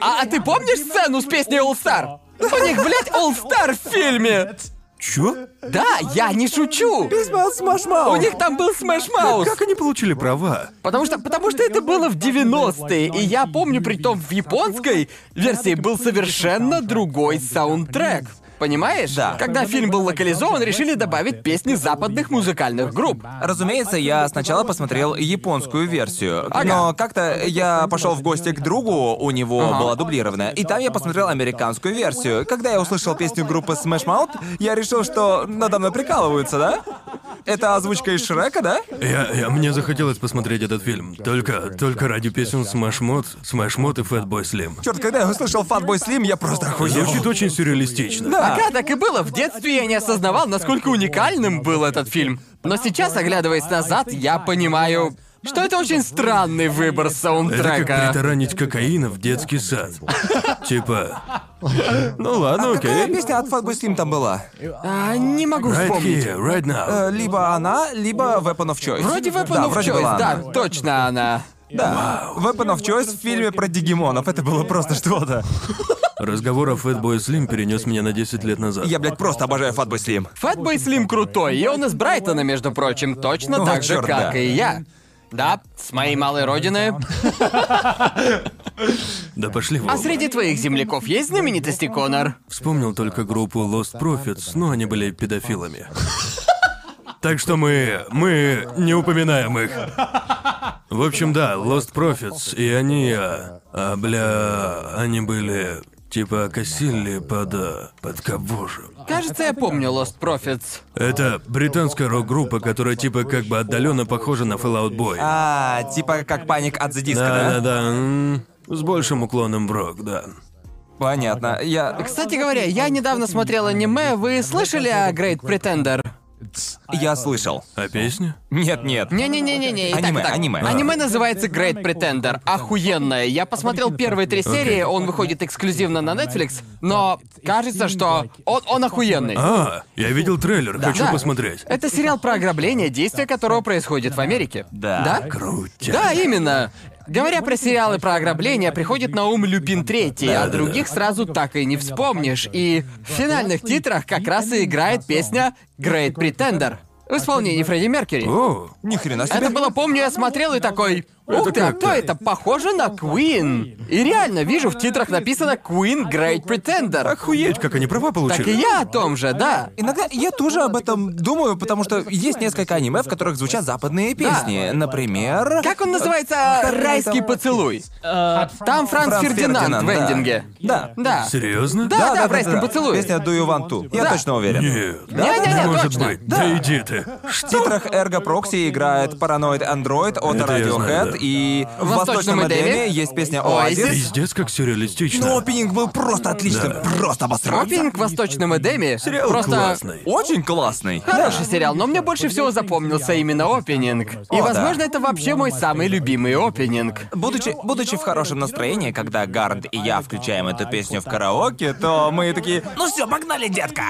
А, а ты помнишь сцену с песней All Star? У них, блядь, All Star в фильме.
Чё?
Да, я не шучу. У них там был Smash Mouth.
Как они получили права?
Потому что, потому что это было в 90-е, и я помню, притом в японской версии был совершенно другой саундтрек. Понимаешь?
Да.
Когда фильм был локализован, решили добавить песни западных музыкальных групп.
Разумеется, я сначала посмотрел японскую версию.
Ага.
Но как-то я пошел в гости к другу, у него была дублированная, и там я посмотрел американскую версию. Когда я услышал песню группы Smash Mouth, я решил, что надо мной прикалываются, да? Это озвучка из Шрека, да?
Я, я- мне захотелось посмотреть этот фильм. Только, только ради песен Smash Mouth, Smash Mouth и Fatboy Slim.
Черт, когда я услышал Fatboy Slim, я просто охуел.
Звучит очень сюрреалистично.
Да.
Ага, так и было. В детстве я не осознавал, насколько уникальным был этот фильм. Но сейчас, оглядываясь назад, я понимаю, что это очень странный выбор
Это как
саундтрека.
притаранить кокаина в детский сад. Типа... Ну ладно,
А Какая
окей.
песня от Fatboy Slim там была?
А, не могу
Right
вспомнить.
here, right now.
Э, Либо она, либо Weapon of Choice.
Вроде Weapon
да,
of
вроде
Choice,
была
да,
она.
точно она.
Да. Weapon of Choice в фильме про дигимонов. Это было просто что-то.
Разговор о Fatboy Slim перенес меня на 10 лет назад.
Я, блядь, просто обожаю Fatboy Slim.
Фэтбой Слим крутой, и он из Брайтона, между прочим, точно
О,
так же,
чёрт,
как
Ну, да.
и я. Да, с моей малой родины.
Да пошли вы
А
оба.
среди твоих земляков есть знаменитости, Конор?
Вспомнил только группу Lost Profits, но они были педофилами. Так что мы... мы не упоминаем их. В общем, да, Lost Profits, и они... а, а, бля... они были... Типа косили под... а, под кого же?
Кажется, я помню Lost Profits.
Это британская рок-группа, которая типа как бы отдаленно похожа на Fallout Boy.
А, типа как паник от диска, да?
Да-да-да, м, с большим уклоном в рок, да.
Понятно. Я.
Кстати говоря, я недавно смотрел аниме, вы слышали о Great Pretender?
Я слышал.
А песня?
Нет, нет.
Не-не-не-не-не, и так,
Аниме,
и так.
аниме.
Аниме называется Great Pretender. Охуенное. Я посмотрел первые три серии, он выходит эксклюзивно на Netflix, но кажется, что он, он охуенный.
А, я видел трейлер, хочу
Да.
посмотреть.
Это сериал про ограбление, действие которого происходит в Америке.
Да.
Да?
Крутя.
Да, именно. Говоря про сериалы про ограбление, приходит на ум Люпин Третий, а
да,
других сразу так и не вспомнишь. И в финальных титрах как раз и играет песня Great Pretender в исполнении Фредди Меркьюри.
О,
Ни хрена себе.
Это было, помню, я смотрел и такой, ух ты, а кто это? Похоже на Queen. И реально, вижу, в титрах написано Queen Great Pretender.
охуеть, как они права получили.
Так и я о том же, да.
Иногда я тоже об этом думаю, потому что есть несколько аниме, в которых звучат западные песни. Например...
Как он называется?
Как
Райский поцелуй. Там Франц
Франц
Фердинанд
Фердинанд,
в
да.
эндинге.
Да.
Да.
Серьезно?
Да, да, в райском поцелуе.
Песня «Do you want to?» Я
Да.
точно уверен.
Нет.
Не-не-не,
не может
точно.
быть. Да. иди ты.
В титрах Эрго Прокси играет Paranoid Android от
Это я знаю, да.
Radiohead, и в
«Восточном
«Восточном Эдеме»
Эдеме
есть песня
Oasis.
«Оазис».
Пиздец, как сюрреалистично.
Но опенинг был просто отличным, просто обосрался.
Опинг в Восточном Эдеме просто
классный.
Очень классный.
Хороший сериал, но мне больше всего запомнился именно опенинг. И,
О,
возможно,
да.
это вообще мой самый любимый опенинг.
Будучи, будучи в хорошем настроении, когда Гард и я включаем эту песню в караоке, то мы такие, ну все, погнали, детка!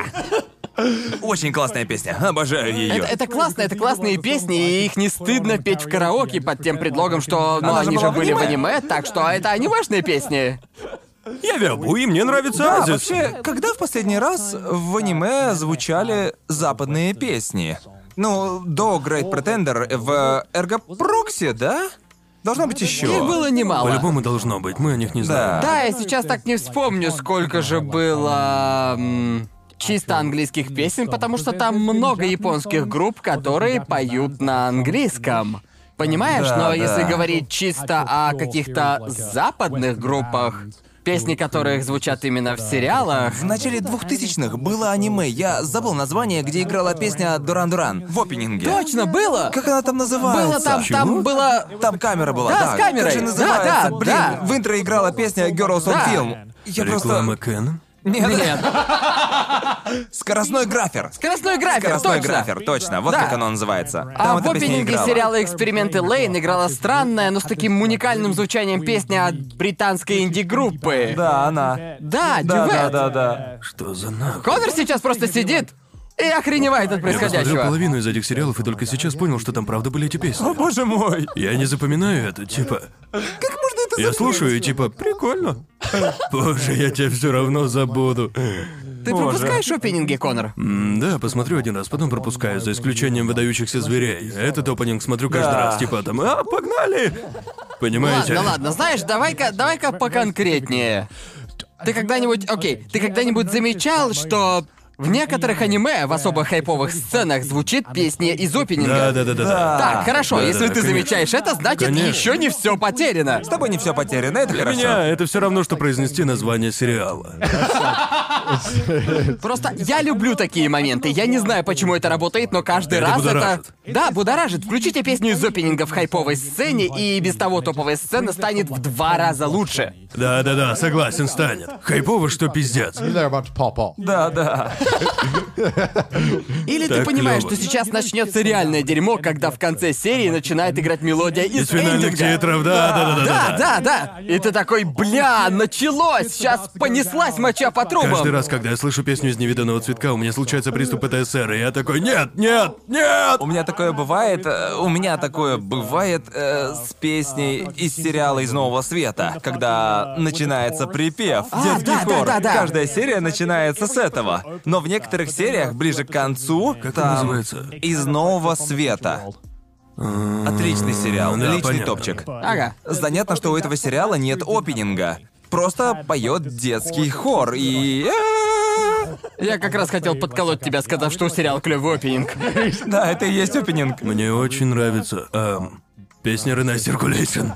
Очень классная песня, обожаю ее.
Это, это классно, это классные песни, и их не стыдно петь в караоке под тем предлогом, что ну,
Она же
они же
была в
были в
аниме.
аниме, так что это анимешные песни.
Я вябу, и мне нравится
Да,
Азис.
вообще, когда в последний раз в аниме звучали западные песни? Ну, до Great Pretender в Эрго Прокси, да? Должно быть еще.
Их было немало.
По-любому должно быть, мы о них не знаем.
Да, я сейчас так не вспомню, сколько же было м, чисто английских песен, потому что там много японских групп, которые поют на английском. Понимаешь,
Да,
но
да.
если говорить чисто о каких-то западных группах, песни которых звучат именно в сериалах,
В начале 2000-х было аниме, я забыл название, где играла песня Дуран Дуран в опенинге.
точно было!
Как она там называется?
Было там, там было
Там камера была,
Да,
да.
с камерой.
Как же
Да,
называется?
да,
Блин,
да.
в интро играла песня Girls on
Да.
Film. Я
Реклама
просто...
Кэнон?
Нет,
Нет.
скоростной графер.
Скоростной графер,
Скоростной
точно.
графер, точно. Вот
Да.
как оно называется.
А
Там
в
эта песня
опенинге
играла.
сериала «Эксперименты Лейн» играла странная, но с таким уникальным звучанием песня от британской инди-группы.
Да, она.
Да,
Да, да,
дюэт.
да, да.
Что за нахуй?
Конор сейчас просто сидит и охреневает от
Я посмотрел
происходящего.
половину из этих сериалов и только сейчас понял, что там правда были эти песни.
Боже мой.
Я не запоминаю это, типа.
Как можно это
Я
забыть?
слушаю и типа, прикольно. Боже, я тебя все равно забуду.
Ты пропускаешь опенинги, Конор?
М, Да, посмотрю один раз, потом пропускаю, за исключением выдающихся зверей. Этот опенинг смотрю каждый
Да.
раз, типа там, а, погнали! Понимаете?
Ладно, ладно, знаешь, давай-ка, давай-ка поконкретнее. Ты когда-нибудь, окей, ты когда-нибудь замечал, что в некоторых аниме в особо хайповых сценах звучит песня из
Да,
опенинга?
да, да, да, да.
Так, хорошо,
Да, да, да,
если ты
конечно.
замечаешь это, значит
Конечно.
еще не все потеряно.
С тобой не все потеряно, это
Для
хорошо.
меня это все равно, что произнести название сериала.
Просто я люблю такие моменты. Я не знаю, почему это работает, но каждый
Это
раз
будоражит.
это. Да, будоражит. Включите песню из опенинга в хайповой сцене, и без того топовая сцена станет в два раза лучше.
Да, да, да, согласен, станет. Хайпово, что пиздец.
They're about to pop off.
Да, да.
Или ты
Так
понимаешь,
клёво.
что сейчас начнется реальное дерьмо, когда в конце серии начинает играть мелодия
Из
из
финальных
эндинга.
титров, да, да, да, да, да.
Да, да, да. И ты такой, бля, началось, сейчас понеслась моча по трубам.
Каждый раз, когда я слышу песню из невиданного цветка, у меня случается приступ ПТСР, и я такой «Нет, нет, нет!»
У меня такое бывает, э, у меня такое бывает э, с песней из сериала «Из нового света», когда начинается припев, детский
А, да, да,
хор.
да, да.
Каждая серия начинается с этого. Но в некоторых сериях, ближе к концу,
Как он
там
называется?
«Из нового света». Отличный сериал,
да,
личный
понятно.
топчик.
Ага.
Занятно, что у этого сериала нет опенинга. Просто поет детский хор и... э,
Я как раз хотел подколоть тебя, сказав, что у сериала клевый опенинг.
Да, это и есть опенинг.
Мне очень нравится эм, песня Рене Circulation.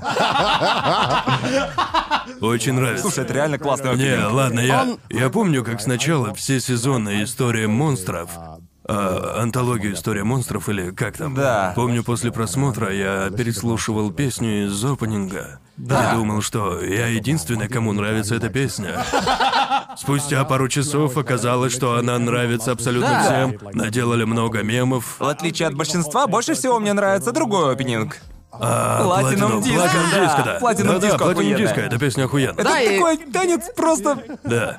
Очень нравится.
Слушай, это реально классный
Не,
опенинг.
ладно, я...
Он-
Я помню, как сначала все сезоны «История монстров», а, антологию «История монстров» или как там.
Да.
Помню, после просмотра я переслушивал песню из опенинга.
Да.
И думал, что я единственный, кому нравится эта песня. Спустя пару часов оказалось, что она нравится абсолютно
Да.
всем. Наделали много мемов.
В отличие от большинства, больше всего мне нравится другой опенинг.
Платинум
Platinum Disco.
диско,
Да,
А, да.
Platinum
Да-да,
Disco
Platinum
охуенная.
Disco, эта песня охуенная.
Это
Да, и-
такой танец просто...
Да.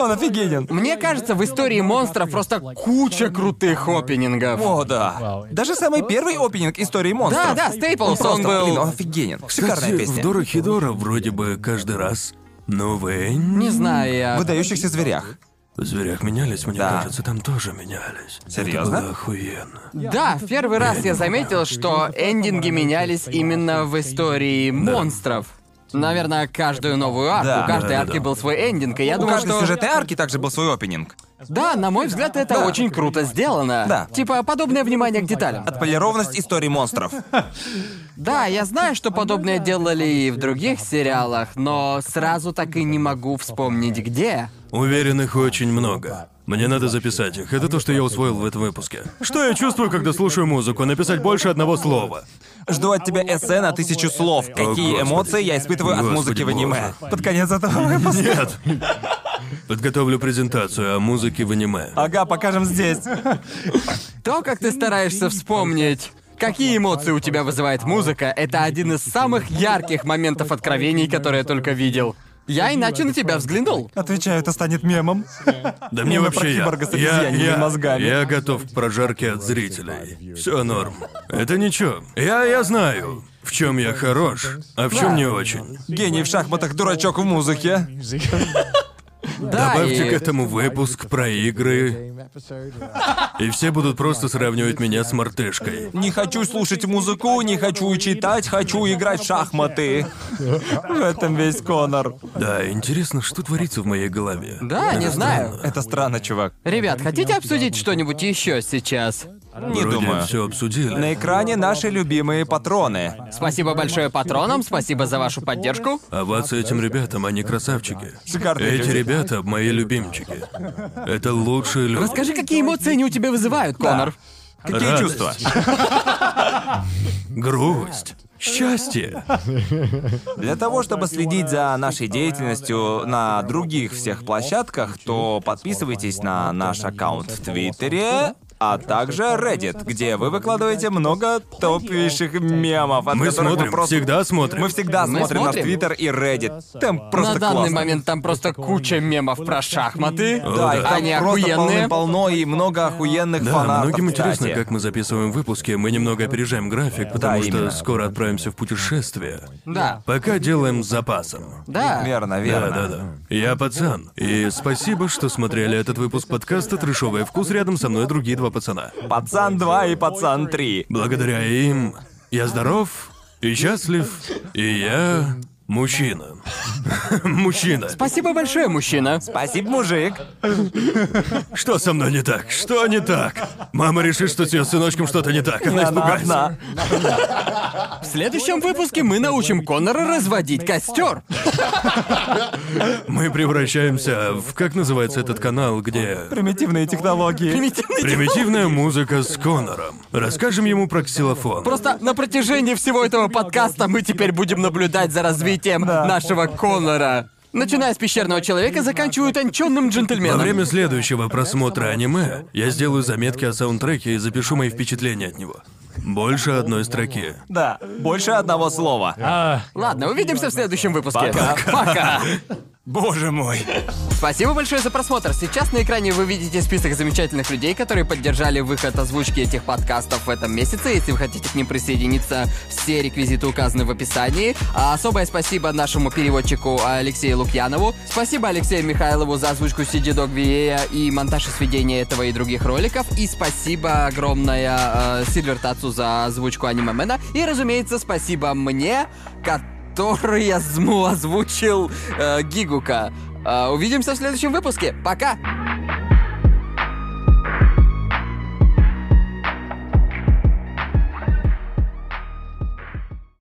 Он офигенен.
Мне кажется, в истории монстров просто куча крутых опенингов.
О, да. Даже самый первый опенинг истории монстров.
Да, да, Стейплс, он,
Просто,
был...
блин, он офигенен. Шикарная
Кстати,
песня.
в Дора Хидора вроде бы каждый раз новые
Не знаю я.
Выдающихся зверях.
В зверях менялись, мне
Да.
кажется, там тоже менялись.
Серьезно?
Это было охуенно.
Да, в первый раз я заметил, что эндинги менялись именно в истории монстров. Наверное, каждую новую арку,
Да.
у каждой
Да-да-да.
арки был свой эндинг, и я
У
думаю,
каждой
что...
сюжетной арки также был свой опенинг.
Да, на мой взгляд, это
Да.
очень круто сделано.
Да.
Типа, подобное внимание к деталям.
Отполированность истории монстров.
Да, я знаю, что подобное делали и в других сериалах, но сразу так и не могу вспомнить где.
Уверен, их очень много. Мне надо записать их. Это то, что я усвоил в этом выпуске. Что я чувствую, когда слушаю музыку? Написать больше одного слова.
Жду от тебя эссе на тысячу слов. Какие
Господи.
эмоции я испытываю от
Господи
музыки в
боже.
аниме. Под конец этого выпуска.
Нет. Подготовлю презентацию о музыке в аниме.
Ага, покажем здесь.
То, как ты стараешься вспомнить, какие эмоции у тебя вызывает музыка, это один из самых ярких моментов откровений, которые я только видел. Я иначе на тебя взглянул.
Отвечаю, это станет мемом.
Да мне
Мемы про
вообще я,
киборга с
я,
обезьяньими
я-
мозгами.
я готов к прожарке от зрителей. Все норм. Это ничего. Я, я знаю, в чем я хорош, а в чем не очень.
Гений в шахматах, дурачок в музыке.
Да,
Добавьте
и-
к этому выпуск про игры, и все будут просто сравнивать меня с мартышкой.
Не хочу слушать музыку, не хочу читать, хочу играть в шахматы. В этом весь Конор.
Да, интересно, что творится в моей голове.
Да, не знаю.
Это странно, чувак.
Ребят, хотите обсудить что-нибудь еще сейчас?
Не
Вроде
думаю.
все обсудили.
На экране наши любимые патроны.
Спасибо большое патронам, спасибо за вашу поддержку.
Овация А этим ребятам, они красавчики.
Шикарные
Эти
люди.
ребята мои любимчики. Это лучшие люди.
Расскажи, какие эмоции они у тебя вызывают, Конор.
Какие
Радость.
чувства?
Грусть. Счастье.
Для того, чтобы следить за нашей деятельностью на других всех площадках, то подписывайтесь на наш аккаунт в Твиттере, а также Reddit, где вы выкладываете много топивейших мемов, от
Мы
которых мы
смотрим,
просто...
всегда смотрим.
Мы всегда
Мы
смотрим наш
смотрим.
Твиттер и Reddit. Там просто
На данный
классно.
момент там просто куча мемов про шахматы.
Да, их там
Они
просто
охуенные.
полно и много охуенных
Да,
фанатов.
многим интересно,
кстати.
как мы записываем выпуски. Мы немного опережаем график, потому что
именно.
скоро отправимся в путешествие.
Да.
Пока делаем с запасом.
Да.
Верно,
Да,
верно.
да, да. Я пацан. И спасибо, что смотрели этот выпуск подкаста «Трешовый вкус» рядом со мной другие два пацана.
Пацан 2 и пацан 3.
Благодаря им я здоров и счастлив, и я мужчина. Мужчина.
Спасибо большое, мужчина.
Спасибо, мужик.
Что со мной не так? Что не так? Мама решит, что с ее сыночком что-то не так. Она испугается.
Одна.
В следующем выпуске мы научим Конора разводить костер.
Мы превращаемся в... Как называется этот канал, где...
Примитивные технологии.
Примитивный.
Примитивная музыка с Конором. Расскажем ему про ксилофон.
Просто на протяжении всего этого подкаста мы теперь будем наблюдать за развитием нашего Конора. Начиная с пещерного человека, заканчивая утонченным
Во
джентльменом.
время следующего просмотра аниме я сделаю заметки о саундтреке и запишу мои впечатления от него. Больше одной строки.
Да, больше одного слова.
Ладно, увидимся в следующем выпуске. Пока.
Боже мой.
Спасибо большое за просмотр. Сейчас на экране вы видите список замечательных людей, которые поддержали выход озвучки этих подкастов в этом месяце. Если вы хотите к ним присоединиться, все реквизиты указаны в описании. А особое спасибо нашему переводчику Алексею Лукьянову. Спасибо Алексею Михайлову за озвучку CG Dog VA и монтаж и сведение этого и других роликов. И спасибо огромное э, Сильвер Тацу за озвучку аниме И, разумеется, спасибо мне, который Э, я зму озвучил э, Гигука. А, Увидимся в следующем выпуске. Пока!